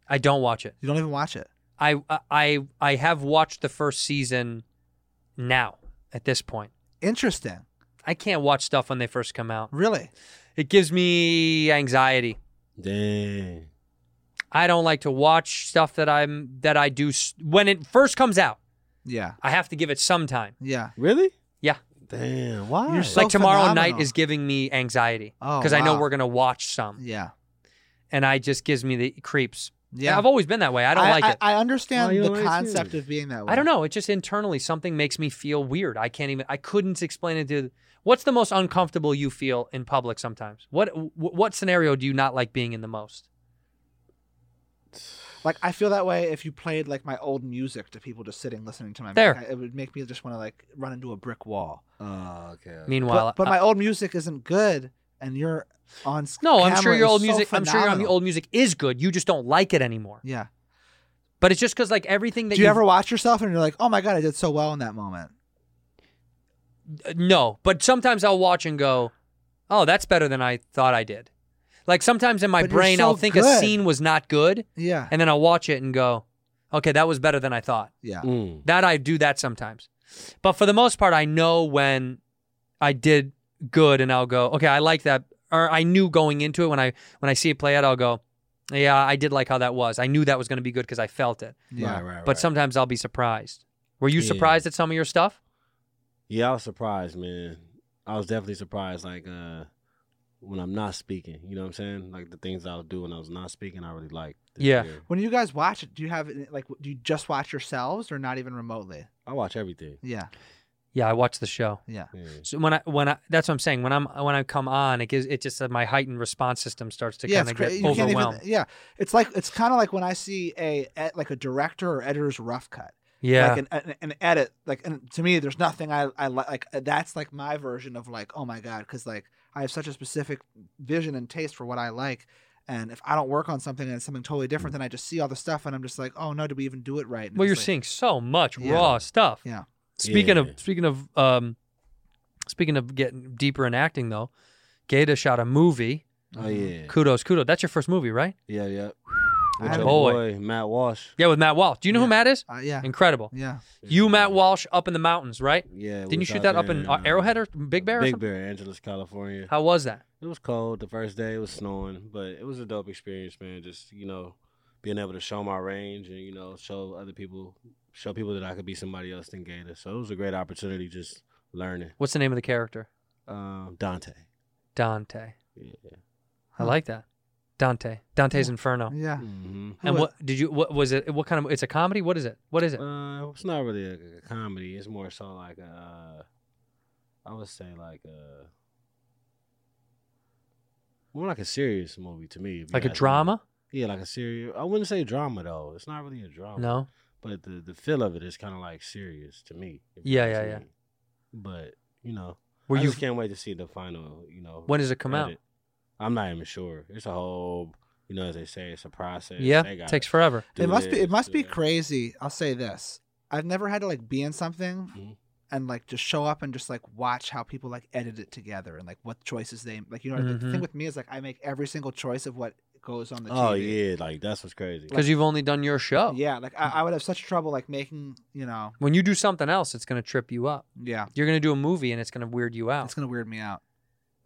Speaker 1: I don't watch it.
Speaker 9: You don't even watch it.
Speaker 1: I I I have watched the first season now at this point.
Speaker 9: Interesting,
Speaker 1: I can't watch stuff when they first come out.
Speaker 9: really.
Speaker 1: It gives me anxiety.
Speaker 10: Dang.
Speaker 1: I don't like to watch stuff that I'm that I do s- when it first comes out.
Speaker 9: Yeah,
Speaker 1: I have to give it some time.
Speaker 9: yeah.
Speaker 10: Really?
Speaker 1: Yeah.
Speaker 10: Damn. Why?
Speaker 9: You're so-
Speaker 1: like tomorrow night
Speaker 9: phenomenal.
Speaker 1: is giving me anxiety
Speaker 9: Oh,
Speaker 1: because I know
Speaker 9: wow.
Speaker 1: we're gonna watch some,
Speaker 9: Yeah.
Speaker 1: and I just gives me the creeps.
Speaker 9: Yeah.
Speaker 1: I've always been that way. I don't like it.
Speaker 9: I
Speaker 10: Why
Speaker 9: understand
Speaker 10: you
Speaker 9: the
Speaker 10: don't like
Speaker 9: concept
Speaker 10: it?
Speaker 9: of being that way.
Speaker 1: I don't know. It just internally something makes me feel weird. I can't even. I couldn't explain it to. What's the most uncomfortable you feel in public sometimes? What wh- what scenario do you not like being in the most?
Speaker 9: Like I feel that way if you played like my old music to people just sitting listening to my
Speaker 1: There.
Speaker 9: music. I- It would make me just want to like run into a brick wall.
Speaker 10: Oh, okay. okay.
Speaker 1: Meanwhile, uh,
Speaker 9: But, but
Speaker 1: I-
Speaker 9: my old music isn't good, and you're on. s-
Speaker 1: no, I'm sure
Speaker 9: camera
Speaker 1: your
Speaker 9: is
Speaker 1: old
Speaker 9: so
Speaker 1: music. I'm sure your
Speaker 9: phenomenal.
Speaker 1: old music is good. You just don't like it anymore.
Speaker 9: Yeah.
Speaker 1: But it's just because like everything that
Speaker 9: Do you
Speaker 1: you've-
Speaker 9: ever watch yourself and you're like, oh my god, I did so well in that moment?
Speaker 1: Uh, no, but sometimes I'll watch and go, oh, that's better than I thought I did. Like sometimes in my
Speaker 9: But you're
Speaker 1: brain,
Speaker 9: so
Speaker 1: I'll think a
Speaker 9: good.
Speaker 1: scene was not good,
Speaker 9: Yeah.
Speaker 1: and then I'll watch it and go, okay, that was better than I thought.
Speaker 9: Yeah.
Speaker 10: Mm.
Speaker 1: That I do that sometimes. But for the most part, I know when I did good and I'll go, okay, I like that. Or I knew going into it when I when I see it play out, I'll go, yeah, I did like how that was. I knew that was going to be good because I felt it.
Speaker 9: Yeah.
Speaker 10: Right, right, right.
Speaker 1: But sometimes I'll be surprised. Were you
Speaker 10: Yeah.
Speaker 1: surprised at some of your stuff?
Speaker 10: Yeah, I was surprised, man. I was definitely surprised, like uh when I'm not speaking. You know what I'm saying? Like the things I was doing when I was not speaking, I really liked. this
Speaker 1: Yeah.
Speaker 10: year.
Speaker 9: When you guys watch it, do you have like do you just watch yourselves or not even remotely?
Speaker 10: I watch everything.
Speaker 9: Yeah.
Speaker 1: Yeah, I watch the show.
Speaker 9: Yeah.
Speaker 1: So when I when I that's what I'm saying. When I'm when I come on, it gives it just uh, my heightened response system starts to kind
Speaker 9: it's
Speaker 1: of
Speaker 9: cra-
Speaker 1: get
Speaker 9: you can't even-
Speaker 1: overwhelmed.
Speaker 9: yeah, it's like it's kind of like when I see a ed- like a director or editor's rough cut,
Speaker 1: yeah,
Speaker 9: like an, an an edit. Like and to me, there's nothing I I li- like. uh, That's like my version of like, oh my god, because like I have such a specific vision and taste for what I like. And if I don't work on something and it's something totally different, then I just see all the stuff and I'm just like, oh no, did we even do it right? And
Speaker 1: well,
Speaker 9: it's
Speaker 1: you're
Speaker 9: like-
Speaker 1: seeing so much
Speaker 9: Yeah.
Speaker 1: raw stuff.
Speaker 9: Yeah.
Speaker 1: Speaking
Speaker 10: Yeah.
Speaker 1: of speaking of um, speaking of getting deeper in acting though, Gata shot a movie.
Speaker 10: Oh yeah,
Speaker 1: Kudos, kudos. That's your first movie, right?
Speaker 10: yeah, yeah.
Speaker 9: I
Speaker 10: With
Speaker 9: have-
Speaker 10: your
Speaker 1: Boy.
Speaker 10: boy Matt Walsh.
Speaker 1: Yeah, with Matt Walsh. Do you know who
Speaker 9: Yeah.
Speaker 1: Matt is?
Speaker 9: Uh, yeah,
Speaker 1: Incredible.
Speaker 9: yeah.
Speaker 1: You, Matt Walsh, up in the mountains, right?
Speaker 10: Yeah.
Speaker 1: Didn't you
Speaker 10: was
Speaker 1: shoot
Speaker 10: out
Speaker 1: that up
Speaker 10: there
Speaker 1: in uh, Arrowhead or Big Bear? Or
Speaker 10: Big
Speaker 1: something?
Speaker 10: Bear, Angeles, California.
Speaker 1: How was that?
Speaker 10: It was cold the first day. It was snowing, but it was a dope experience, man. Just you know, being able to show my range and you know show other people, show people that I could be somebody else than Gator. So it was a great opportunity, just learning.
Speaker 1: What's the name of the character?
Speaker 10: Um, Dante.
Speaker 1: Dante.
Speaker 10: Yeah.
Speaker 1: I like that. Dante. Dante's Inferno.
Speaker 9: Yeah.
Speaker 10: Mm-hmm.
Speaker 1: And
Speaker 9: Who-
Speaker 1: what did you? What was it? What kind of? It's a comedy. What is it? What is it?
Speaker 10: Uh, it's not really a, a comedy. It's more so like a, uh, I would say like a, more like a serious movie to me. if you
Speaker 1: Like a
Speaker 10: ask me.
Speaker 1: drama?
Speaker 10: Yeah, like a serious. I wouldn't say drama though. It's not really a drama.
Speaker 1: No.
Speaker 10: But the the feel of it is kind of like serious to me. if you
Speaker 1: Yeah,
Speaker 10: ask
Speaker 1: yeah, yeah.
Speaker 10: me. But you know,
Speaker 1: Were
Speaker 10: I
Speaker 1: you?
Speaker 10: just can't wait to see the final. You know,
Speaker 1: When does it come out?
Speaker 10: edit. I'm not even sure. It's a whole. You know, as they say, it's a process.
Speaker 1: Yeah.
Speaker 10: They gotta
Speaker 1: Takes forever.
Speaker 10: do
Speaker 9: it must be
Speaker 10: this,
Speaker 9: it must
Speaker 10: do
Speaker 9: be
Speaker 10: that.
Speaker 9: crazy. I'll say this. I've never had to like be in something
Speaker 10: Mhm.
Speaker 9: and like just show up and just like watch how people like edit it together and like what choices they like you know the
Speaker 1: Mhm.
Speaker 9: thing with me is like I make every single choice of what goes on the
Speaker 10: Oh
Speaker 9: TV.
Speaker 10: yeah, like that's what's crazy.
Speaker 1: Because you've only done your show.
Speaker 9: Yeah, like
Speaker 1: Hmm.
Speaker 9: I, I would have such trouble like making, you know,
Speaker 1: When you do something else, it's gonna trip you up.
Speaker 9: yeah.
Speaker 1: You're gonna do a movie and it's gonna weird you out.
Speaker 9: It's going to weird me out.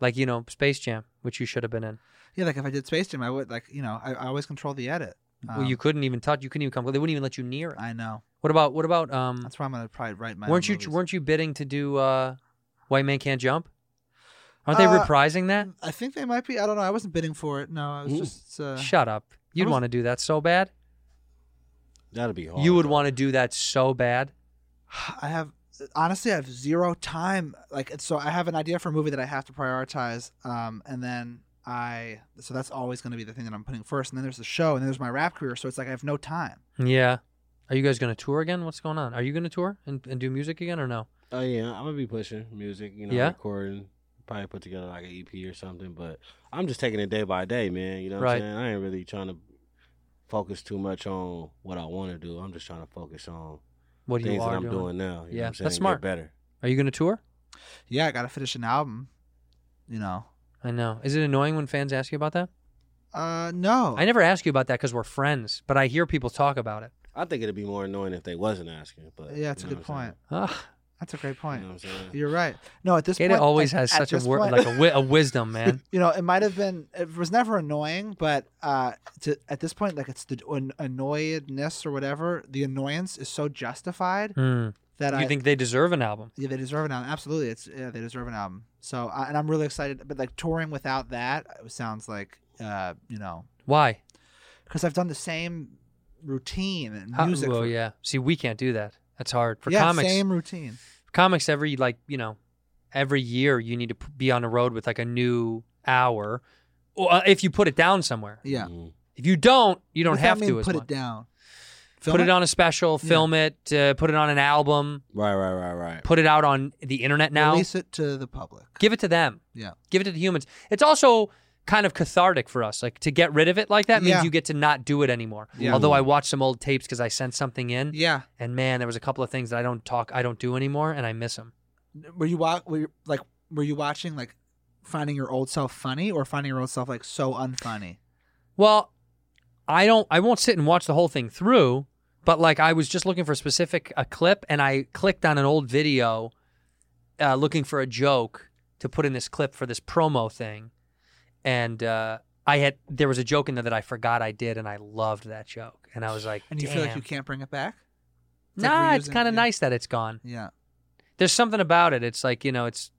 Speaker 1: Like you know, Space Jam, which you should have been in.
Speaker 9: Yeah, like if I did Space Jam, I would like, you know, I, I always control the edit.
Speaker 1: well,
Speaker 9: Um,
Speaker 1: you couldn't even touch. You couldn't even come. They wouldn't even let you near it.
Speaker 9: I know.
Speaker 1: What about? What about? Um.
Speaker 9: That's why I'm going to probably write my own
Speaker 1: Weren't you?
Speaker 9: movies.
Speaker 1: Weren't you bidding to do? uh White Man Can't Jump. Aren't they
Speaker 9: Uh,
Speaker 1: reprising that?
Speaker 9: I think they might be. I don't know. I wasn't bidding for it. No, I was
Speaker 10: Mm.
Speaker 9: just uh,
Speaker 1: Shut up. You'd
Speaker 9: was-
Speaker 1: want to do that so bad.
Speaker 10: That'd be hard.
Speaker 1: You would
Speaker 10: though.
Speaker 1: want to do that so bad.
Speaker 9: I have honestly I have zero time. Like it's- so I have an idea for a movie that I have to prioritize. Um and then I so that's always gonna be the thing that I'm putting first. And then there's the show and then there's my rap career, so it's like I have no time.
Speaker 1: Yeah. Are you guys going to tour again? What's going on? Are you going to tour and, and do music again or no?
Speaker 10: Oh yeah, I'm gonna be pushing music. You know,
Speaker 1: Yeah?
Speaker 10: recording. Probably put together like an EP or something. But I'm just taking it day by day, man. You know what
Speaker 1: Right.
Speaker 10: I'm saying? I ain't really trying to focus too much on what I want to do. I'm just trying to focus on
Speaker 1: What do
Speaker 10: things
Speaker 1: you
Speaker 10: that
Speaker 1: are
Speaker 10: I'm
Speaker 1: doing?
Speaker 10: doing, now. You
Speaker 1: Yeah,
Speaker 10: know what I'm
Speaker 1: that's
Speaker 10: saying? Get
Speaker 1: smart.
Speaker 10: better.
Speaker 1: Are you going to tour?
Speaker 9: Yeah, I gotta finish an album. You know.
Speaker 1: I know. Is it annoying when fans ask you about that?
Speaker 9: Uh no.
Speaker 1: I never ask you about that because we're friends, but I hear people talk about it.
Speaker 10: I think it'd be more annoying if they wasn't asking. But
Speaker 9: Yeah, it's a
Speaker 10: you know
Speaker 9: good
Speaker 10: what I'm
Speaker 9: point.
Speaker 1: Ah,
Speaker 9: That's a great
Speaker 10: saying?
Speaker 9: point.
Speaker 10: You know what I'm saying?
Speaker 9: You're right. No, at this
Speaker 1: Gator
Speaker 9: point
Speaker 1: always
Speaker 9: at-
Speaker 1: has
Speaker 9: at
Speaker 1: such a
Speaker 9: this
Speaker 1: word,
Speaker 9: point-
Speaker 1: like a, wi- a wisdom, man.
Speaker 9: you know, it might have been. It was never annoying, but uh, to at this point, like it's the an- annoyedness or whatever. The annoyance is so justified
Speaker 1: Hmm.
Speaker 9: that
Speaker 1: You
Speaker 9: I
Speaker 1: think they deserve an album?
Speaker 9: Yeah, they deserve an album. Absolutely, it's yeah, they deserve an album. So, I and I'm really excited. But like touring without that it sounds like, uh, you know,
Speaker 1: Why?
Speaker 9: because I've done the same routine and
Speaker 1: How-
Speaker 9: music.
Speaker 1: well,
Speaker 9: for,
Speaker 1: yeah. See, we can't do that. That's hard for
Speaker 9: yeah,
Speaker 1: comics.
Speaker 9: same routine.
Speaker 1: comics every like you know every year you need to p- be on the road with like a new hour or uh, if you put it down somewhere
Speaker 9: Yeah,
Speaker 10: Mhm.
Speaker 1: if you don't you don't
Speaker 9: What does that
Speaker 1: have
Speaker 9: mean,
Speaker 1: to as
Speaker 9: put
Speaker 1: much.
Speaker 9: it down.
Speaker 1: put
Speaker 9: Film
Speaker 1: it on a special film it uh, put it on an album
Speaker 10: Right, right, right, right.
Speaker 1: put it out on the internet now
Speaker 9: Release it to the public.
Speaker 1: give it to them
Speaker 9: Yeah.
Speaker 1: give it to the humans it's also kind of cathartic for us like to get rid of it like that means
Speaker 9: Yeah.
Speaker 1: you get to not do it anymore
Speaker 9: Yeah. Mm-hmm.
Speaker 1: although i watched some old tapes because i sent something in
Speaker 9: Yeah.
Speaker 1: and man there was a couple of things that i don't talk i don't do anymore and i miss them
Speaker 9: Were you wa- were you, like were you watching like finding your old self funny or finding your old self like so unfunny?
Speaker 1: Well, I don't. I won't sit and watch the whole thing through. But like, I was just looking for a specific a clip, and I clicked on an old video, uh, looking for a joke to put in this clip for this promo thing, and uh, I had there was a joke in there that I forgot I did, and I loved that joke, and I was like,
Speaker 9: And you
Speaker 1: Damn.
Speaker 9: feel like you can't bring it back? It's like
Speaker 1: Nah, it's
Speaker 9: reusing-
Speaker 1: kind of
Speaker 9: yeah.
Speaker 1: nice that it's gone.
Speaker 9: Yeah.
Speaker 1: There's something about it. It's like you know, it's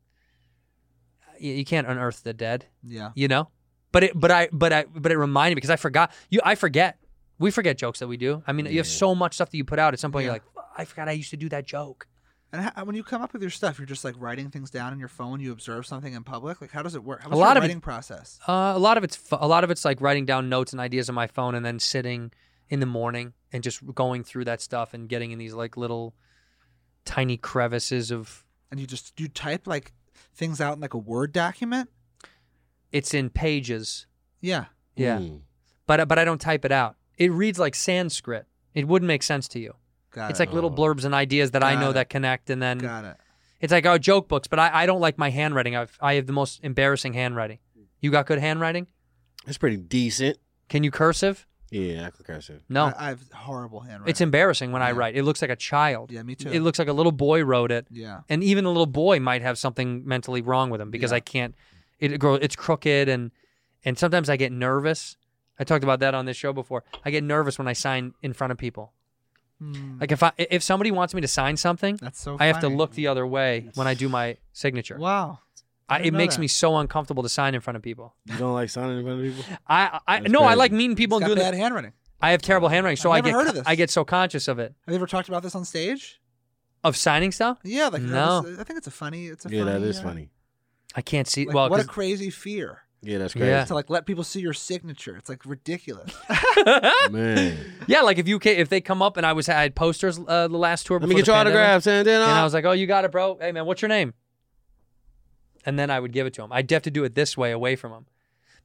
Speaker 1: you, you can't unearth the dead
Speaker 9: Yeah.
Speaker 1: you know but it but i but i but it reminded me because i forgot you i forget we forget jokes that we do i mean you have so much stuff that you put out at some point you're
Speaker 9: Yeah.
Speaker 1: like "Fuck, i forgot i used to do that joke
Speaker 9: And how, when you come up with your stuff, you're just like writing things down in your phone. You observe something in public. Like, how does it work? How was
Speaker 1: lot
Speaker 9: your
Speaker 1: of it-
Speaker 9: writing process?
Speaker 1: Uh, a lot of it's ph- a lot of it's like writing down notes and ideas on my phone, and then sitting in the morning and just going through that stuff and getting in these like little tiny crevices of
Speaker 9: And you just you type like things out in like a word document.
Speaker 1: it's in pages.
Speaker 9: Yeah,
Speaker 1: Yeah,
Speaker 10: Mm.
Speaker 1: but but I don't type it out. It reads like Sanskrit. It wouldn't make sense to you.
Speaker 9: got
Speaker 1: it's
Speaker 9: it.
Speaker 1: like little blurbs and ideas that I
Speaker 9: Got
Speaker 1: know
Speaker 9: it.
Speaker 1: that connect, and then
Speaker 9: got it.
Speaker 1: it's like oh joke books. But I, I don't like my handwriting. I've I have the most embarrassing handwriting. You got good handwriting?
Speaker 10: It's pretty decent.
Speaker 1: Can you cursive?
Speaker 10: Yeah, I could curse it.
Speaker 1: No,
Speaker 9: I, I have horrible handwriting.
Speaker 1: it's embarrassing when I
Speaker 9: Yeah.
Speaker 1: write. It looks like a child.
Speaker 9: Yeah, me too.
Speaker 1: It looks like a little boy wrote it,
Speaker 9: yeah,
Speaker 1: and even a little boy might have something mentally wrong with him because I can't. It grow. It's crooked, and and sometimes I get nervous. I talked about that on this show before. I get nervous when I sign in front of people. Like if I if somebody wants me to sign something,
Speaker 9: Hmm. that's so.
Speaker 1: I have to
Speaker 9: funny.
Speaker 1: look the other way when I do my signature.
Speaker 9: Wow.
Speaker 1: I,
Speaker 9: didn't
Speaker 1: it
Speaker 9: know
Speaker 1: makes
Speaker 9: that.
Speaker 1: me so uncomfortable to sign in front of people.
Speaker 10: You don't like signing in front of people?
Speaker 1: I, I
Speaker 10: That's
Speaker 1: no, I
Speaker 10: crazy.
Speaker 1: like meeting people and
Speaker 9: He's got
Speaker 1: doing.
Speaker 9: bad
Speaker 1: The,
Speaker 9: handwriting.
Speaker 1: I have terrible handwriting, so
Speaker 9: I've
Speaker 1: I
Speaker 9: never
Speaker 1: get
Speaker 9: heard of this.
Speaker 1: I get so conscious of it
Speaker 9: Have you ever talked about this on stage?
Speaker 1: of signing stuff.
Speaker 9: Yeah, like oh,
Speaker 1: No.
Speaker 9: this- I think it's a funny. It's a
Speaker 10: Yeah,
Speaker 9: funny,
Speaker 10: that is
Speaker 9: uh,
Speaker 10: funny.
Speaker 1: I can't see.
Speaker 9: Like,
Speaker 1: well,
Speaker 9: what a
Speaker 1: 'cause-
Speaker 9: crazy fear
Speaker 10: Yeah, that's crazy.
Speaker 1: Yeah.
Speaker 9: to like let people see your signature. It's like ridiculous.
Speaker 10: Man.
Speaker 1: yeah, like if you ca- if they come up and I was I had posters uh, the last tour.
Speaker 10: Let
Speaker 1: Before
Speaker 10: me get
Speaker 1: the
Speaker 10: your
Speaker 1: pandemic,
Speaker 10: autographs and then
Speaker 1: And I
Speaker 10: I'll
Speaker 1: was like, oh, you got it, bro. Hey, man, what's your name? And then I would give it to him. I'd have to do it this way, away from them,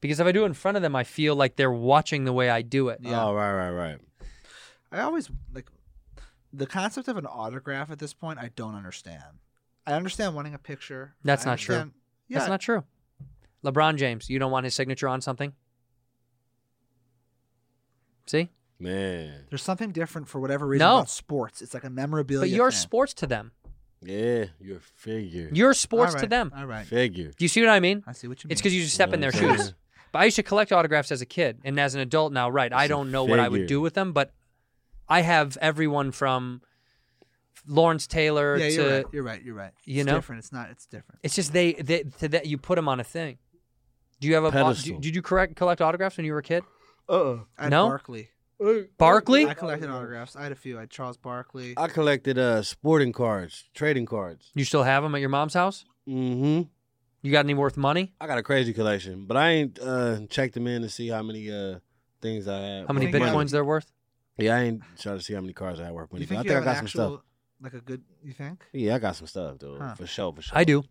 Speaker 1: because if I do it in front of them, I feel like they're watching the way I do it.
Speaker 10: Oh, right, right, right.
Speaker 9: I always like the concept of an autograph at this point. I don't understand. I understand wanting a picture.
Speaker 1: That's
Speaker 9: I
Speaker 1: not true.
Speaker 9: understand- Yeah,
Speaker 1: That's not true. LeBron James, you don't want his signature on something. See,
Speaker 10: Man.
Speaker 9: there's something different for whatever reason
Speaker 1: No.
Speaker 9: about sports. It's like a memorabilia.
Speaker 1: but your
Speaker 9: thing.
Speaker 1: sports to them.
Speaker 10: Yeah, you're a figure.
Speaker 1: Your
Speaker 9: All
Speaker 1: sports to
Speaker 9: right,
Speaker 1: them.
Speaker 9: All right,
Speaker 10: figure.
Speaker 1: Do you see what I mean?
Speaker 9: I see what you mean.
Speaker 1: It's because you just step in their
Speaker 10: You know what I'm
Speaker 1: shoes. But I used to collect autographs as a kid, and as an adult now, right? I
Speaker 10: a
Speaker 1: don't know what I would
Speaker 10: figure.
Speaker 1: do with them, but I have everyone from Lawrence Taylor
Speaker 9: yeah,
Speaker 1: to
Speaker 9: you're right. You're right. You're right.
Speaker 1: you
Speaker 9: it's
Speaker 1: know?
Speaker 9: different. It's not. It's different.
Speaker 1: it's just they, they to that you put them on a thing. Do you have a bo-
Speaker 10: Pedestal.
Speaker 1: do- did you correct collect autographs when you were a kid?
Speaker 9: I had
Speaker 1: No?
Speaker 9: Barkley.
Speaker 1: Barkley?
Speaker 9: I collected autographs. I had a few. I had Charles Barkley.
Speaker 10: I collected uh sporting cards, trading cards.
Speaker 1: You still have them at your mom's house?
Speaker 10: Mm-hmm.
Speaker 1: You got any worth money?
Speaker 10: I got a crazy collection, but I ain't uh checked them in to see how many uh things I have.
Speaker 1: How many
Speaker 9: think you have-
Speaker 1: bitcoins they're worth?
Speaker 10: Yeah, I ain't trying to see how many cards I have worth money.
Speaker 9: you
Speaker 10: but I
Speaker 9: think you
Speaker 10: think I
Speaker 9: have
Speaker 10: got
Speaker 9: an
Speaker 10: some
Speaker 9: actual,
Speaker 10: stuff.
Speaker 9: like a good? You think
Speaker 10: Yeah, I got some stuff, dude.
Speaker 9: Huh.
Speaker 10: For sure, for sure.
Speaker 1: I do.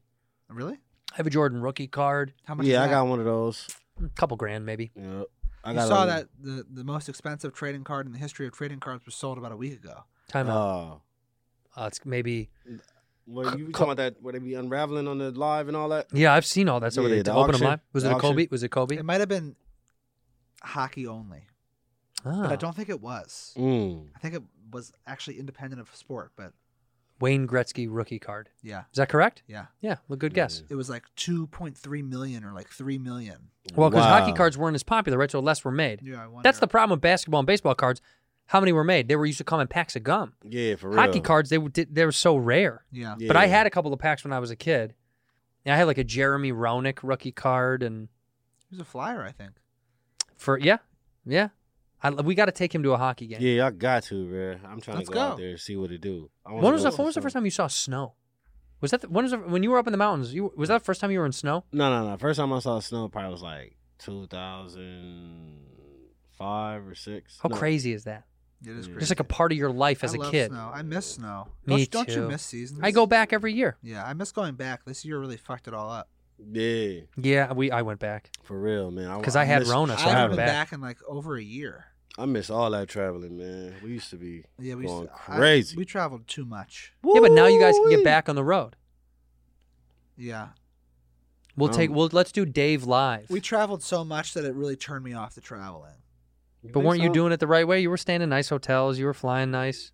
Speaker 9: really?
Speaker 1: I have a Jordan rookie card,
Speaker 9: How much? is
Speaker 10: Yeah, I
Speaker 9: that?
Speaker 10: got one of those.
Speaker 1: a couple grand maybe.
Speaker 10: Yep. I
Speaker 9: You
Speaker 10: got
Speaker 9: saw
Speaker 10: a-
Speaker 9: that the, the most expensive trading card in the history of trading cards was sold about a week ago.
Speaker 1: Time out.
Speaker 10: Oh.
Speaker 1: Uh, it's maybe
Speaker 10: Well, you were talking about that where they be unraveling on the live and all that?
Speaker 1: Yeah, I've seen all that stuff. where
Speaker 10: Yeah,
Speaker 1: they
Speaker 10: the
Speaker 1: open them
Speaker 10: auction-
Speaker 1: live. Was
Speaker 10: the
Speaker 1: it a
Speaker 10: auction.
Speaker 1: Kobe? Was it Kobe?
Speaker 9: It might have been hockey only, but
Speaker 1: Ah.
Speaker 9: I don't think it was.
Speaker 10: Mm.
Speaker 9: I think it was actually independent of sport, but
Speaker 1: Wayne Gretzky rookie card.
Speaker 9: yeah,
Speaker 1: Is that correct?
Speaker 9: yeah.
Speaker 1: Yeah, well, good guess.
Speaker 9: It was like 2.3 million or like 3 million.
Speaker 1: Well, because hockey
Speaker 10: Wow.
Speaker 1: cards weren't as popular, right? So less were made.
Speaker 9: Yeah, I wonder.
Speaker 1: That's the problem with basketball and baseball cards. How many were made? They were used to come in packs of gum.
Speaker 10: Yeah, for real.
Speaker 1: Hockey cards, they were- did- they were so rare.
Speaker 9: Yeah.
Speaker 1: But I
Speaker 10: Yeah.
Speaker 1: had a couple of packs when I was a kid. And I had like a Jeremy Roenick rookie card, and
Speaker 9: He was a flyer, I think.
Speaker 1: for yeah, yeah, I, we got to take him to a hockey game.
Speaker 10: Yeah, I got to, man. I'm trying
Speaker 9: Let's
Speaker 10: to go, out
Speaker 9: go.
Speaker 10: there and see what it do. I wanna
Speaker 1: When was
Speaker 10: go
Speaker 1: the when was the
Speaker 10: see
Speaker 1: first
Speaker 10: some-
Speaker 1: time you saw snow? Was that the, when was the, when you were up in the mountains? You was that the first time you were in snow?
Speaker 10: No, no, no. First time I saw snow probably was like 2005 or six.
Speaker 1: How
Speaker 10: No.
Speaker 1: crazy is that?
Speaker 9: It is crazy.
Speaker 1: It's like a part of your life as
Speaker 9: I
Speaker 1: a
Speaker 9: love
Speaker 1: kid.
Speaker 9: Snow. I miss snow.
Speaker 1: Me
Speaker 9: don't, don't
Speaker 1: too.
Speaker 9: you miss seasons?
Speaker 1: I go back every year.
Speaker 9: Yeah, I miss going back. This year really fucked it all up.
Speaker 10: Yeah,
Speaker 1: Yeah, we I went back.
Speaker 10: for real, man.
Speaker 1: 'Cause I had
Speaker 10: miss
Speaker 1: Rona, so I
Speaker 9: I haven't
Speaker 1: haven't
Speaker 9: been
Speaker 1: back.
Speaker 9: back in like over a year.
Speaker 10: I miss all that traveling, man. We used to be
Speaker 9: Yeah, we
Speaker 10: going
Speaker 9: used to- I-
Speaker 10: crazy.
Speaker 9: we traveled too much.
Speaker 1: Yeah, but now you guys can get
Speaker 10: Woo-wee.
Speaker 1: back on the road.
Speaker 9: Yeah,
Speaker 1: We'll
Speaker 10: Um,
Speaker 1: take. We'll let's do Dave live.
Speaker 9: we traveled so much that it really turned me off to traveling.
Speaker 1: but weren't you doing it the right way? You were staying in nice hotels. You were flying nice.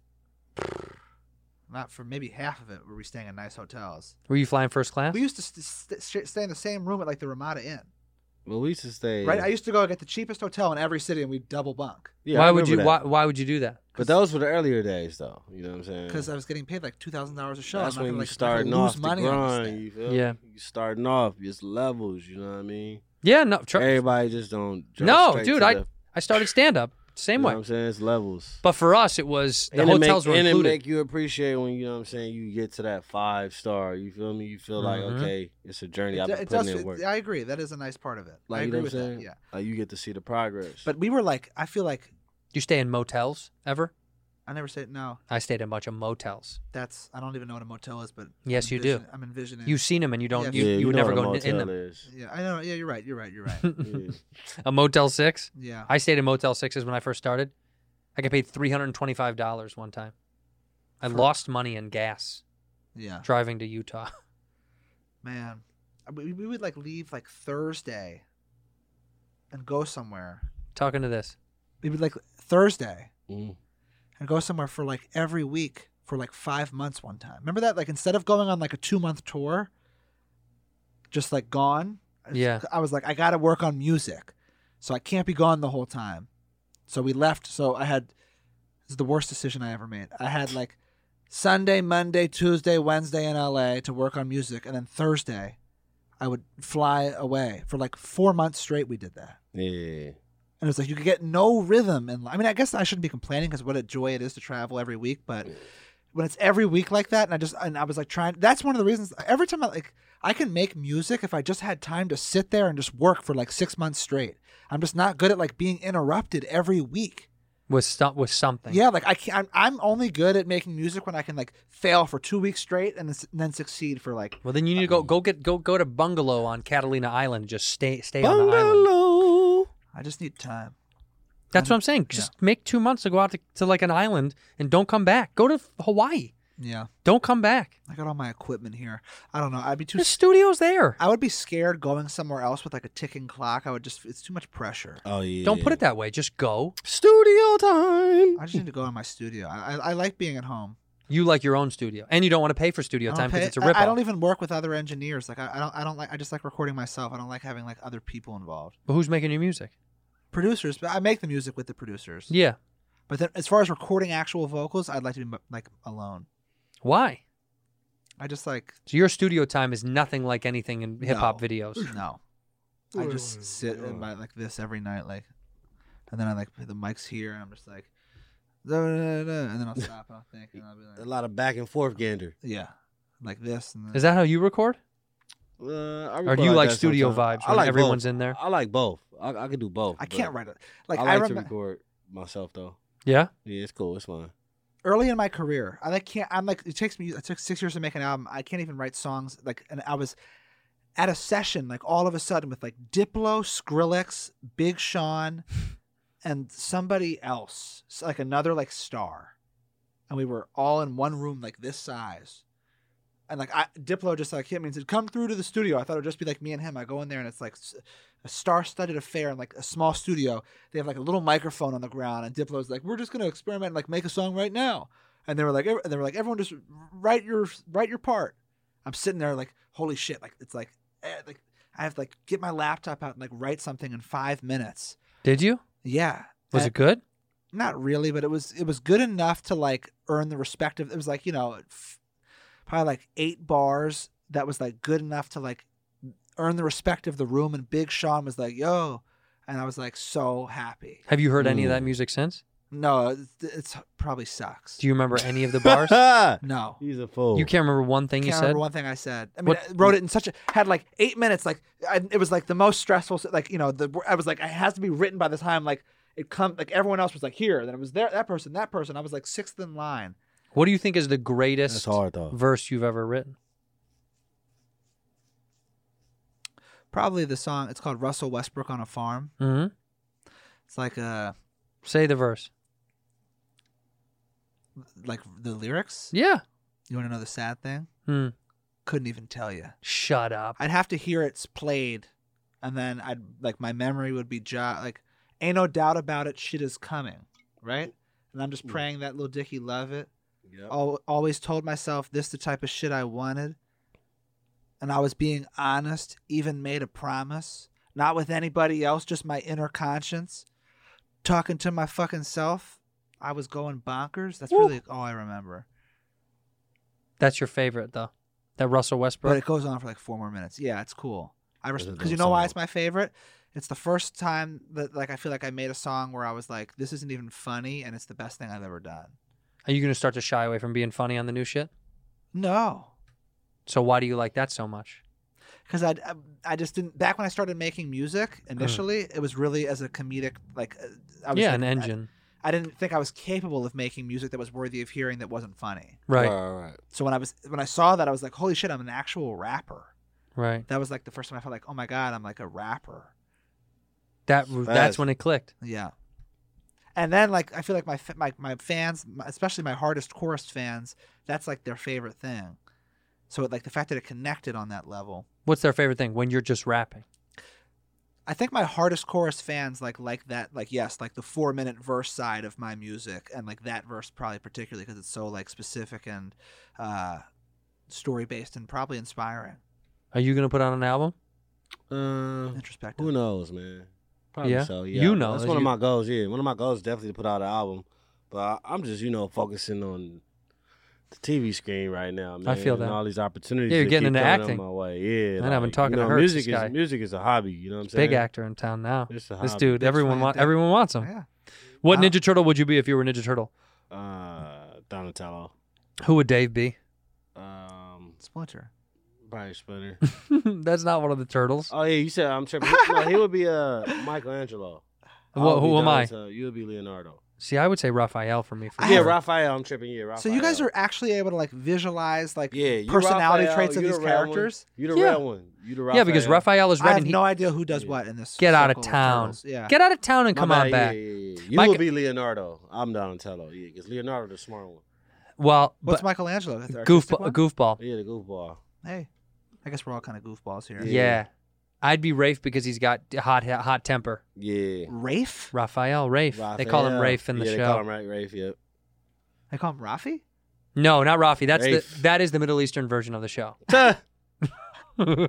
Speaker 9: Not for maybe half of it were we staying in nice hotels.
Speaker 1: Were you flying first class?
Speaker 9: We used to st- st- st- stay in the same room at like the Ramada Inn,
Speaker 10: Well, we used to stay.
Speaker 9: right? I used to go get the cheapest hotel in every city and we double bunk
Speaker 10: yeah,
Speaker 1: why
Speaker 10: I
Speaker 1: would
Speaker 10: remember
Speaker 1: you?
Speaker 10: that.
Speaker 1: Why, why would you do that?
Speaker 10: But those were the earlier days, though. You know what I'm saying?
Speaker 9: because I was getting paid like two thousand dollars a show.
Speaker 10: that's
Speaker 9: I'm not gonna, like,
Speaker 10: when you
Speaker 9: I'm
Speaker 10: starting
Speaker 9: not gonna lose
Speaker 10: off the
Speaker 9: money on this
Speaker 10: grind.
Speaker 9: thing.
Speaker 10: You feel?
Speaker 1: Yeah.
Speaker 10: you starting off. It's levels. You know what I mean?
Speaker 1: Yeah, no, tr-
Speaker 10: Everybody just don't. Jump
Speaker 1: no,
Speaker 10: straight
Speaker 1: dude.
Speaker 10: to
Speaker 1: I
Speaker 10: the-
Speaker 1: I started stand up. Same
Speaker 10: You know
Speaker 1: way.
Speaker 10: what I'm saying? It's levels.
Speaker 1: But for us, it was the
Speaker 10: and
Speaker 1: hotels
Speaker 10: it make,
Speaker 1: were
Speaker 10: and
Speaker 1: included.
Speaker 10: it make you appreciate when you know what I'm saying you get to that five star. You feel me? You feel
Speaker 1: Mhm.
Speaker 9: Mm-hmm.
Speaker 10: like okay, it's a journey. I've
Speaker 9: It,
Speaker 10: been
Speaker 9: it
Speaker 10: putting
Speaker 9: does.
Speaker 10: in work.
Speaker 9: I agree. That is a nice part of it.
Speaker 10: like
Speaker 9: I
Speaker 10: you know
Speaker 9: agree
Speaker 10: what
Speaker 9: with
Speaker 10: I'm saying?
Speaker 9: that. Yeah.
Speaker 10: Like you get to see the progress.
Speaker 9: But we were like, I feel like
Speaker 1: you stay in motels ever?
Speaker 9: I never say no.
Speaker 1: I stayed in a bunch of motels.
Speaker 9: That's I don't even know what a motel is, but
Speaker 1: Yes,
Speaker 9: I'm
Speaker 1: you do.
Speaker 9: envision- I'm envisioning.
Speaker 1: You've seen them and you don't.
Speaker 9: Yeah,
Speaker 1: you,
Speaker 10: yeah,
Speaker 1: you,
Speaker 10: you
Speaker 1: would
Speaker 10: know
Speaker 1: never
Speaker 10: what a
Speaker 1: go in- in
Speaker 10: motel
Speaker 1: them.
Speaker 10: is.
Speaker 9: Yeah, I know. Yeah, you're right. You're right. You're right.
Speaker 10: Yeah.
Speaker 1: A Motel Six.
Speaker 9: yeah.
Speaker 1: I stayed in Motel Sixes when I first started. I got paid three hundred and twenty-five dollars one time. I lost money in gas
Speaker 9: Yeah.
Speaker 1: driving to Utah.
Speaker 9: Man, I- we, we would like leave like Thursday and go somewhere.
Speaker 1: Talking to this,
Speaker 9: We would like Thursday
Speaker 10: Mm.
Speaker 9: and go somewhere for like every week for like five months one time. Remember that? Like instead of going on like a two month tour, just like gone. I was-
Speaker 1: Yeah.
Speaker 9: I was like, I got to work on music. So I can't be gone the whole time. So we left. So I had, this is the worst decision I ever made. I had like Sunday, Monday, Tuesday, Wednesday in LA to work on music. And then Thursday, I would fly away for like four months straight. We did that.
Speaker 10: yeah.
Speaker 9: And it's like you could get no rhythm. And I mean, I guess I shouldn't be complaining because what a joy it is to travel every week. But when it's every week like that, and I just and I was like trying. That's one of the reasons. Every time I like, I can make music if I just had time to sit there and just work for like six months straight. I'm just not good at like being interrupted every week.
Speaker 1: was some was something.
Speaker 9: Yeah, like I can I'm, I'm only good at making music when I can like fail for two weeks straight and, s- and then succeed for like.
Speaker 1: Well, then you need to go go get go go to bungalow on Catalina Island. and Just stay stay on the island.
Speaker 10: Bungalow.
Speaker 9: I just need time.
Speaker 1: That's what I'm saying. Just make two months to go out to, to like an island and don't come back. Go to Hawaii.
Speaker 9: Yeah,
Speaker 1: Don't come back.
Speaker 9: I got all my equipment here. I don't know. I'd be too.
Speaker 1: The studio's there.
Speaker 9: I would be scared going somewhere else with like a ticking clock. I would just it's too much pressure.
Speaker 10: Oh yeah.
Speaker 1: Don't put it that way. Just go.
Speaker 10: Studio time.
Speaker 9: I just need to go in my studio. I, I, I like being at home.
Speaker 1: You like your own studio, and you don't want to pay for studio
Speaker 9: I don't
Speaker 1: time because
Speaker 9: pay-
Speaker 1: it's a
Speaker 9: I-
Speaker 1: rip.
Speaker 9: I, don't even work with other engineers. Like I, I don't I don't like I just like recording myself. I don't like having like other people involved.
Speaker 1: But who's making your music?
Speaker 9: Producers, but I make the music with the producers.
Speaker 1: Yeah.
Speaker 9: But then, as far as recording actual vocals, I'd like to be like alone.
Speaker 1: Why?
Speaker 9: I just like
Speaker 1: So your studio time is nothing like anything in hip hop
Speaker 9: No.
Speaker 1: videos.
Speaker 9: No. I just sit in my like this every night, like, and then I like the mic's here, and I'm just like, da, da, da, da, and then I'll stop and I'll think, and I'll be
Speaker 10: A
Speaker 9: like,
Speaker 10: lot of back and forth gander.
Speaker 9: yeah, like this. And
Speaker 1: Is that how you record?
Speaker 10: Uh, I
Speaker 1: Or
Speaker 10: record
Speaker 1: do you like
Speaker 10: that
Speaker 1: studio
Speaker 10: sometimes.
Speaker 1: vibes
Speaker 10: I
Speaker 1: when
Speaker 10: like
Speaker 1: everyone's
Speaker 10: both.
Speaker 1: in there?
Speaker 10: I like both. I, I can do both.
Speaker 9: I
Speaker 10: but
Speaker 9: can't write it. Like
Speaker 10: I
Speaker 9: I,
Speaker 10: like to
Speaker 9: remember
Speaker 10: record myself though.
Speaker 1: Yeah.
Speaker 10: Yeah, it's cool. It's fine.
Speaker 9: early in my career, I like can't. I'm like it takes me. It took six years to make an album. I can't even write songs. Like, and I was at a session like all of a sudden with like Diplo, Skrillex, Big Sean, and somebody else, so, like another like star, and we were all in one room like this size. And like I, Diplo just like hit me and said, "Come through to the studio." I thought it would just be like me and him. I go in there and it's like s- a star-studded affair in like a small studio. They have like a little microphone on the ground, and Diplo's like, "We're just gonna experiment and like make a song right now." And they were like, ev- "They were like, everyone just write your write your part." I'm sitting there like, "Holy shit!" Like it's like eh, like I have to like get my laptop out and like write something in five minutes.
Speaker 1: Did you?
Speaker 9: Yeah,
Speaker 1: Was
Speaker 9: And-
Speaker 1: it good?
Speaker 9: not really, but it was it was good enough to like earn the respect of. It was like you know, f- probably like eight bars that was like good enough to like earn the respect of the room. And Big Sean was like, "Yo," and I was like so happy.
Speaker 1: Have you heard any of that
Speaker 10: Mm.
Speaker 1: music since?
Speaker 9: No, it's, it's probably sucks.
Speaker 1: Do you remember any of the bars?
Speaker 9: no,
Speaker 10: He's a fool.
Speaker 1: you can't remember one thing you
Speaker 9: can't remember
Speaker 1: said.
Speaker 9: one thing I said. I mean,
Speaker 1: What-
Speaker 9: I wrote it in such a had like eight minutes. Like I, it was like the most stressful. Like you know, the I was like it has to be written by the time like it come like everyone else was like here. Then it was there that person that person. I was like sixth in line.
Speaker 1: What do you think is the greatest
Speaker 10: That's hard though.
Speaker 1: verse you've ever written?
Speaker 9: Probably the song. It's called Russell Westbrook on a Farm.
Speaker 1: Mm-hmm.
Speaker 9: It's like uh
Speaker 1: Say the verse.
Speaker 9: like the lyrics.
Speaker 1: Yeah.
Speaker 9: You want to know the sad thing?
Speaker 1: Hmm.
Speaker 9: Couldn't even tell you.
Speaker 1: Shut up.
Speaker 9: I'd have to hear it's played, and then I'd like my memory would be jo- like, ain't no doubt about it, shit is coming, right? And I'm just praying that little Dicky love it.
Speaker 10: Yep.
Speaker 9: Al- always told myself this the type of shit I wanted, and I was being honest. Even made a promise, not with anybody else, just my inner conscience. Talking to my fucking self, I was going bonkers. That's really all I remember.
Speaker 1: That's your favorite though. That Russell Westbrook.
Speaker 9: But it goes on for like four more minutes. Yeah, it's cool. I
Speaker 10: That's a
Speaker 9: because
Speaker 10: dope
Speaker 9: you know why
Speaker 10: song.
Speaker 9: it's my favorite. It's the first time that like I feel like I made a song where I was like, this isn't even funny, and it's the best thing I've ever done.
Speaker 1: Are you going to start to shy away from being funny on the new shit?
Speaker 9: No,
Speaker 1: So why do you like that so much?
Speaker 9: because I, I just didn't. Back when I started making music
Speaker 1: Uh-huh.
Speaker 9: initially, it was really as a comedic like. uh, I was
Speaker 1: yeah,
Speaker 9: like,
Speaker 1: an
Speaker 9: I-
Speaker 1: engine.
Speaker 9: I didn't think I was capable of making music that was worthy of hearing that wasn't funny.
Speaker 1: right,
Speaker 10: All right.
Speaker 9: So when I was when I saw that, I was like, holy shit, I'm an actual rapper.
Speaker 1: right.
Speaker 9: That was like the first time I felt like, oh my god, I'm like a rapper.
Speaker 1: That w- that's
Speaker 10: Fast.
Speaker 1: when it clicked.
Speaker 9: Yeah. And then like I feel like my fa- my my fans, my- especially my hardest chorus fans, that's like their favorite thing. So like the fact that it connected on that level,
Speaker 1: What's their favorite thing? When you're just rapping.
Speaker 9: I think my hardest chorus fans like like that like yes like the four minute verse side of my music and like that verse probably particularly because it's so like specific and uh, story based and probably inspiring
Speaker 1: Are you going to put on an album?
Speaker 10: Uh,
Speaker 9: introspective.
Speaker 10: who knows, man? Probably
Speaker 1: Yeah.
Speaker 10: so.
Speaker 1: You
Speaker 10: Yeah,
Speaker 1: know,
Speaker 10: That's
Speaker 1: as
Speaker 10: one of
Speaker 1: you-
Speaker 10: my goals. Yeah, one of my goals is definitely to put out an album, but I, I'm just you know focusing on the TV screen right now, man.
Speaker 1: I feel
Speaker 10: and
Speaker 1: that.
Speaker 10: all these opportunities.
Speaker 1: Yeah, you're
Speaker 10: that
Speaker 1: getting into
Speaker 10: keep coming up
Speaker 1: acting.
Speaker 10: My way. Yeah,
Speaker 1: Man, I've been
Speaker 10: like,
Speaker 1: talking
Speaker 10: you
Speaker 1: to
Speaker 10: know,
Speaker 1: Hertz,
Speaker 10: Music
Speaker 1: this guy.
Speaker 10: is music is a hobby. You know what I'm saying?
Speaker 1: Big actor in town now.
Speaker 10: It's a
Speaker 1: This
Speaker 10: hobby.
Speaker 1: dude,
Speaker 9: That's
Speaker 1: everyone
Speaker 9: my
Speaker 1: wants
Speaker 9: thing.
Speaker 1: everyone wants him.
Speaker 9: yeah,
Speaker 1: What
Speaker 9: Wow.
Speaker 1: Ninja Turtle would you be if you were a Ninja Turtle?
Speaker 10: Uh, Donatello.
Speaker 1: Who would Dave be?
Speaker 10: Um,
Speaker 9: Splinter.
Speaker 10: Brian Splinter.
Speaker 1: that's not one of the turtles.
Speaker 10: oh yeah, you said I'm tripping. He- no, he would be uh Michelangelo. I
Speaker 1: Wha-
Speaker 10: would be
Speaker 1: who am I?
Speaker 10: Donatello. You would be Leonardo.
Speaker 1: See, I would say Raphael for me. For
Speaker 9: I
Speaker 10: yeah,
Speaker 1: sure.
Speaker 9: have-
Speaker 10: Raphael. I'm tripping. Yeah, Raphael.
Speaker 9: So you guys are actually able to like visualize like
Speaker 10: yeah you
Speaker 9: personality
Speaker 10: Raphael,
Speaker 9: traits of
Speaker 10: you
Speaker 9: these
Speaker 10: the red one.
Speaker 9: characters.
Speaker 10: You the
Speaker 1: Yeah.
Speaker 10: red one. You the Raphael.
Speaker 1: yeah, because Raphael is
Speaker 9: I
Speaker 1: red.
Speaker 9: have
Speaker 1: and he,
Speaker 9: no idea who does
Speaker 10: Yeah.
Speaker 9: what in this.
Speaker 1: get out of
Speaker 9: circle
Speaker 1: town.
Speaker 9: turtles. Yeah.
Speaker 1: Get out of town and
Speaker 10: My
Speaker 1: come
Speaker 10: bad,
Speaker 1: on
Speaker 10: yeah,
Speaker 1: back.
Speaker 10: yeah, yeah, yeah. You
Speaker 1: Mike-
Speaker 10: would be Leonardo. I'm Donatello. Yeah, because Leonardo the smart one.
Speaker 1: Well,
Speaker 9: What's
Speaker 1: but
Speaker 9: Michelangelo? The artistic
Speaker 1: goofball,
Speaker 9: one?
Speaker 1: goofball.
Speaker 10: Yeah, the goofball.
Speaker 9: Hey, I guess we're all kind of goofballs here.
Speaker 1: Yeah.
Speaker 10: Yeah.
Speaker 1: I'd be Rafe because he's got hot hot temper.
Speaker 10: Yeah.
Speaker 9: Rafe?
Speaker 1: Raphael Rafe. They call him
Speaker 10: Raphael.
Speaker 1: Rafe in the
Speaker 10: yeah,
Speaker 1: show.
Speaker 10: They call him Ra- Rafe. Yep.
Speaker 9: I call him Rafi.
Speaker 1: No, not Rafi. That's
Speaker 10: Rafe.
Speaker 1: the that is the Middle Eastern version of the show.
Speaker 10: You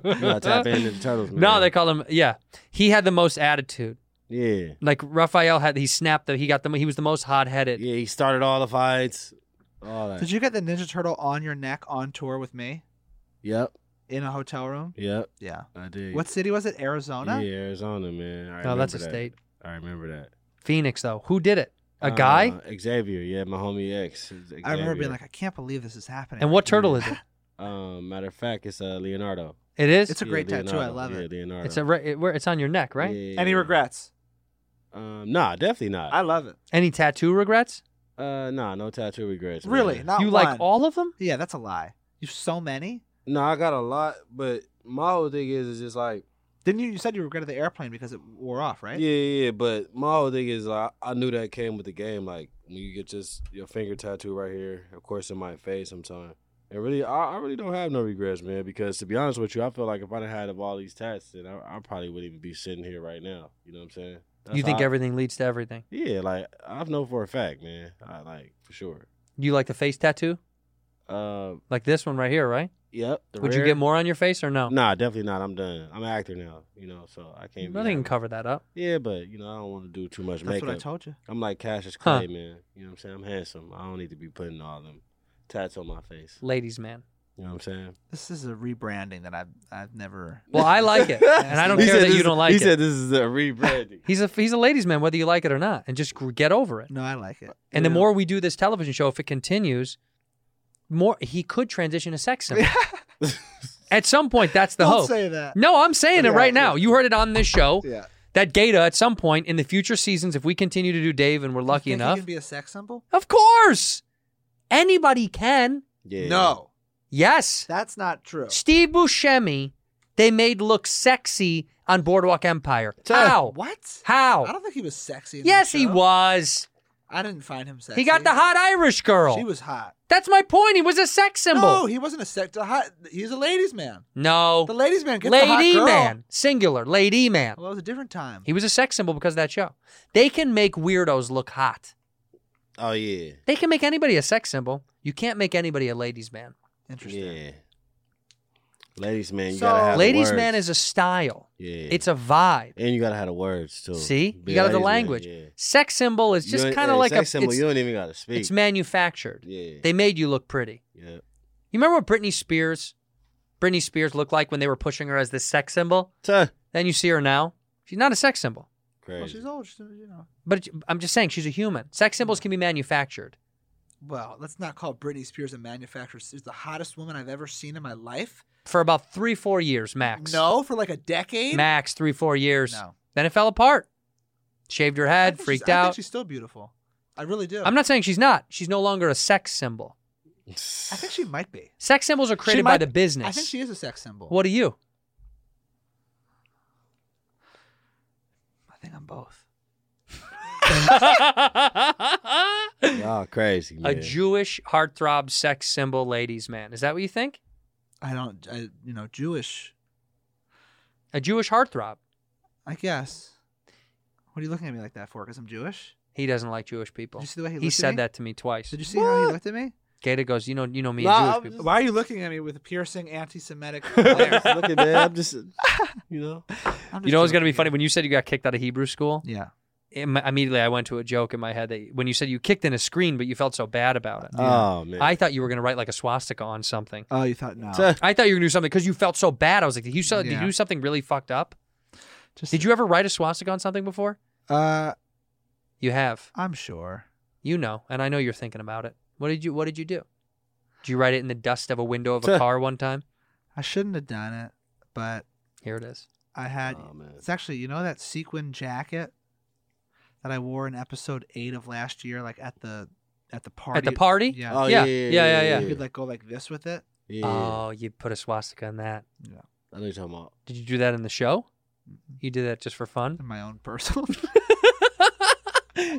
Speaker 10: gotta tap into the turtles. Man.
Speaker 1: no, they call him yeah. He had the most attitude.
Speaker 10: Yeah.
Speaker 1: Like Raphael had he snapped the he got the he was the most hot headed.
Speaker 10: Yeah, he started all the fights. All that.
Speaker 9: Did you get the Ninja Turtle on your neck on tour with me
Speaker 10: Yep.
Speaker 9: in a hotel room?
Speaker 10: Yep.
Speaker 9: Yeah.
Speaker 10: I did.
Speaker 9: What city was it? Arizona?
Speaker 10: Yeah, Arizona, man. I
Speaker 9: Oh,
Speaker 1: No, Oh, that's
Speaker 10: remember
Speaker 1: a
Speaker 10: that.
Speaker 1: state.
Speaker 10: I remember that.
Speaker 1: Phoenix though. Who did it? A guy?
Speaker 10: Uh, Xavier, yeah, my homie X.
Speaker 9: I remember being
Speaker 10: Xavier.
Speaker 9: like, I can't believe this is happening.
Speaker 1: and what turtle is it?
Speaker 10: um, matter of fact, it's uh, Leonardo.
Speaker 1: It is.
Speaker 9: It's a
Speaker 10: Yeah,
Speaker 9: great tattoo. I
Speaker 10: Leonardo.
Speaker 9: love
Speaker 10: yeah,
Speaker 9: it.
Speaker 10: Leonardo.
Speaker 1: It's a re- it, where- it's on your neck, right?
Speaker 10: Yeah,
Speaker 9: Any
Speaker 10: yeah.
Speaker 9: regrets?
Speaker 10: Um, nah, definitely not.
Speaker 9: I love it.
Speaker 1: Any tattoo regrets?
Speaker 10: uh, nah, no tattoo regrets. man.
Speaker 9: Really? Not
Speaker 1: you
Speaker 9: one.
Speaker 1: like all of them?
Speaker 9: Yeah, that's a lie. You have so many.
Speaker 10: No, I got a lot, but my whole thing is, is just like,
Speaker 9: Didn't you? You said you regretted the airplane because it wore off, right?
Speaker 10: yeah, yeah, yeah, but my whole thing is, like, I knew that came with the game. Like, when you get just your finger tattoo right here, of course, it might fade sometime. And really, I, I really don't have no regrets, man, because to be honest with you, I feel like if I didn't have all these tats, then I, I probably wouldn't even be sitting here right now. You know what I'm saying? That's
Speaker 1: you think
Speaker 10: how I-
Speaker 1: everything leads to everything.
Speaker 10: Yeah, like, I've known for a fact, man. I like, for sure.
Speaker 1: You like the face tattoo?
Speaker 10: Uh,
Speaker 1: Like this one right here, right?
Speaker 10: yep. the
Speaker 1: Would you
Speaker 10: rare-
Speaker 1: get more on your face or no?
Speaker 10: Nah, definitely not. I'm done. I'm an actor now, you know, so I can't. be
Speaker 1: Nothing can
Speaker 10: having-
Speaker 1: cover that up.
Speaker 10: Yeah, but you know, I don't want to do too much
Speaker 9: That's
Speaker 10: makeup.
Speaker 9: what I told you.
Speaker 10: I'm like Cassius
Speaker 1: Huh.
Speaker 10: Clay, man. You know what I'm saying? I'm handsome. I don't need to be putting all them tats on my face.
Speaker 1: Ladies, man.
Speaker 10: You know what I'm saying?
Speaker 9: This is a rebranding that I've I've never.
Speaker 1: Well, I like it, and I don't
Speaker 10: He
Speaker 1: care
Speaker 10: said
Speaker 1: that you
Speaker 10: this-
Speaker 1: don't like
Speaker 10: He
Speaker 1: it.
Speaker 10: said this is a rebranding.
Speaker 1: he's a he's a ladies' man, whether you like it or not, and just gr- get over it.
Speaker 9: No, I like it.
Speaker 1: And the more we do this television show, if it continues, more he could transition to sex symbol. at some point, that's the
Speaker 9: Don't
Speaker 1: hope. Mm.
Speaker 9: say that.
Speaker 1: No, I'm saying it
Speaker 9: Yeah,
Speaker 1: right now.
Speaker 9: yeah.
Speaker 1: You heard it on this show.
Speaker 9: Yeah.
Speaker 1: That Gata, at some point in the future seasons, if we continue to do Dave and we're lucky
Speaker 9: you think
Speaker 1: enough,
Speaker 9: It can be a sex symbol.
Speaker 1: of course, anybody can.
Speaker 10: yeah.
Speaker 9: No,
Speaker 1: Yes.
Speaker 9: that's not true.
Speaker 1: Steve Buscemi, they made look sexy on Boardwalk Empire. How?
Speaker 9: What? I
Speaker 1: How?
Speaker 9: don't think he was sexy. In that
Speaker 1: Yes, he
Speaker 9: show.
Speaker 1: was.
Speaker 9: I didn't find him sexy.
Speaker 1: He got the hot Irish girl.
Speaker 9: She was hot.
Speaker 1: That's my point. He was a sex symbol.
Speaker 9: No, he wasn't a sex. the hot- He's a ladies' man.
Speaker 1: No.
Speaker 9: The ladies' man. Get the hot
Speaker 1: lady
Speaker 9: girl.
Speaker 1: man. Singular. Lady man.
Speaker 9: Well, that was a different time.
Speaker 1: He was a sex symbol because of that show. They can make weirdos look hot.
Speaker 10: Oh yeah.
Speaker 1: They can make anybody a sex symbol. You can't make anybody a ladies' man.
Speaker 9: Interesting.
Speaker 10: Yeah. Ladies, man, you
Speaker 9: So-
Speaker 10: gotta have the
Speaker 1: Ladies'
Speaker 10: words.
Speaker 1: man is a style.
Speaker 10: yeah.
Speaker 1: It's a vibe.
Speaker 10: and you gotta have the words too.
Speaker 1: See?
Speaker 10: Be
Speaker 1: You
Speaker 10: a
Speaker 1: gotta have the
Speaker 10: ladies' man,
Speaker 1: language.
Speaker 10: yeah.
Speaker 1: Sex symbol is
Speaker 10: You
Speaker 1: just
Speaker 10: ain't-
Speaker 1: kind
Speaker 10: yeah,
Speaker 1: of like
Speaker 10: sex
Speaker 1: a
Speaker 10: symbol.
Speaker 1: it's-
Speaker 10: you don't even gotta speak.
Speaker 1: it's manufactured.
Speaker 10: yeah.
Speaker 1: They made you look pretty.
Speaker 10: yeah.
Speaker 1: You remember what Britney Spears, Britney Spears looked like when they were pushing her as this sex symbol?
Speaker 10: Tuh.
Speaker 1: Then you see her now. She's not a sex symbol.
Speaker 10: Crazy.
Speaker 9: Well, she's old. She's, you know.
Speaker 1: But it- I'm just saying she's a human. Sex symbols can be manufactured.
Speaker 9: Well, let's not call Britney Spears a manufacturer. She's the hottest woman I've ever seen in my life.
Speaker 1: For about three, four years max.
Speaker 9: No, for like a decade.
Speaker 1: Max, three, four years.
Speaker 9: No.
Speaker 1: Then it fell apart. Shaved her
Speaker 9: I
Speaker 1: head,
Speaker 9: think she's-
Speaker 1: freaked
Speaker 9: I
Speaker 1: out.
Speaker 9: think she's still beautiful. I really do.
Speaker 1: I'm not saying she's not. She's no longer a sex symbol.
Speaker 9: I think she might be.
Speaker 1: Sex symbols are
Speaker 9: She
Speaker 1: created by
Speaker 9: might-
Speaker 1: the business.
Speaker 9: I think she is a sex symbol.
Speaker 1: What are you?
Speaker 9: I think I'm both.
Speaker 10: Y'all crazy,
Speaker 1: A
Speaker 10: man.
Speaker 1: Jewish heartthrob sex symbol ladies man. Is that what you think?
Speaker 9: I don't. I you know Jewish.
Speaker 1: A Jewish heartthrob.
Speaker 9: I guess. What are you looking at me like that for? Because I'm Jewish.
Speaker 1: He doesn't like Jewish people.
Speaker 9: Did you see the way he
Speaker 1: he
Speaker 9: looked at
Speaker 1: said
Speaker 9: me?
Speaker 1: that to me twice.
Speaker 9: Did you see how he looked at me?
Speaker 1: Gator goes, you know, you know me
Speaker 10: Nah,
Speaker 1: and
Speaker 10: I'm
Speaker 1: Jewish people.
Speaker 9: Why are you looking at me with a piercing anti-Semitic?
Speaker 10: I'm
Speaker 9: glare?
Speaker 10: just looking, man. I'm just, you know.
Speaker 9: I'm
Speaker 1: You
Speaker 9: just
Speaker 1: know what's gonna be
Speaker 9: joking.
Speaker 1: funny when you said you got kicked out of Hebrew school.
Speaker 9: Yeah.
Speaker 1: im- immediately, I went to a joke in my head that when you said you kicked in a screen, but you felt so bad about it.
Speaker 10: Oh man.
Speaker 1: I thought you were gonna write like a swastika on something.
Speaker 9: Oh, you thought no.
Speaker 1: I thought you were gonna do something because you felt so bad. I was like, did you, so, did you
Speaker 9: Yeah.
Speaker 1: do something really fucked up?
Speaker 9: Just,
Speaker 1: Did you ever write a swastika on something before?
Speaker 9: Uh,
Speaker 1: You have.
Speaker 9: I'm sure.
Speaker 1: You know, and I know you're thinking about it. What did you What did you do? Did you write it in the dust of a window of a car one time?
Speaker 9: I shouldn't have done it, but
Speaker 1: Here it is.
Speaker 9: I had.
Speaker 10: Oh, man.
Speaker 9: It's actually you know that sequin jacket that I wore in episode eight of last year, like at the at the party.
Speaker 1: At the party.
Speaker 9: Yeah.
Speaker 10: Oh
Speaker 1: Yeah,
Speaker 10: yeah,
Speaker 1: yeah, yeah, yeah.
Speaker 9: You could like go like this with it.
Speaker 10: Yeah.
Speaker 1: Oh, you put a swastika in that.
Speaker 10: I know what you're talking about.
Speaker 1: Did you do that in the show? You did that just for fun?
Speaker 9: In my own personal.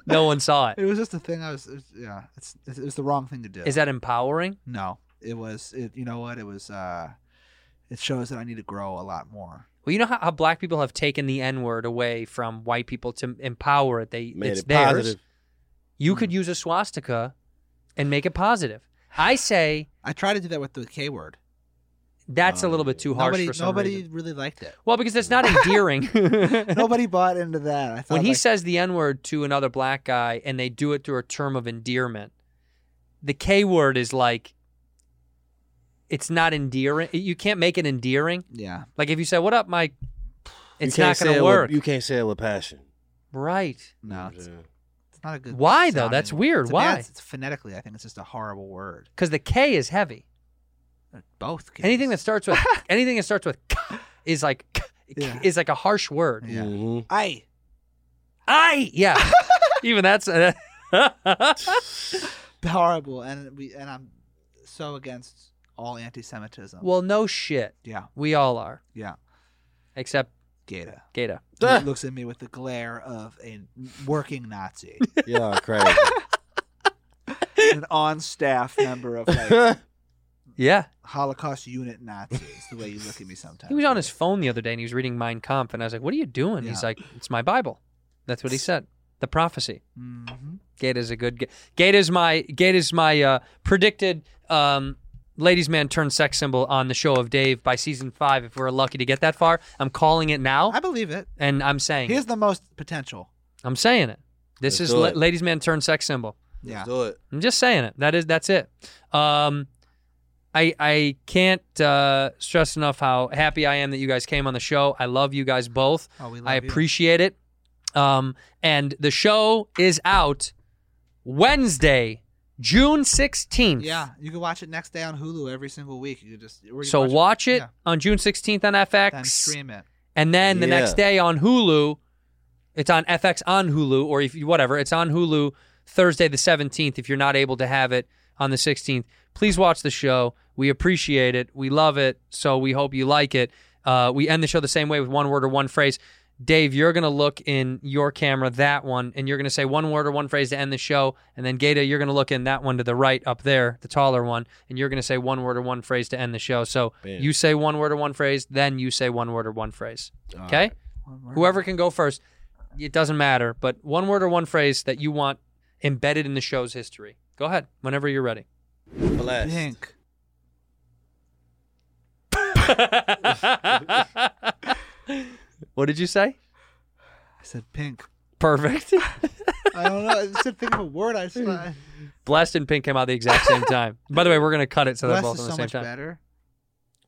Speaker 1: No one saw it.
Speaker 9: it was just a thing. I was. It was yeah. It's it was the wrong thing to do.
Speaker 1: Is that empowering?
Speaker 9: No, it was. It, you know what? It was. uh It shows that I need to grow a lot more.
Speaker 1: Well, you know how, how black people have taken the N word away from white people to empower it. They
Speaker 10: Made
Speaker 1: it's
Speaker 10: it
Speaker 1: theirs.
Speaker 10: positive. Mm.
Speaker 1: You could use a swastika and make it positive. I say
Speaker 9: I tried to do that with the K word.
Speaker 1: that's a little bit too harsh
Speaker 9: Nobody,
Speaker 1: for some
Speaker 9: nobody
Speaker 1: reason.
Speaker 9: really liked it.
Speaker 1: Well, because it's not endearing.
Speaker 9: nobody bought into that. I thought
Speaker 1: when he
Speaker 9: like,
Speaker 1: says the N word to another black guy and they do it through a term of endearment, the K word is like, it's not endearing. You can't make it endearing.
Speaker 9: yeah,
Speaker 1: Like if you say, "What up, Mike?" It's
Speaker 10: You can't
Speaker 1: not
Speaker 10: say
Speaker 1: going
Speaker 10: it
Speaker 1: to
Speaker 10: with-
Speaker 1: work,
Speaker 10: you can't say it with passion.
Speaker 1: right?
Speaker 9: no, it's, it's not a good.
Speaker 1: Why, though?
Speaker 9: sounding
Speaker 1: That's
Speaker 9: word.
Speaker 1: weird.
Speaker 9: It's a bad-
Speaker 1: Why?
Speaker 9: it's phonetically, I think it's just a horrible word. Uh,
Speaker 1: Because the K is heavy.
Speaker 9: Both. Kids.
Speaker 1: Anything that starts with anything that starts with K is like K,
Speaker 9: Yeah.
Speaker 1: is like a harsh word.
Speaker 9: Yeah.
Speaker 10: Mhm.
Speaker 9: I.
Speaker 1: I yeah. Even that's
Speaker 9: Horrible, and we and I'm so against all anti-Semitism.
Speaker 1: well, no shit.
Speaker 9: yeah,
Speaker 1: We all are,
Speaker 9: yeah.
Speaker 1: except
Speaker 9: Gata
Speaker 1: Gata.
Speaker 10: Ah.
Speaker 9: looks at me with the glare of a working Nazi,
Speaker 10: Y'all crazy.
Speaker 9: an on-staff member of like
Speaker 1: Yeah,
Speaker 9: Holocaust unit Nazis. The way you look at me sometimes.
Speaker 1: he was on his phone the other day and he was reading Mein Kampf, and I was like, "What are you doing?" He's
Speaker 9: Yeah.
Speaker 1: like, "It's my Bible." That's what he said. The prophecy.
Speaker 9: hmm
Speaker 1: Gata's a good. Ga- Gata's my Gata's my uh, predicted um, ladies' man turned sex symbol on the show of Dave by season five. If we're lucky to get that far, I'm calling it now,
Speaker 9: I believe it.
Speaker 1: and I'm saying
Speaker 9: He has
Speaker 1: it.
Speaker 9: the most potential.
Speaker 1: I'm saying it. This
Speaker 10: Let's
Speaker 1: is
Speaker 10: do
Speaker 1: la-
Speaker 10: it.
Speaker 1: ladies' man turned sex symbol.
Speaker 9: Yeah.
Speaker 10: Do it.
Speaker 1: I'm just saying it. That is that's it. Um, I I can't uh, stress enough how happy I am that you guys came on the show. I love you guys both.
Speaker 9: Oh, we love
Speaker 1: I
Speaker 9: you.
Speaker 1: appreciate it. Um, and the show is out Wednesday, June sixteenth.
Speaker 9: Yeah, you can watch it next day on Hulu every single week. You can just or you can
Speaker 1: So watch, it
Speaker 9: yeah,
Speaker 1: on June sixteenth on FX,
Speaker 9: and stream it.
Speaker 1: and then the
Speaker 10: Yeah.
Speaker 1: next day on Hulu. It's on FX on Hulu, or if you, whatever. It's on Hulu Thursday the seventeenth. If you're not able to have it on the sixteenth, please watch the show. We appreciate it. We love it. So we hope you like it. Uh, we end the show the same way with one word or one phrase. Dave, you're gonna look in your camera, that one, and you're gonna say one word or one phrase to end the show. And then Gata, you're gonna look in that one to the right up there, the taller one, and you're gonna say one word or one phrase to end the show. So
Speaker 10: Bam.
Speaker 1: you say one word or one phrase, then you say one word or one phrase. Okay? Whoever can go first, it doesn't matter, but one word or one phrase that you want embedded in the show's history. Go ahead, whenever you're ready.
Speaker 10: Blast.
Speaker 9: Pink.
Speaker 1: What did you say?
Speaker 9: I said pink.
Speaker 1: Perfect.
Speaker 9: I don't know. I just didn't think of a word. I just
Speaker 1: Mm.
Speaker 9: thought
Speaker 1: Blessed and Pink came out the exact same time. By the way, we're going to cut it so they're
Speaker 9: Blessed
Speaker 1: both
Speaker 9: is
Speaker 1: on the
Speaker 9: so
Speaker 1: same
Speaker 9: much
Speaker 1: time.
Speaker 9: better.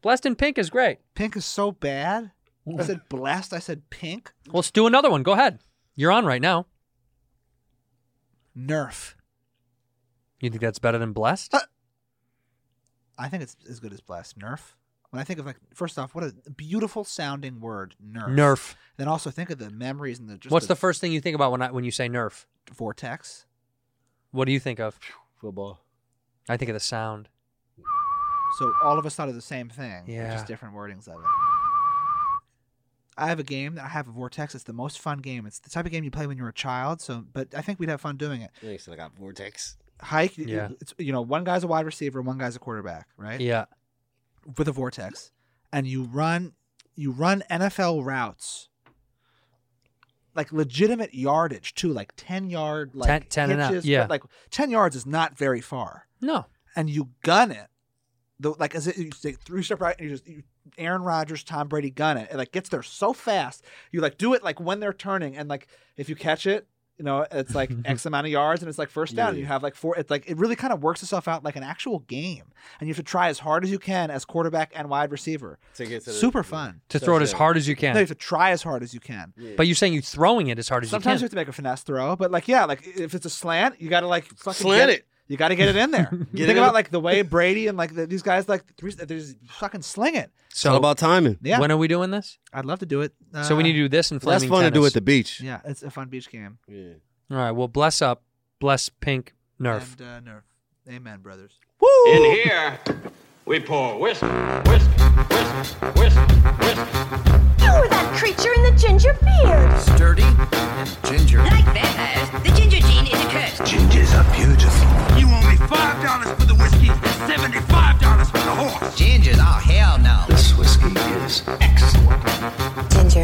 Speaker 1: Blessed and Pink is great.
Speaker 9: Pink is so bad. I said blessed. I said pink.
Speaker 1: Well, Let's do another one. Go ahead. You're on right now.
Speaker 9: Nerf.
Speaker 1: You think that's better than blessed?
Speaker 9: Uh, I think it's as good as blessed. Nerf. When I think of like, first off, what a beautiful sounding word, nerf.
Speaker 1: Nerf.
Speaker 9: Then also think of the memories and the just
Speaker 1: What's the first thing you think about when I, when you say Nerf?
Speaker 9: vortex.
Speaker 1: What do you think of?
Speaker 10: Football.
Speaker 1: I think of the sound.
Speaker 9: So all of us thought of the same thing. but
Speaker 1: Yeah.
Speaker 9: Just different wordings of it. I have a game that I have a vortex. It's the most fun game. It's the type of game you play when you're a child. So, but I think we'd have fun doing it.
Speaker 10: Yeah, you said I got vortex.
Speaker 9: Hike. you-
Speaker 1: Yeah.
Speaker 9: It's you know one guy's a wide receiver, one guy's a quarterback, right?
Speaker 1: Yeah.
Speaker 9: With a vortex, and you run you run NFL routes. Like legitimate yardage too, like ten yard, like
Speaker 1: 10 10 and up,
Speaker 9: hitches,
Speaker 1: yeah.
Speaker 9: but, like ten yards is not very far
Speaker 1: No.
Speaker 9: and you gun it, the like as it you take three step right and you just you, Aaron Rodgers, Tom Brady gun it. It like gets there so fast. You like do it like when they're turning and like if you catch it, you know, it's like X amount of yards and it's like first down. and You have like four it's like it really kind of works itself out like an actual game. And you have to try as hard as you can as quarterback and wide receiver.
Speaker 10: To get to the-
Speaker 9: Super fun.
Speaker 1: To throw it as
Speaker 10: yeah.
Speaker 1: hard as you
Speaker 9: No, you
Speaker 1: can.
Speaker 9: have to try as hard as you can.
Speaker 1: But you're saying you're throwing it as hard as
Speaker 9: Sometimes you
Speaker 1: you
Speaker 9: have to make a finesse throw, but like yeah, like if it's a slant, you gotta like fucking
Speaker 10: Slant
Speaker 9: get-
Speaker 10: it.
Speaker 9: You gotta get it in there.
Speaker 10: Get
Speaker 9: Think
Speaker 10: it
Speaker 9: about
Speaker 10: in.
Speaker 9: like the way Brady and like the, these guys like three, they just fucking sling it.
Speaker 1: can.
Speaker 10: It's all
Speaker 1: So
Speaker 10: about timing.
Speaker 9: Yeah,
Speaker 1: when are we doing this?
Speaker 9: I'd love to do it. Uh,
Speaker 1: so we need to do this and
Speaker 10: That's
Speaker 1: flaming
Speaker 10: fun to do
Speaker 1: tennis.
Speaker 10: at the beach.
Speaker 9: Yeah, it's a fun beach game.
Speaker 10: Yeah.
Speaker 1: All right. Well, bless up, bless pink Nerf.
Speaker 9: And, uh, nerf. Amen, brothers.
Speaker 2: In here, we pour whiskey, whiskey, whiskey, whiskey, whiskey.
Speaker 3: You were Oh, that creature in the ginger beard.
Speaker 4: Sturdy and ginger.
Speaker 5: Like vampires, the ginger gene is a curse.
Speaker 6: Gingers are beautiful.
Speaker 7: You owe me five dollars for the whiskey and seventy-five dollars for the horse.
Speaker 4: Gingers, oh hell no.
Speaker 6: This whiskey is excellent.
Speaker 8: Ginger.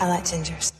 Speaker 8: I like gingers.